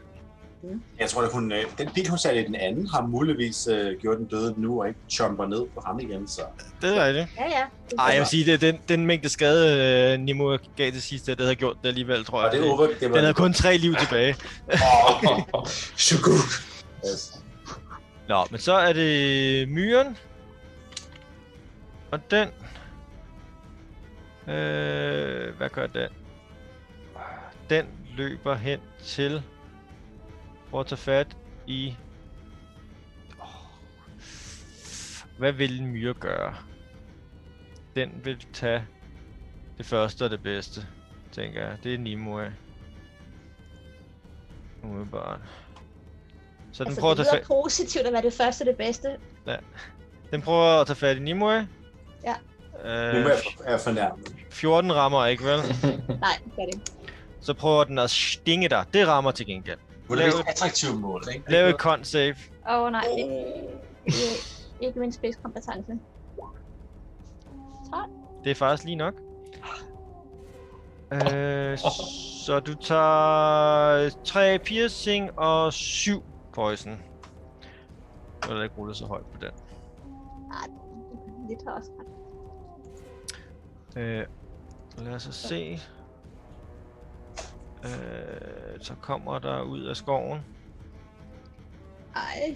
S3: Jeg tror, at hun, øh, den pil, hun satte i den anden, har muligvis øh, gjort den døde nu, og ikke chomper ned på ham igen, så...
S2: Det er rigtigt.
S4: Ja, ja. Det
S2: Ej, jeg vil sige, det er den, den mængde skade, øh, Nemo gav til sidst, det havde gjort det alligevel, tror
S3: Og
S2: jeg.
S3: det er over, det var...
S2: Den havde kun tre liv tilbage.
S5: Åh, Shuguk.
S3: Yes.
S2: Nå, men så er det myren. Og den... Øh, hvad gør den? Den løber hen til... For at tage fat i... Åh. Hvad vil en myre gøre? Den vil tage det første og det bedste, tænker jeg. Det er Nimue. Umiddelbart. Så den
S4: altså,
S2: prøver
S4: det
S2: at tage
S4: lyder
S2: fat...
S4: positivt at være det første og det bedste.
S2: Den prøver at tage fat i Nimue.
S4: Ja.
S3: Nu
S2: Øh,
S3: er jeg- er jeg fornærmet.
S2: 14 rammer ikke, vel?
S4: Nej, det gør det ikke.
S2: Så prøver den at stinge dig. Det rammer til gengæld.
S3: Hun er det mest attraktive mål, ikke?
S2: Lav et con save.
S4: Åh, oh, nej. Det, det er ikke min spidskompetence.
S2: Det er faktisk lige nok. Øh, så du tager 3 piercing og 7 poison. Så er der ikke rullet så højt på den.
S4: Det tager Ah, også ret.
S2: Øh, lad os så se. Øh, så kommer der ud af skoven
S4: Ej,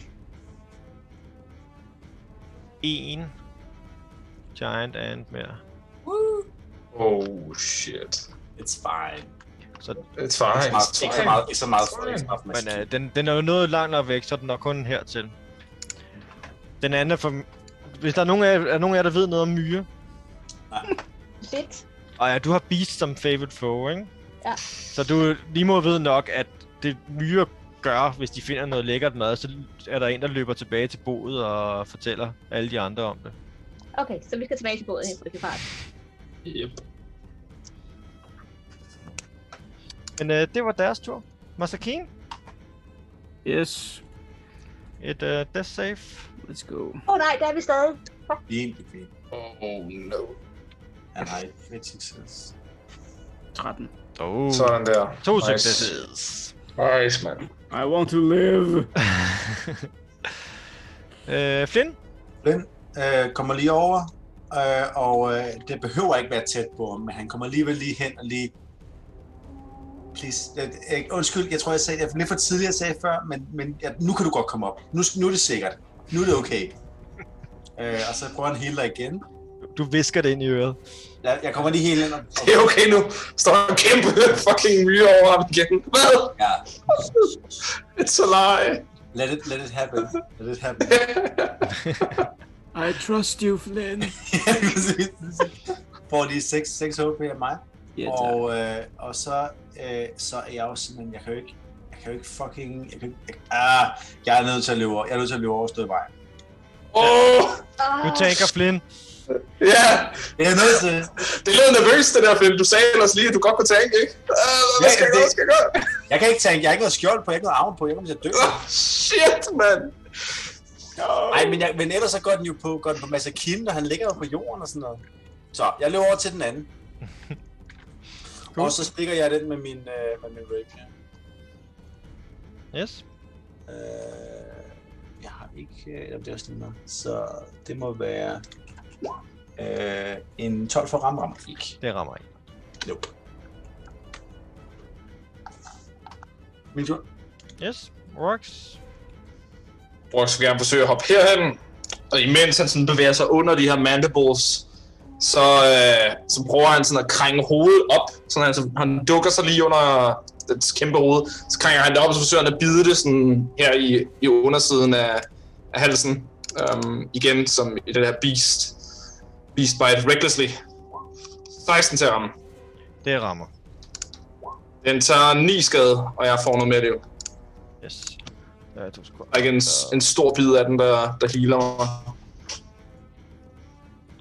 S2: en giant ant mere.
S5: Oh, shit.
S3: It's fine.
S2: Så
S5: It's fine.
S3: Meget, ikke så meget, ikke så meget, ikke så meget,
S2: Men øh, den, den er jo noget langt nok væk, så den er kun hertil. Den anden er for... Hvis der er nogen af, er nogen af jer, der ved noget om myre...
S4: lidt.
S2: Og ja, du har Beast som favorite foe, ikke?
S4: Ja.
S2: Så du lige må ved nok, at det myre gør, hvis de finder noget lækkert mad, så er der en, der løber tilbage til boet og fortæller alle de andre om det.
S4: Okay, så vi skal tilbage til båden her, for det er fart.
S5: Yep.
S2: Men øh, det var deres tur. Masakin,
S6: Yes,
S2: et øh, death save.
S6: let's go.
S4: Åh oh, nej, der er vi stadig.
S3: Fint, det er fint.
S5: Oh, no.
S3: Han har ikke fedt succes.
S6: 13.
S2: Oh.
S5: Sådan der.
S2: To
S5: Nice.
S2: successes.
S5: Nice, mand.
S6: I want to live!
S2: øh, Flynn,
S3: Den øh, kommer lige over, øh, og øh, det behøver ikke være tæt på ham, men han kommer alligevel lige hen og lige... Please, jeg, jeg, undskyld, jeg tror, jeg sagde det lidt for tidligt, jeg sagde før, men, men ja, nu kan du godt komme op. Nu, nu er det sikkert. Nu er det okay. øh, og så prøver han at heale dig igen.
S2: du visker det ind i øret.
S3: Jeg, jeg kommer lige helt ind og...
S5: Det er okay nu. Står en kæmpe fucking myre over ham igen. Hvad?
S3: Ja,
S5: It's a lie.
S3: let it, let it happen. Let it happen.
S6: I trust you, Flynn!
S3: Ja, præcis, præcis. Får lige 6, 6 HP af mig.
S6: Ja, tak.
S3: og, øh, og så, øh, så er jeg jo simpelthen, jeg kan jo ikke, jeg kan jo ikke fucking, jeg kan, ikke- jeg, ah, jeg er nødt til at løbe over, jeg er nødt til at løbe over stød vejen.
S5: Åh,
S4: Oh,
S2: Nu tænker Flynn,
S5: ja.
S3: Jeg er nødt til,
S5: Det lød nervøst, det der, Flynn. Du sagde ellers lige, at du godt kunne tænke, ikke? Øh, hvad skal jeg gøre? Hvad skal jeg gøre?
S3: jeg kan ikke tænke, jeg har ikke noget skjold på, jeg har ikke noget arm på, jeg kommer til at dø.
S5: Åh, shit, mand. Oh.
S3: Nej, men, jeg, men ellers så går den jo på, går den på masser kinde, og han ligger jo på jorden og sådan noget. Så jeg løber over til den anden.
S2: Cool.
S3: Og så stikker jeg den med min, øh, med min rapier.
S2: Yes.
S3: Øh, jeg har ikke... Øh, jamen, det er også lige meget. Så det må være... Øh, en 12 for ramme rammer ikke.
S2: Det rammer en.
S3: Nope. Min tur.
S2: Yes. Rocks.
S5: Brooks vil gerne forsøge at hoppe herhen, og imens han sådan bevæger sig under de her mandibles, så, øh, så prøver han sådan at krænge hovedet op, sådan han, så han dukker sig lige under dets kæmpe hoved, så krænger han det op, og så forsøger han at bide det sådan her i, i undersiden af, af halsen, um, igen som i det her beast, beast bite recklessly. 16 til ham.
S2: Det rammer.
S5: Den tager 9 skade, og jeg får noget mere liv.
S2: Yes. Ja, to sekunder.
S5: Der er ikke en,
S2: Så
S5: en stor bid af den, der, der healer mig.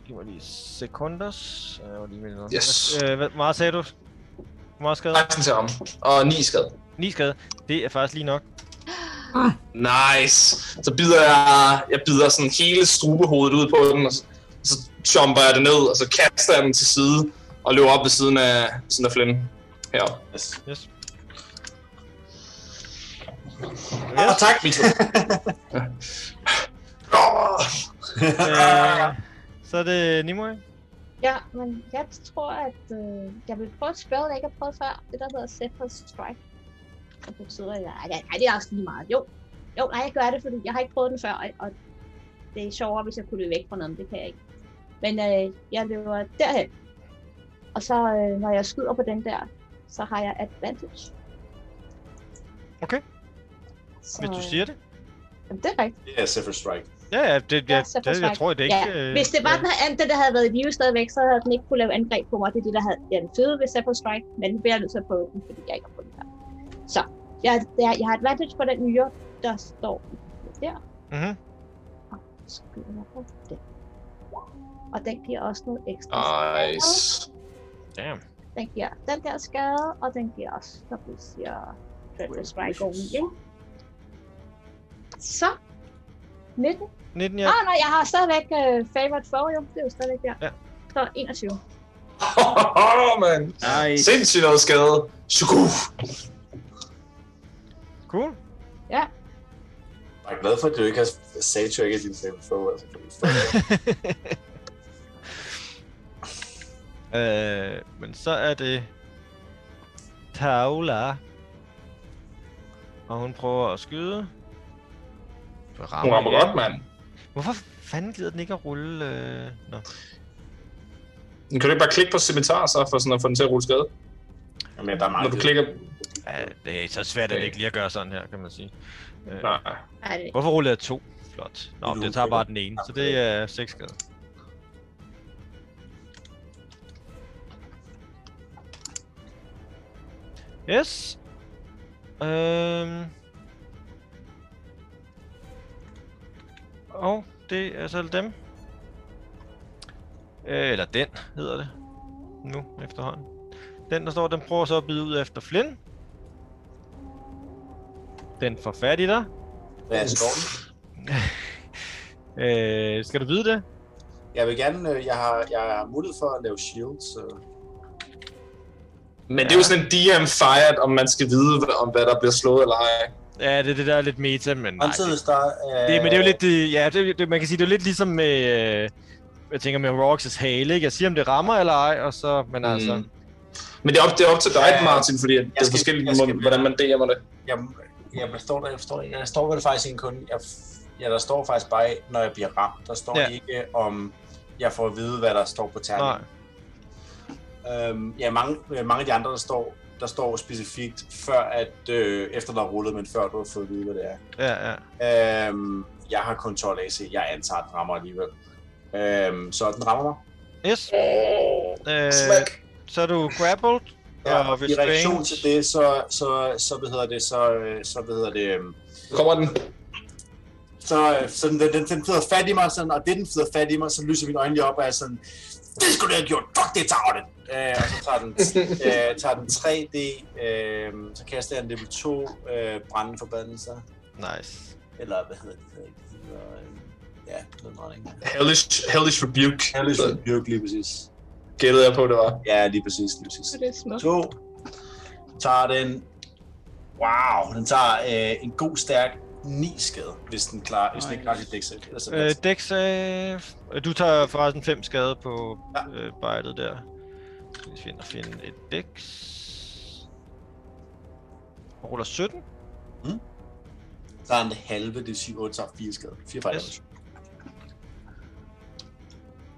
S2: Giv mig lige sekunders. Jeg var lige med noget.
S5: Yes. Ah.
S2: Øh, hvad hvor meget sagde du? Hvor meget skade?
S5: 16 til ham, og 9 skade.
S2: 9 skade. Det er faktisk lige nok.
S5: Nice. Så bider jeg, jeg bider sådan hele strubehovedet ud på den, og så, så chomper jeg det ned, og så kaster jeg den til side, og løber op ved siden af, ved siden af Flynn. Heroppe.
S3: Yes.
S2: Yes.
S3: Ah, tak, min tur.
S5: Åh!
S2: Øh, så er det Nimue.
S4: Ja, men jeg tror, at øh, jeg vil prøve et spil, jeg ikke har prøvet før. Det der hedder Separate Strike. Det betyder, at jeg, nej, nej, det er også lige meget. Jo, jo nej, jeg gør det, fordi jeg har ikke prøvet den før, og, og det er sjovere, hvis jeg kunne løbe væk fra noget, men det kan jeg ikke. Men øh, jeg løber derhen. Og så, øh, når jeg skyder på den der, så har jeg advantage.
S2: Okay.
S4: Så, øh,
S2: Hvis du siger det.
S4: Jamen, det er rigtigt.
S3: Det er Sephir Strike.
S2: Ja, ja, det, ja, det, det
S4: Ja,
S2: jeg
S4: selvforsvar.
S2: tror det ikke.
S4: Ja,
S2: øh,
S4: Hvis det var
S2: ja.
S4: den her anden, der havde været i live stadigvæk, så havde den ikke kunne lave angreb på mig. Det er det, der havde jeg den fede ved Separate Strike, men nu bliver jeg nødt til at prøve den, fordi jeg ikke har fundet den her. Så, jeg, jeg, jeg har advantage på den nyere, der står der.
S2: Mhm.
S4: Så skyder jeg på den. Og den giver også noget ekstra
S5: Ah, Nice.
S4: skade.
S2: Damn.
S4: Den giver den der skade, og den giver også, når vi siger, Dreadful Strike oven i, ikke? Så, 19.
S2: 19,
S4: Ja.
S2: ja.
S4: Ah, nej, jeg har stadigvæk øh, favorite foe, jo. Det er jo stadigvæk der.
S2: Ja.
S4: Så 21.
S5: Åh, mand.
S6: Nej.
S5: Sindssygt noget skade. Shuku.
S2: Cool.
S3: Jeg er glad for, at du ikke har sagt, at ikke er din favorite foe. Altså.
S2: øh, men så er det Taula. Og hun prøver at skyde. Du
S5: Hun rammer
S2: igen.
S5: godt, mand.
S2: Hvorfor fanden gider den ikke at rulle? Øh... Nå.
S5: Kan du ikke bare klikke på scimitar, så for sådan at få den til at rulle skade?
S3: Jamen, der er
S5: Når
S3: meget
S5: du klikker...
S2: Ja, det er så svært, at det
S5: Okay.
S2: ikke lige at gøre sådan her, kan man sige. Øh,
S5: Nej.
S4: Er det
S2: hvorfor rullede jeg to? Flot. Nå, men det tager bare den ene, så det er 6 skade. Yes. Øhm. Og det er så dem. Øh, Eller den hedder det. Nu efterhånden. Den der står, den prøver så at bide ud efter Flynn. Den får fat i dig.
S3: Hvad er stormen?
S2: Øh, skal du vide det?
S3: Jeg vil gerne... øh, Jeg har, jeg har mulighed for at lave øh. shield, så...
S5: Men det er jo sådan en DM-fired, om man skal vide, om hvad der bliver slået eller ej.
S2: Ja, det er det, der er lidt meta, men nej.
S3: Samtidig
S2: Det,
S3: hvis der... Øh,
S2: det, men det er jo lidt, øh, ja, det, det, man kan sige, det er jo lidt ligesom med, øh, jeg tænker med Roxas hale, ikke? Jeg siger, om det rammer eller ej, og så, men mm. altså,
S5: Men det er op, det er op til dig,
S3: Ja,
S5: Martin, fordi det er
S3: skal-
S5: forskelligt,
S3: jeg skal
S5: må-
S3: være-
S5: hvordan man DM'er det.
S3: Jeg, jeg forstår det, jeg forstår det. Jeg står ved det faktisk ikke kun... Jeg, ja, der står faktisk bare, når jeg bliver ramt. Der står
S2: Ja.
S3: ja. ikke om... Jeg får at vide, hvad der står på
S2: nej.
S3: terningen. Øhm, ja, mange, øh, mange af de andre, der står, der står specifikt, før at, øh, efter der er rullet, men før du har fået at vide, hvad det er.
S2: Ja, ja.
S3: Øhm, jeg har kun 12 AC. Jeg antager, at den rammer alligevel. Øhm, så den rammer mig.
S2: Yes,
S5: Åh,
S2: øh,
S5: smack.
S2: så er du grappled,
S3: Ja,
S2: og
S3: og
S2: hvis
S3: i reaktion
S2: range-
S3: til det, så, så, så, hvad hedder det, så, øh, så, hvad hedder det, øhm,
S5: Så kommer den.
S3: så, øh, så den, den, den flyder fat i mig, sådan, og det den flyder fat i mig, så lyser mine øjne lige op, og jeg er sådan, det skulle du have gjort, fuck det, tager det. Øh, og så tager den, øh, tager den 3D, øh, så kaster jeg en level 2 øh, brændende forbandelser,
S2: nice.
S3: eller hvad hedder det, det, hedder, det hedder, øh, ja, det hedder meget ikke.
S5: Hellish, hellish Rebuke.
S3: Hellish Rebuke lige præcis.
S5: gættede jeg på, det var.
S3: Ja, lige præcis, lige præcis.
S4: Det er smukt.
S3: To. Tager den... Wow, den tager øh, en god stærk 9 skade, hvis den klarer, hvis den ikke klarer sit dæk selv. Altså,
S2: Øh, Dex, øh, du tager forresten 5 skade på
S3: Ja.
S2: øh, bejdet der. Hvis vi finder finde et Dex. Og ruller 17.
S3: Mm. tager den det halve, det vil sige 8, tager 4 skade. 4 fejl.
S2: Yes.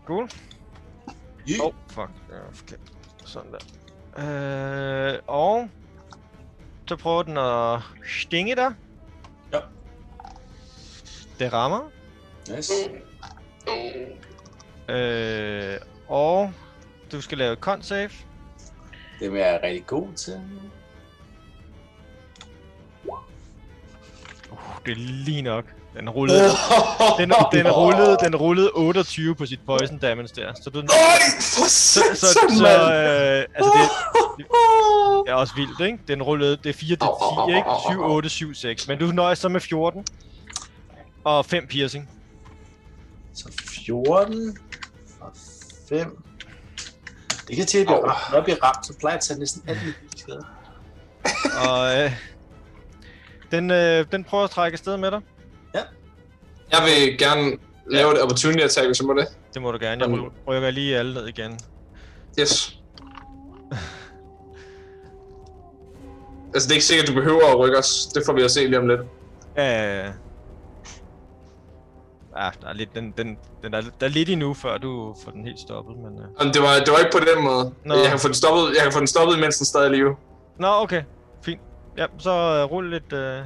S2: Cool.
S3: Yeah.
S2: Åh, oh, fuck. Ja, Okay. Sådan der. Øh, og så prøver den at stinge dig.
S3: Ja.
S2: Det rammer.
S3: Nice.
S2: Øh, og du skal lave et con save.
S3: Det vil jeg rigtig god til.
S2: Uh, det er lige nok. Den rullede, den, den, rullede, den rullede 28 på sit poison damage der. Så du,
S5: Øj,
S2: så,
S5: for
S2: så, så,
S5: satan,
S2: så
S5: mand!
S2: øh, altså det, det er også vildt, ikke? Den rullede, det er 4 til
S5: Au, au, au,
S2: 10, ikke?
S5: au, au,
S2: 7, 8, 7, 6. Men du nøjes så med 14. Og 5 piercing.
S3: Så 14 og 5. Det kan til, at jeg- når jeg bliver ramt, så plejer jeg at tage næsten alt mit skade.
S2: Og øh, den, øh, den prøver at trække afsted med dig.
S5: Jeg vil gerne lave et opportunity attack, hvis jeg må det.
S2: Det må du gerne. Jeg ry- rykker lige alle ned igen.
S5: Yes. Altså, det er ikke sikkert, du behøver at rykke os. Det får vi at se lige om lidt.
S2: Øh. Ah, der er lidt, den, den, den er, der er lidt endnu, før du får den helt stoppet, men... Øh.
S5: Men det var, det var ikke på den måde.
S2: Nå.
S5: Jeg kan få den stoppet, jeg kan få den stoppet mens den stadig er i live.
S2: Nå, okay. Fint. Ja, så øh, rul lidt... Øh.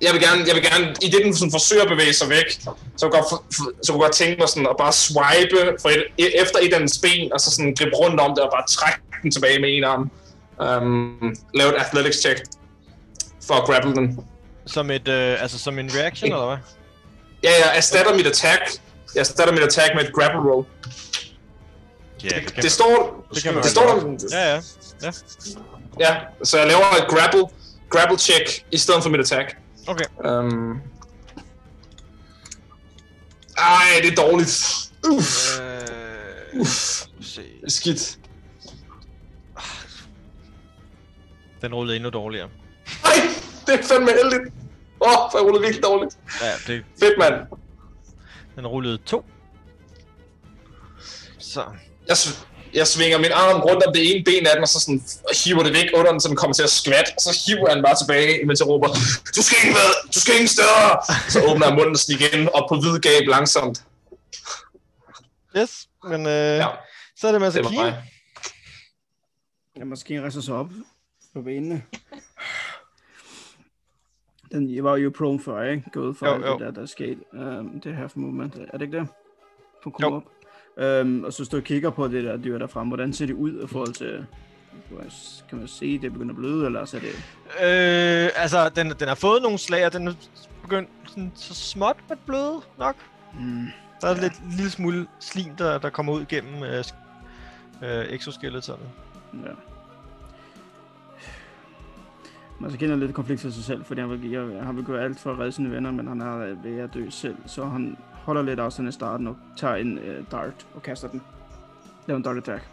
S5: Jeg vil gerne, jeg vil gerne i det, den sådan forsøger at bevæge sig væk, så kunne jeg godt, f- f- så kunne jeg godt tænke mig sådan at bare swipe for et, e- efter et af dens ben, og så sådan gribe rundt om det og bare trække den tilbage med en arm. Um, lave et athletics check for at grapple den.
S2: Som et, øh, altså som en reaction, eller hvad?
S5: Ja, jeg erstatter mit attack. Jeg erstatter mit attack med et grapple roll.
S2: Ja,
S5: Det, det står,
S2: det kan man
S5: det
S2: godt
S5: står der.
S2: Ja, ja.
S5: Ja, så jeg laver et grapple, grapple check i stedet for mit attack.
S2: Okay.
S5: Um, ej, det er dårligt. Uff.
S2: Øh, se.
S5: Skidt.
S2: Den rullede endnu dårligere.
S5: Nej, det er fandme heldigt. Åh, oh, for jeg rullede virkelig dårligt.
S2: Ja, det,
S5: Fedt, mand.
S2: den rullede to. Så.
S5: Jeg, sv- jeg svinger min arm rundt om det ene ben af den, og så sådan, og hiver det væk under den, så den kommer til at skvat. Og så hiver han bare tilbage, imens jeg råber, du skal ikke med, du skal ingen steder. Så åbner jeg munden sådan igen, op på hvid gab langsomt.
S2: Yes, men øh,
S5: Ja,
S2: ja. så er det
S5: det
S2: masser
S5: var
S2: kine.
S5: mig.
S6: Ja, måske rejser sig op på benene. Den, jeg var jo prone for, ikke? Gået for
S2: Jo,
S6: jo, alt
S2: jo.
S6: det der, der er sket. Um, det her for movement, er det ikke det? På at komme
S2: Jo.
S6: op. Um, og så står og kigger på det der dyr derfremme. Hvordan ser det ud i forhold til... Kan man se, det begynder at bløde, eller så er det...
S2: Øh, altså, den, den har fået nogle slag, og den er begyndt sådan, så småt at bløde nok.
S6: Mm,
S2: Der er ja. lidt en lille smule slim, der, der kommer ud gennem øh, sk- øh, exoskeletonerne.
S6: ja. Man så kender lidt konflikt til sig selv, fordi han vil, jeg, han vil gøre alt for at redde sine venner, men han er øh, ved at dø selv. Så han holder lidt afstand i starten og tager en uh, dart og kaster den. Laver en dart attack.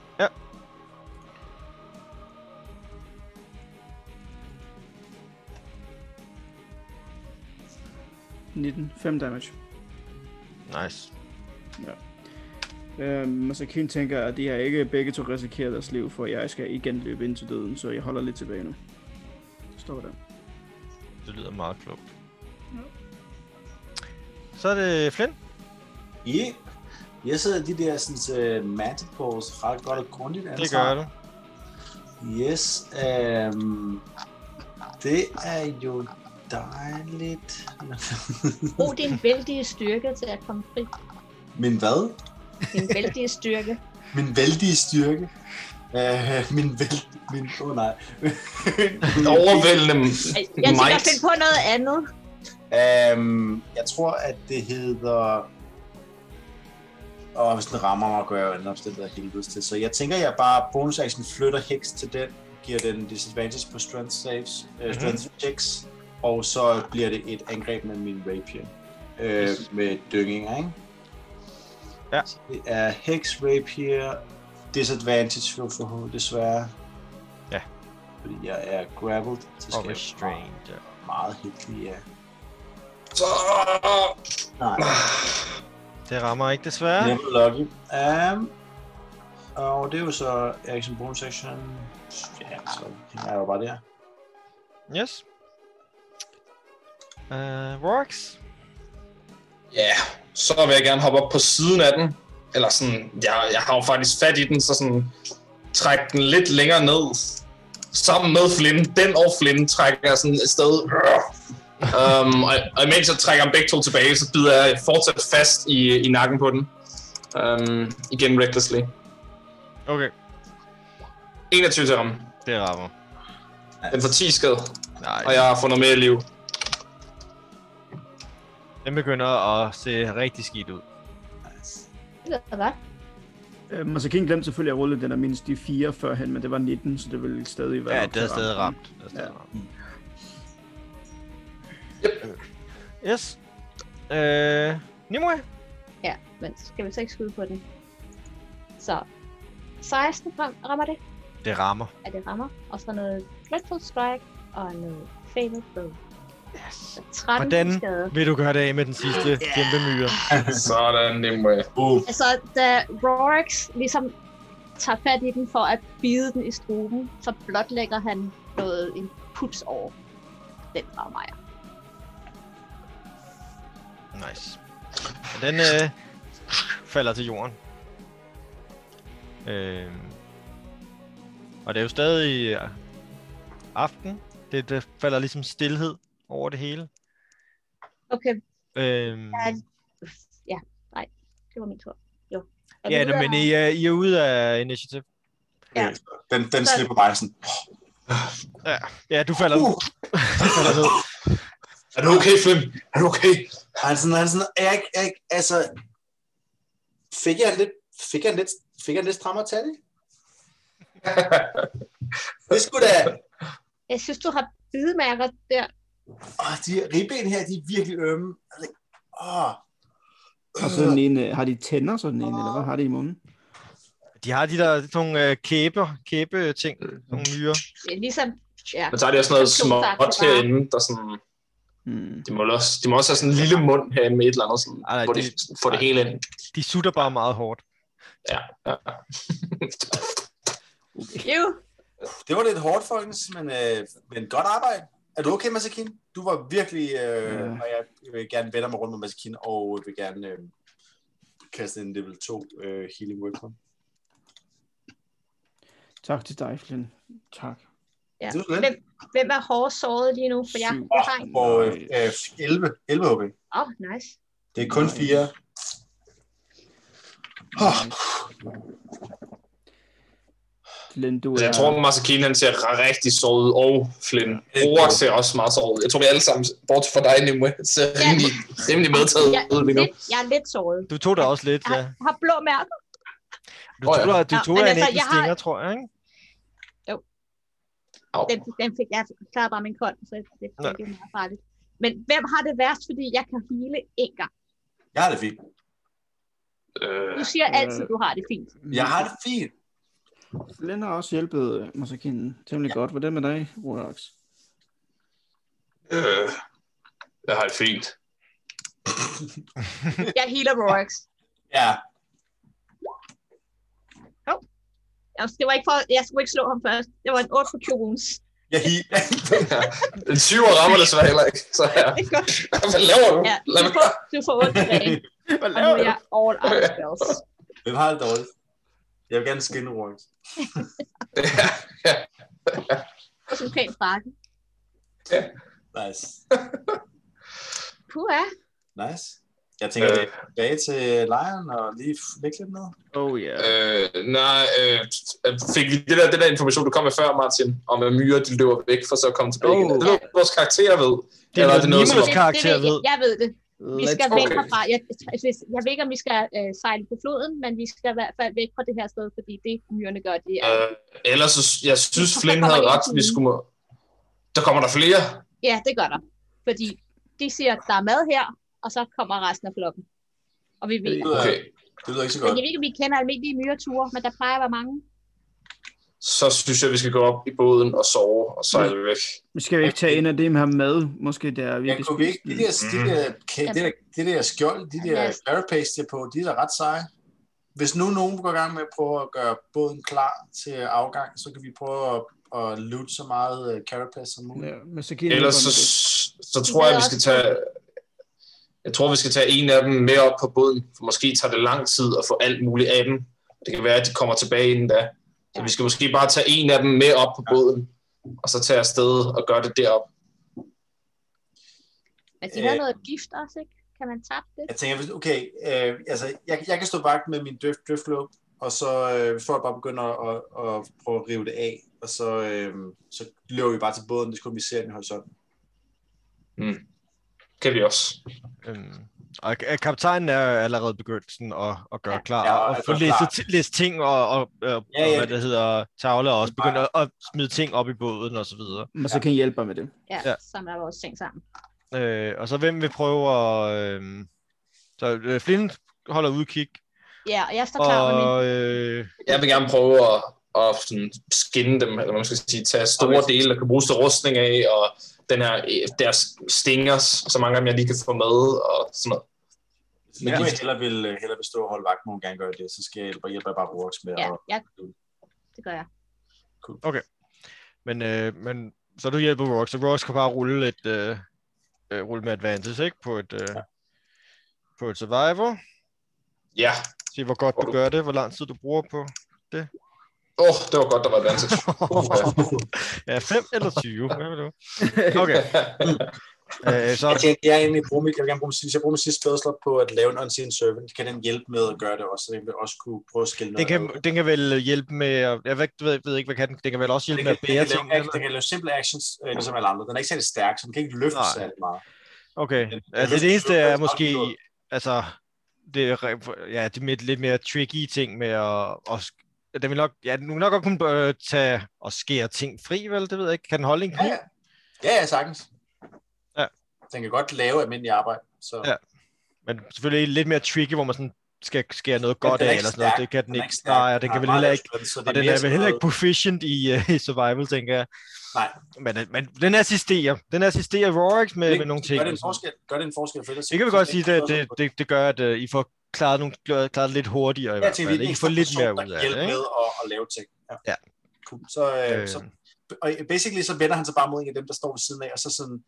S6: Nitten. 5 damage.
S2: Nice.
S6: Øh, Masakin tænker, at de har ikke begge to risikeret deres liv, for jeg skal igen løbe ind til døden, så jeg holder lidt tilbage nu. Stopper der.
S2: Det lyder meget klogt. Så er det Flynn.
S3: Yeah. Jeg sidder de der sådan, uh, mantipoles ret godt og grundigt
S2: Det gør du.
S3: Yes, øhm, det er jo dejligt.
S4: Brug din vældige styrke til at komme fri.
S3: Min hvad?
S4: Din vældige styrke.
S3: Min vældige styrke. Øh, min væld... Min... Åh oh, nej.
S5: Overvældende.
S4: Ej, Jeg tænker
S5: Might.
S4: at finde på noget andet.
S3: øhm, jeg tror, at det hedder... Og hvis den rammer mig, gør jeg jo anden opstillet af helvedes til. Så jeg tænker, at jeg bare bonus action flytter heks til den, giver den disadvantage på strength saves,
S2: Mhm.
S3: øh, strength checks, og så bliver det et angreb med min rapier. Øh, med dynginger, ikke?
S2: Ja.
S3: Så det er heks, rapier, disadvantage for, for desværre.
S2: Ja.
S3: Fordi jeg er grappled. Så
S2: Og
S3: skal jeg være
S2: restrained. ja.
S3: meget, meget heldig, ja.
S5: Så...
S3: Nej,
S2: Det rammer ikke desværre.
S3: never lucky. Um, og det er jo så action bonus action. Ja, så hænger jeg jo bare der.
S2: Yes. Uh, Rox.
S5: Ja, så vil jeg gerne hoppe op på siden af den. Eller sådan, jeg, jeg har jo faktisk fat i den, så sådan, træk den lidt længere ned. Sammen med Flynn, den og Flynn, trækker jeg sådan et sted. um, og, og imens jeg trækker dem begge to tilbage, så bider jeg fortsat fast i, i nakken på den. Um, igen recklessly.
S2: Okay,
S5: 21 til ramme.
S2: det rammer.
S5: Den får 10 skade,
S2: Nej,
S5: og jeg har fundet mere liv.
S2: den begynder at se rigtig skidt ud.
S4: Det lyder godt.
S6: Øhm, og så kan glemte selvfølgelig at rulle den der mindst de fire førhen, men det var 19, så det ville stadig være
S2: Ja,
S6: nok
S2: det er
S6: til at ramme
S2: stadig
S6: den.
S2: ramt. Det er stadig
S6: Ja.
S2: ramt. Yes. Øh, Nimue.
S4: Ja, men skal vi så ikke skyde på den? Så 16 ram- rammer det,
S2: Det rammer.
S4: at det rammer. Og så noget Dreadful Strike og noget Fatal Blow. Så 13
S2: Hvordan?
S4: skade.
S2: Vil du gøre det af med den sidste yeah. kæmpe myre?
S5: Sådan, Nimue.
S3: Uh,
S4: Altså, da Rorax ligesom tager fat i den for at bide den i struben, så blotlægger han noget, en puls over den rammer jeg.
S2: Nice. Og den øh, falder til jorden. Øh, og det er jo stadig øh, aften. Det, det falder ligesom stillhed over det hele.
S4: Okay,
S2: Øh,
S4: Ja, ja, nej, det var min tur. Jo. Er vi
S2: ja,
S4: ude
S2: det, men
S4: af-
S2: I er, I er ude af initiativ.
S4: Ja.
S3: den, den
S4: Så-
S3: slipper bare sådan.
S2: Ja, du falder,
S3: Uh,
S2: du falder ned.
S5: Er du okay, Flynn? Er du okay?
S3: han er sådan, han er sådan, er jeg, ikke- er jeg, ikke- altså, fik jeg en lidt, fik jeg en lidt, fik jeg en lidt strammere tand, Det skulle da,
S4: Jeg synes, du har bidemærker der.
S3: åh, de her ribben her, de er virkelig ømme. Altså, Åh,
S6: Og så den ene, øh, har de tænder sådan en, eller hvad har de i munden?
S2: De har de der sådan nogle øh, kæber, kæbe ting, nogle myrer.
S4: Ja, Ligesom, ja.
S5: Men så er det også noget
S4: To
S5: småt
S4: faktorer.
S5: herinde, der sådan...
S6: Mm.
S5: De må, vel også, de må også have sådan en lille mund herinde med et eller andet, sådan,
S2: Ej, nej,
S5: hvor de,
S2: det-
S5: sådan får det
S2: ej.
S5: hele ind.
S2: De sutter bare meget hårdt.
S4: Jo.
S3: det var lidt hårdt, folkens, men, øh, men godt arbejde. Er du okay, Masakin? Du var virkelig, øh,
S6: Ja.
S3: og jeg vil gerne vende mig rundt med Masakin, og vil gerne øh, kaste en level 2 øh, healing word på. ham.
S6: Tak til dig, Flynn. Tak.
S4: Ja.
S3: Det var så lidt.
S4: Hvem, hvem er hårdest såret lige nu? For jeg,
S6: Syv.
S4: jeg har en.
S3: Og øh, øh, 11, 11 HP.
S4: Åh, oh, nice.
S3: Det er kun
S6: Nej.
S3: 4. Oh,
S6: Flynn, du
S5: Altså,
S6: er...
S5: jeg tror, at Masakine han ser ra- rigtig såret ud, og Flynn. Roar ser også meget såret ud. Jeg tror, vi alle sammen, bort fra dig, Nimue, ser rimelig, rimelig medtaget
S4: Jeg,
S5: ud lige nu.
S4: lidt, jeg er lidt såret.
S2: Du tog da også lidt,
S4: Jeg
S2: ja.
S4: har, jeg har blå mærker.
S2: Du
S5: Åh,
S2: tog,
S5: ja.
S2: da, du
S4: Nå,
S2: tog
S4: men
S2: da en
S4: altså,
S2: enkelt
S4: jeg har-
S2: stinger, tror jeg, ikke?
S5: Au.
S4: Den, den fik jeg klarede bare min kold, så det, det,
S2: Nå.
S4: det er meget farligt. Men hvem har det værst, fordi jeg kan hele en gang?
S3: jeg har det fint.
S5: Øh,
S4: Du siger altid, du har det fint.
S3: Jeg har det fint.
S6: Flynn har også hjulpet Masakinen temmelig ja. godt. Hvordan med dig, Rorax?
S5: øh, jeg har det fint.
S4: Jeg healer Rorax.
S3: Ja,
S4: Altså, det var ikke for, jeg skulle ikke slå ham først. Det var en 8 for 2 wounds.
S3: jeg healer.
S5: Ja. Den 20 rammer desværre heller ikke, så ja.
S4: Det er godt.
S5: Hvad laver du?
S4: Ja,
S5: Lad
S4: du
S5: mig
S4: får, du får 8 tilbage. Og nu er jeg all out spells.
S3: Hvem har det dårligt? Jeg vil gerne skinne rundt.
S5: Ja, ja.
S4: Og sådan en pæn frakke.
S3: Nice.
S4: Puh, ja.
S3: Nice. Jeg tænker,
S5: Øh.
S3: øh. tilbage til lejren og lige f- lægge lidt ned.
S6: Oh ja. Yeah.
S5: Øh, nej, øh, fik vi det der, det der information, du kom med før, Martin, om at myrer, de løber væk for så at komme tilbage? Oh.
S6: Oh.
S5: Det er noget, vores karakterer ved.
S2: Det er
S5: Eller
S2: noget,
S5: noget, som-
S2: Nimues karakter
S4: det,
S2: ved.
S4: Jeg, jeg ved det. Vi skal
S5: go.
S4: væk
S5: Okay.
S4: herfra. Jeg, jeg, synes- jeg ved ikke, om vi skal øh, sejle på floden, men vi skal i hvert fald væk fra det her sted, fordi det myrerne gør, det er...
S5: Øh, ellers, så, jeg synes,
S4: Så
S5: Flynn
S4: kommer
S5: havde
S4: der
S5: ret,
S4: en
S5: vi
S4: time.
S5: skulle... Må... Der kommer der flere.
S4: Ja, det gør der. Fordi de siger, at der er mad her, og så kommer resten af flokken. Og vi ved,
S3: Okay.
S5: Okay.
S3: Det lyder ikke så
S4: Men
S3: godt.
S4: jeg ved ikke, om I kender almindelige myreture, men der plejer at være mange.
S5: Så synes jeg, vi skal gå op i båden og sove og sejle væk.
S6: Vi skal jo ikke tage en af dem her med. Måske der vi
S3: Ja, kunne vi ikke, de der, de
S5: Mhm.
S3: der, ka- det der, det der skjold, de der
S4: Ja.
S3: carapace, de er på, de er da ret seje. Hvis nu nogen går i gang med at prøve at gøre båden klar til afgang, så kan vi prøve at, at loot så meget øh, carapace som muligt.
S6: Ja, men så giver
S5: Ellers så, så tror jeg, vi skal tage... Jeg tror, vi skal tage en af dem med op på båden, for måske tager det lang tid at få alt muligt af dem. Det kan være, at de kommer tilbage inden da. Så vi skal måske bare tage en af dem med op på båden, og så tage afsted og gøre det derop.
S4: Men Altså, de har
S3: Øh.
S4: noget gift også, ikke? Kan man tabe det?
S3: Jeg tænker, hvis- okay, øh, altså, jeg, jeg kan stå vagt med min drift, driftloop, og så øh, får jeg bare begynde at, at, at prøve at rive det af, og så, øh, så løber vi bare til båden, det skulle vi se den i horisonten.
S5: Kan vi også.
S2: Øhm, og øh, kaptajnen er allerede begyndt sådan at, at gøre klar
S3: Ja,
S2: ja,
S3: og
S2: og
S3: er
S2: få
S3: godt
S2: læst,
S3: klar.
S2: ti- læst ting og, og, og, ja,
S3: Ja,
S2: ja.
S3: ja.
S2: og hvad det hedder tavler og også
S3: Bare-
S2: begynde at, at smide ting op i båden og så videre.
S6: Og så kan I hjælpe mig med det.
S4: Ja,
S2: Ja.
S4: ja. samler vores ting sammen.
S2: Øh, og så hvem vil prøve at... Øh, så øh, Flynn holder udkig,
S4: Ja, og jeg står klar med min...
S2: og øh,
S5: Jeg vil gerne prøve at, at sådan skinne dem, eller hvad man skal sige, tage store dele, der kan bruges til rustning af, og den her, øh, deres stingers, så mange af dem, jeg lige kan få med, og sådan noget.
S3: Men
S5: Ja.
S3: ja. hvis heller vil, heller vil stå og holde vagt, må hun gerne gøre det, så skal jeg hjælpe, hjælpe bare Rox med
S4: Ja,
S3: at
S4: ja, det gør jeg.
S2: men, øh, men så du hjælper Rox, så Rox kan bare rulle et øh, øh, rulle med advantage, ikke? På et, øh, på et survivor.
S5: Ja,
S2: Se, hvor godt du gør det, hvor lang tid du bruger på.
S5: åh, oh, det var godt, der var advantage.
S2: ja, 5 eller 20, hvad vil du? Okay, øh, så
S3: Jeg, kan, jeg, er egentlig bruge mit, jeg vil gerne bruge min, jeg bruger min sidste spædslot på at lave en unseen servant. Kan den hjælpe med at gøre det også, så den vil også kunne prøve at skille
S2: Den
S3: noget
S2: kan,
S3: ad.
S2: den kan vel hjælpe med, at- jeg ved, ikke- ved, ved ikke, hvad kan den, den kan vel også
S3: den
S2: hjælpe med
S3: kan,
S2: at
S3: den,
S2: bære
S3: kan lave,
S2: ting?
S3: den
S2: Eller?
S3: kan lave simple actions, øh, ligesom alle andre. Den er ikke særlig stærk, så den kan ikke løfte
S2: Nej.
S3: særlig meget.
S2: Okay,
S3: den kan
S2: altså
S3: løfte
S2: det eneste er
S3: noget,
S2: måske,
S3: noget.
S2: altså, det er, re- ja, det er med, lidt mere tricky ting med at, at sk- den vil nok, ja, den vil nok godt kunne øh, tage og skære ting fri, vel? Det ved jeg ikke. Kan den holde en
S3: Ja,
S2: kniv?
S3: ja. Ja, ja, sagtens.
S2: Ja.
S3: Den kan godt lave almindelig arbejde. Så
S2: Ja, Men selvfølgelig lidt mere tricky, hvor man sådan skal skære noget
S3: Men
S2: godt
S3: den er
S2: af,
S3: ikke
S2: eller sådan noget.
S3: stærk.
S2: Det kan den,
S3: den er
S2: ikke.
S3: stærk.
S2: Nej, og den
S3: har
S2: kan vel
S3: meget
S2: heller
S3: lav
S2: ikke
S3: strength, så det
S2: Og den
S3: mere
S2: er vel
S3: sådan
S2: heller ikke
S3: noget-
S2: proficient i, uh, i survival, tænker jeg.
S3: Nej.
S2: Men, den- men den assisterer. Den assisterer Rorix med, med nogle ting.
S3: Gør det
S2: og
S3: en
S2: sådan.
S3: forskel? Gør det en forskel for ellers?
S2: Det kan vi godt sige, det, det, det, det gør, at uh, I får klaret, nogle, klaret det lidt hurtigere i
S3: Ja,
S2: hvert
S3: til
S2: fald.
S3: vi
S2: I får lidt mere ud af det.
S3: Hjælp med
S2: Ikke?
S3: at, at lave ting.
S2: Ja.
S3: Cool. Så, øh,
S2: Øh,
S3: så og basically så vender han sig bare mod en af dem, der står ved siden af, og så sådan,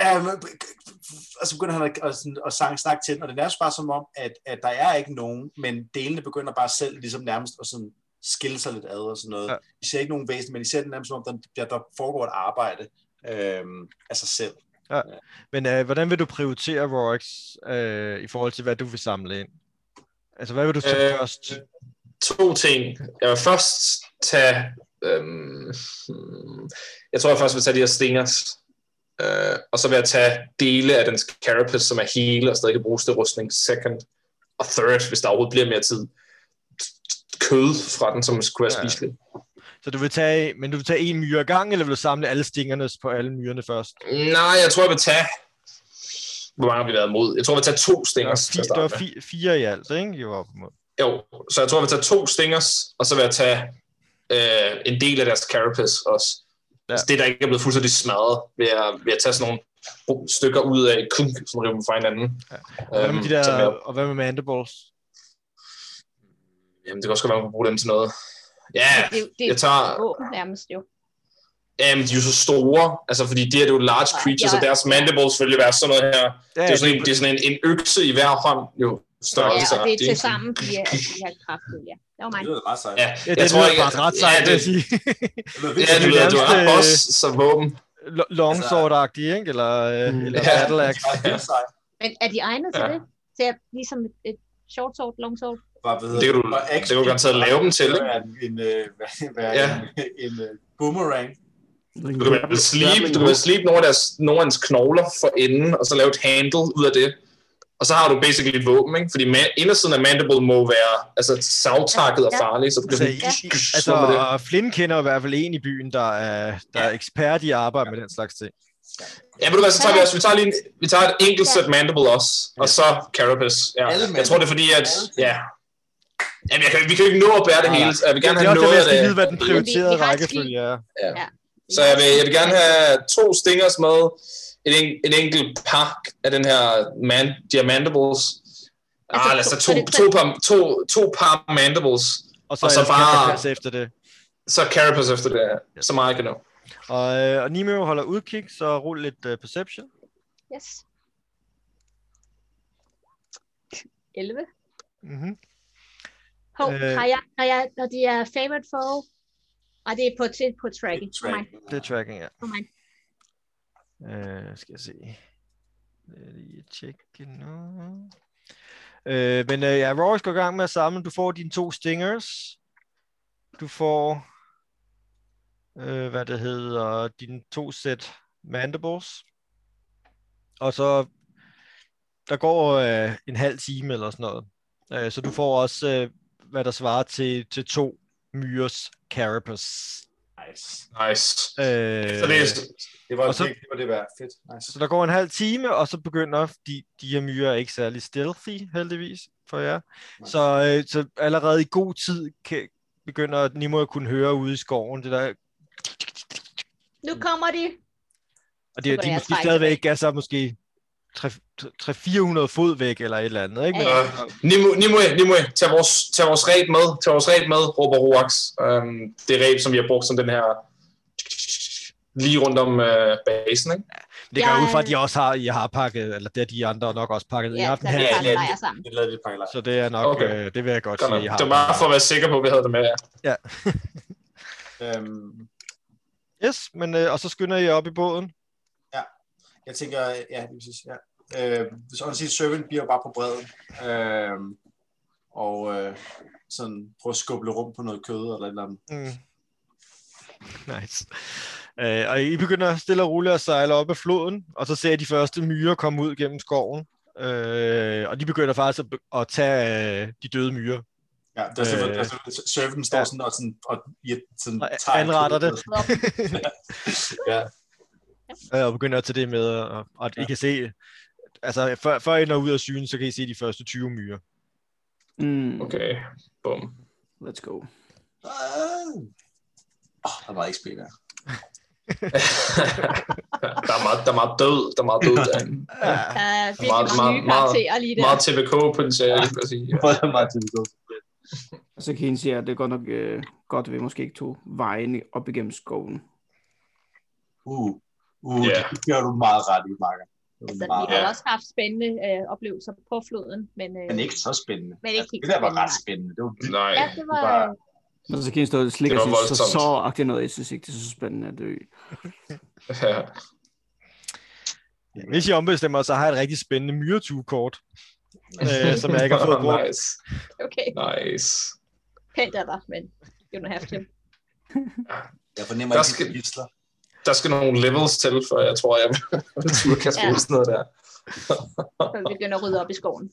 S3: "Ja, men- og så begynder han at, at, sådan, at sang, snakke til den, og det er nærmest bare som om, at, at der er ikke nogen, men delene begynder bare selv ligesom nærmest at sådan skille sig lidt ad og sådan noget.
S2: Ja.
S3: Ja. I ser ikke nogen væsen, men I ser det nærmest som om, der, der, der foregår et arbejde øhm, af sig selv.
S2: Men uh, hvordan vil du prioritere Rorix uh, i forhold til, hvad du vil samle ind? Altså, hvad vil du tage
S5: Øh,
S2: først?
S5: to ting. Jeg vil først tage... Øhm, hmm, jeg tror, jeg først vil tage de her stingers. Øh, og så vil jeg tage dele af dens carapace, som er hele og stadig kan bruges til rustning second og third, hvis der overhovedet bliver mere tid. Kød fra den, som skulle
S2: Ja.
S5: være spiselig.
S2: Så du vil tage, men du vil tage en myre ad gangen, eller vil du samle alle stingerne på alle myrerne først?
S5: Nej, jeg tror, jeg vil tage... Hvor mange har vi været imod? Jeg tror, jeg vil tage to
S2: Der var,
S5: stingers. til
S2: fi,
S5: at
S2: der
S5: starte
S2: var
S5: med.
S2: fi, fire i alt, ikke? I var oppe imod.
S5: Jo, så jeg tror, jeg vil tage to stingers, og så vil jeg tage øh, en del af deres carapace også.
S2: Ja.
S5: Ja. Det, der ikke er blevet fuldstændig smadret, vil jeg, vil jeg tage sådan nogle ru- stykker ud af, kun sådan rive dem fra hinanden.
S2: Ja.
S5: Ja.
S2: Og
S5: Øhm,
S2: hvad med de der, og hvad med mandibles?
S5: jamen, det kan også godt være, at man kan bruge dem til noget. Ja,
S4: Det, er jo- det er
S5: jeg tager...
S4: et våben nærmest jo.
S5: Jamen, de er jo så store. Altså, fordi de her, det er jo large creatures,
S4: Ja.
S5: og deres mandibles vil jo være sådan noget her.
S2: Ja,
S5: Det er jo sådan en, det er sådan en, en økse i hver hånd, jo
S4: Ja,
S5: større.
S4: og det er til sammen, de, er, de har kraftfulde, ja. Det var mig.
S3: Det lyder meget sejt.
S5: Ja,
S2: Ja,
S5: jeg
S2: det
S5: tror
S2: lyder
S5: ikke,
S2: faktisk ret sejt,
S5: ja,
S2: vil
S5: det,
S2: jeg sige.
S5: ja,
S3: lyder vildt.
S5: det, lyder, du er
S2: nærmest, øh,
S5: boss, så våben.
S2: L- Longsword-agtigt, ikke? Eller, øh,
S6: Mm.
S2: eller
S5: Ja.
S2: battle axe.
S3: Det er vildt sejt.
S4: Men er de egnet til
S5: Ja.
S4: det? Til at, ligesom et, et short sword, long sword?
S3: Bare ved-
S5: Det kan du,
S3: og
S5: det
S3: action-
S5: kan du garanteret lave dem til,
S3: Det
S5: ikke?
S3: er en, en, øh, hvad- hvad-
S5: Ja.
S3: en- en, øh, boomerang.
S5: Du kan vel slibe, du kan vel slibe nogle af deres, nogle af hans knogler for enden, og så lave et handle ud af det. Og så har du basically et våben, ikke? Fordi man, indersiden af mandible må være altså, savtakket og
S4: Ja.
S5: farlig, så du
S2: Altså,
S5: kan sådan,
S2: i-
S5: slå
S2: Altså,
S5: med det.
S2: Flynn kender i hvert fald en i byen, der er, der er ekspert i at arbejde med den slags ting.
S5: Ja, ved du hvad, så tager vi også, vi tager lige en, vi tager et enkelt set mandible også, og så carapace. Ja.
S3: Alle
S5: Jeg tror, det er fordi, at, ja. Jamen, jeg kan, vi kan jo ikke nå at bære det
S3: Nej,
S5: hele, så jeg vil gerne
S2: det er
S5: have
S2: også derfor,
S5: noget
S2: jeg
S5: af
S2: skal vide,
S5: det.
S2: hvad den prioriterede
S4: vi har et
S2: rækkefølge er.
S5: Så jeg vil, jeg vil gerne have to stingers med, en, en- en enkelt pak af den her man, diamantables.
S4: Altså,
S5: Ah, lad os tage
S4: to-
S5: to,
S4: så det-
S5: to, par, to, to par mandibles,
S2: Og så,
S5: Og
S2: og
S5: så
S2: så
S5: bare-
S2: bare... efter det.
S5: så carapace efter det, så meget jeg kan nå.
S2: Og, øh, og Nimeo holder udkig, så rul lidt uh, perception.
S4: Yes. 11.
S2: Mm-hmm.
S4: Hov,
S2: Øh.
S4: øh... har jeg, har jeg, når de er favored for... Og det er på, til, på tracking. For mig.
S2: Det er tracking, ja.
S4: For mig.
S2: Øh, skal jeg se. Lad os lige tjekke nu. Øh, men øh, ja, Rory går i gang med at samle. Du får dine to stingers. Du får, øh, hvad det hedder, dine to sæt mandibles. Og så, der går øh, en halv time eller sådan noget. Øh, så du får også, øh, hvad der svarer til, til to myres carapace.
S3: Nice.
S5: Nice.
S2: Øh,
S5: Så det,
S3: Det var,
S2: Og så-
S3: det, det var det værd. Fedt. Nice.
S2: Så der går en halv time, og så begynder, fordi de her myrer er ikke særlig stealthy, heldigvis, for jer.
S3: Nej.
S2: Så, øh, så allerede i god tid kan, begynder Nimo at kunne høre ude i skoven, det der,
S4: Nu kommer de.
S2: og det,
S4: går
S2: de
S4: jeg
S2: måske
S4: trække
S2: stadigvæk er så måske 300-400 fod væk, eller et eller andet, ikke? Men,
S4: Ja,
S5: ja. Nimue, Nimue, Nimue, tag vores, tag vores ræb med, tag vores ræb med, råber Roax. Øhm, det ræb, som vi har brugt som den her, lige rundt om øh, basen, ikke?
S2: det går jeg ud fra,
S4: jeg-
S2: at de også har, I har pakket, eller det har de andre nok også pakket. I
S4: Ja,
S2: har haft en
S4: så vi
S2: halv,
S4: tager
S5: ja,
S4: den lejer sammen.
S3: Det lavede vi et par
S2: så det er nok,
S5: Okay.
S2: øh, det vil jeg godt
S5: Godt
S2: sige,
S5: nok.
S2: I har.
S5: Det var bare for at være sikker på, at vi havde det med. Ja.
S3: øhm,
S2: Yes, men, øh, og så skynder I op i båden.
S3: Jeg tænker, ja, det er præcis. Ja. Øh, så man siger, servant bliver jo bare på bredden. Øh, og øh, sådan prøve at skubbe lidt rum på noget kød eller et eller andet.
S2: Mm. Nice. Øh, og I begynder stille og roligt at sejle op ad floden, og så ser I de første myrer komme ud gennem skoven. Øh, og de begynder faktisk at, be- at tage øh, de døde myrer.
S3: Ja, der er
S2: Øh.
S3: øh, altså, servanten står
S2: Ja.
S3: sådan og, sådan, og ja, sådan,
S2: Og
S3: tager
S2: anretter det.
S3: kødet. ja.
S2: Øh, og begynder at tage det med, og, og ja. I kan se, altså før, før I når ud af syne, så kan I se de første 20 myrer.
S6: Mm,
S5: Okay, bum.
S6: let's go.
S3: Ah. Åh, der var ikke spil der.
S5: der, er meget, der er meget død, der er meget død. Ja.
S2: Ja.
S4: Der er
S5: Meget-
S4: virkelig mange
S5: meget-
S4: nye karakterer lige der.
S5: Meget TPK-potentiale, vil jeg sige. Ja.
S3: Hvor er det meget tidligt.
S6: Og så kan I se, at det er godt nok øh, godt, at vi måske ikke tog vejen op igennem skoven.
S3: Uh, uh,
S5: Ja.
S3: yeah. det gør du meget ret i, Marker. Det var
S4: Altså, vi
S3: meget-
S4: har
S5: Ja.
S4: også haft spændende øh, oplevelser på floden, men, øh,
S3: Men ikke så spændende. Altså,
S4: men ikke helt
S3: Det der var
S4: spændende,
S3: ret
S4: nej.
S3: spændende. Det var
S5: Nej.
S4: Ja, det var...
S3: Bare-
S6: Og så kan I stå og slikke
S5: Det
S6: og
S5: var
S6: sige, så
S5: voldsomt.
S6: så noget. Jeg synes ikke, det er så spændende at dø.
S5: Ja.
S2: Hvis I ombestemmer, så har jeg et rigtig spændende myretue-kort, øh, som jeg ikke har fået brugt.
S5: nice.
S4: Okay,
S5: Nice.
S4: pænt af dig, men you don't have to.
S3: Jeg fornemmer
S5: Der
S3: ikke,
S5: skal-
S3: at de gidsler.
S5: Der skal nogle levels til, før jeg tror, jeg vil turde kaste
S4: Ja.
S5: ja. sådan noget der.
S4: Så vi begynder at rydde op i skoven.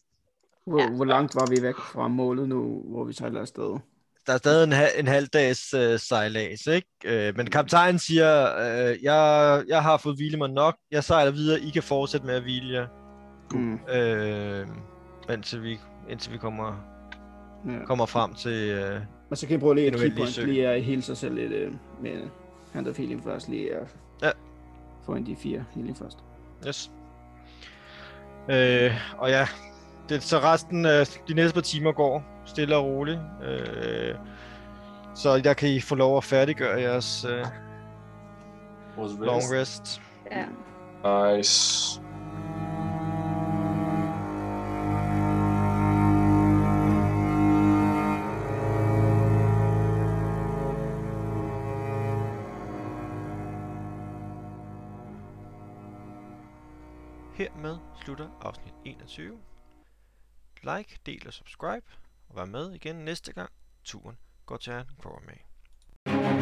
S6: Hvor,
S4: Ja.
S6: ja. hvor langt var vi væk fra målet nu, hvor vi sejler afsted?
S2: der er stadig en, ha- en halv dags øh, sejlads, ikke? Øh, men kaptajnen siger, øh, jeg, jeg har fået hvile mig nok, jeg sejler videre, I kan fortsætte med at hvile jer,
S6: Mm,
S2: øh, indtil, vi, indtil vi kommer,
S6: ja.
S2: kommer frem til... Øh,
S6: Og så kan I prøve lige
S2: Nu
S6: at
S2: vil jeg
S6: kigge
S2: lige
S6: på,
S2: søge.
S6: lige at hele sig selv lidt øh, med hand of healing først, lige at
S2: Ja.
S6: få en de fire healing først.
S2: yes. Øh, og ja, det, så resten af de næste par timer går stille og roligt. Øh, så der kan I få lov at færdiggøre jeres øh,
S3: Vores
S2: long
S3: rest.
S2: rest.
S4: Ja.
S5: Nice.
S7: Hermed slutter afsnit 21. Like, del og subscribe, og vær med igen næste gang turen går til Anne Cormay.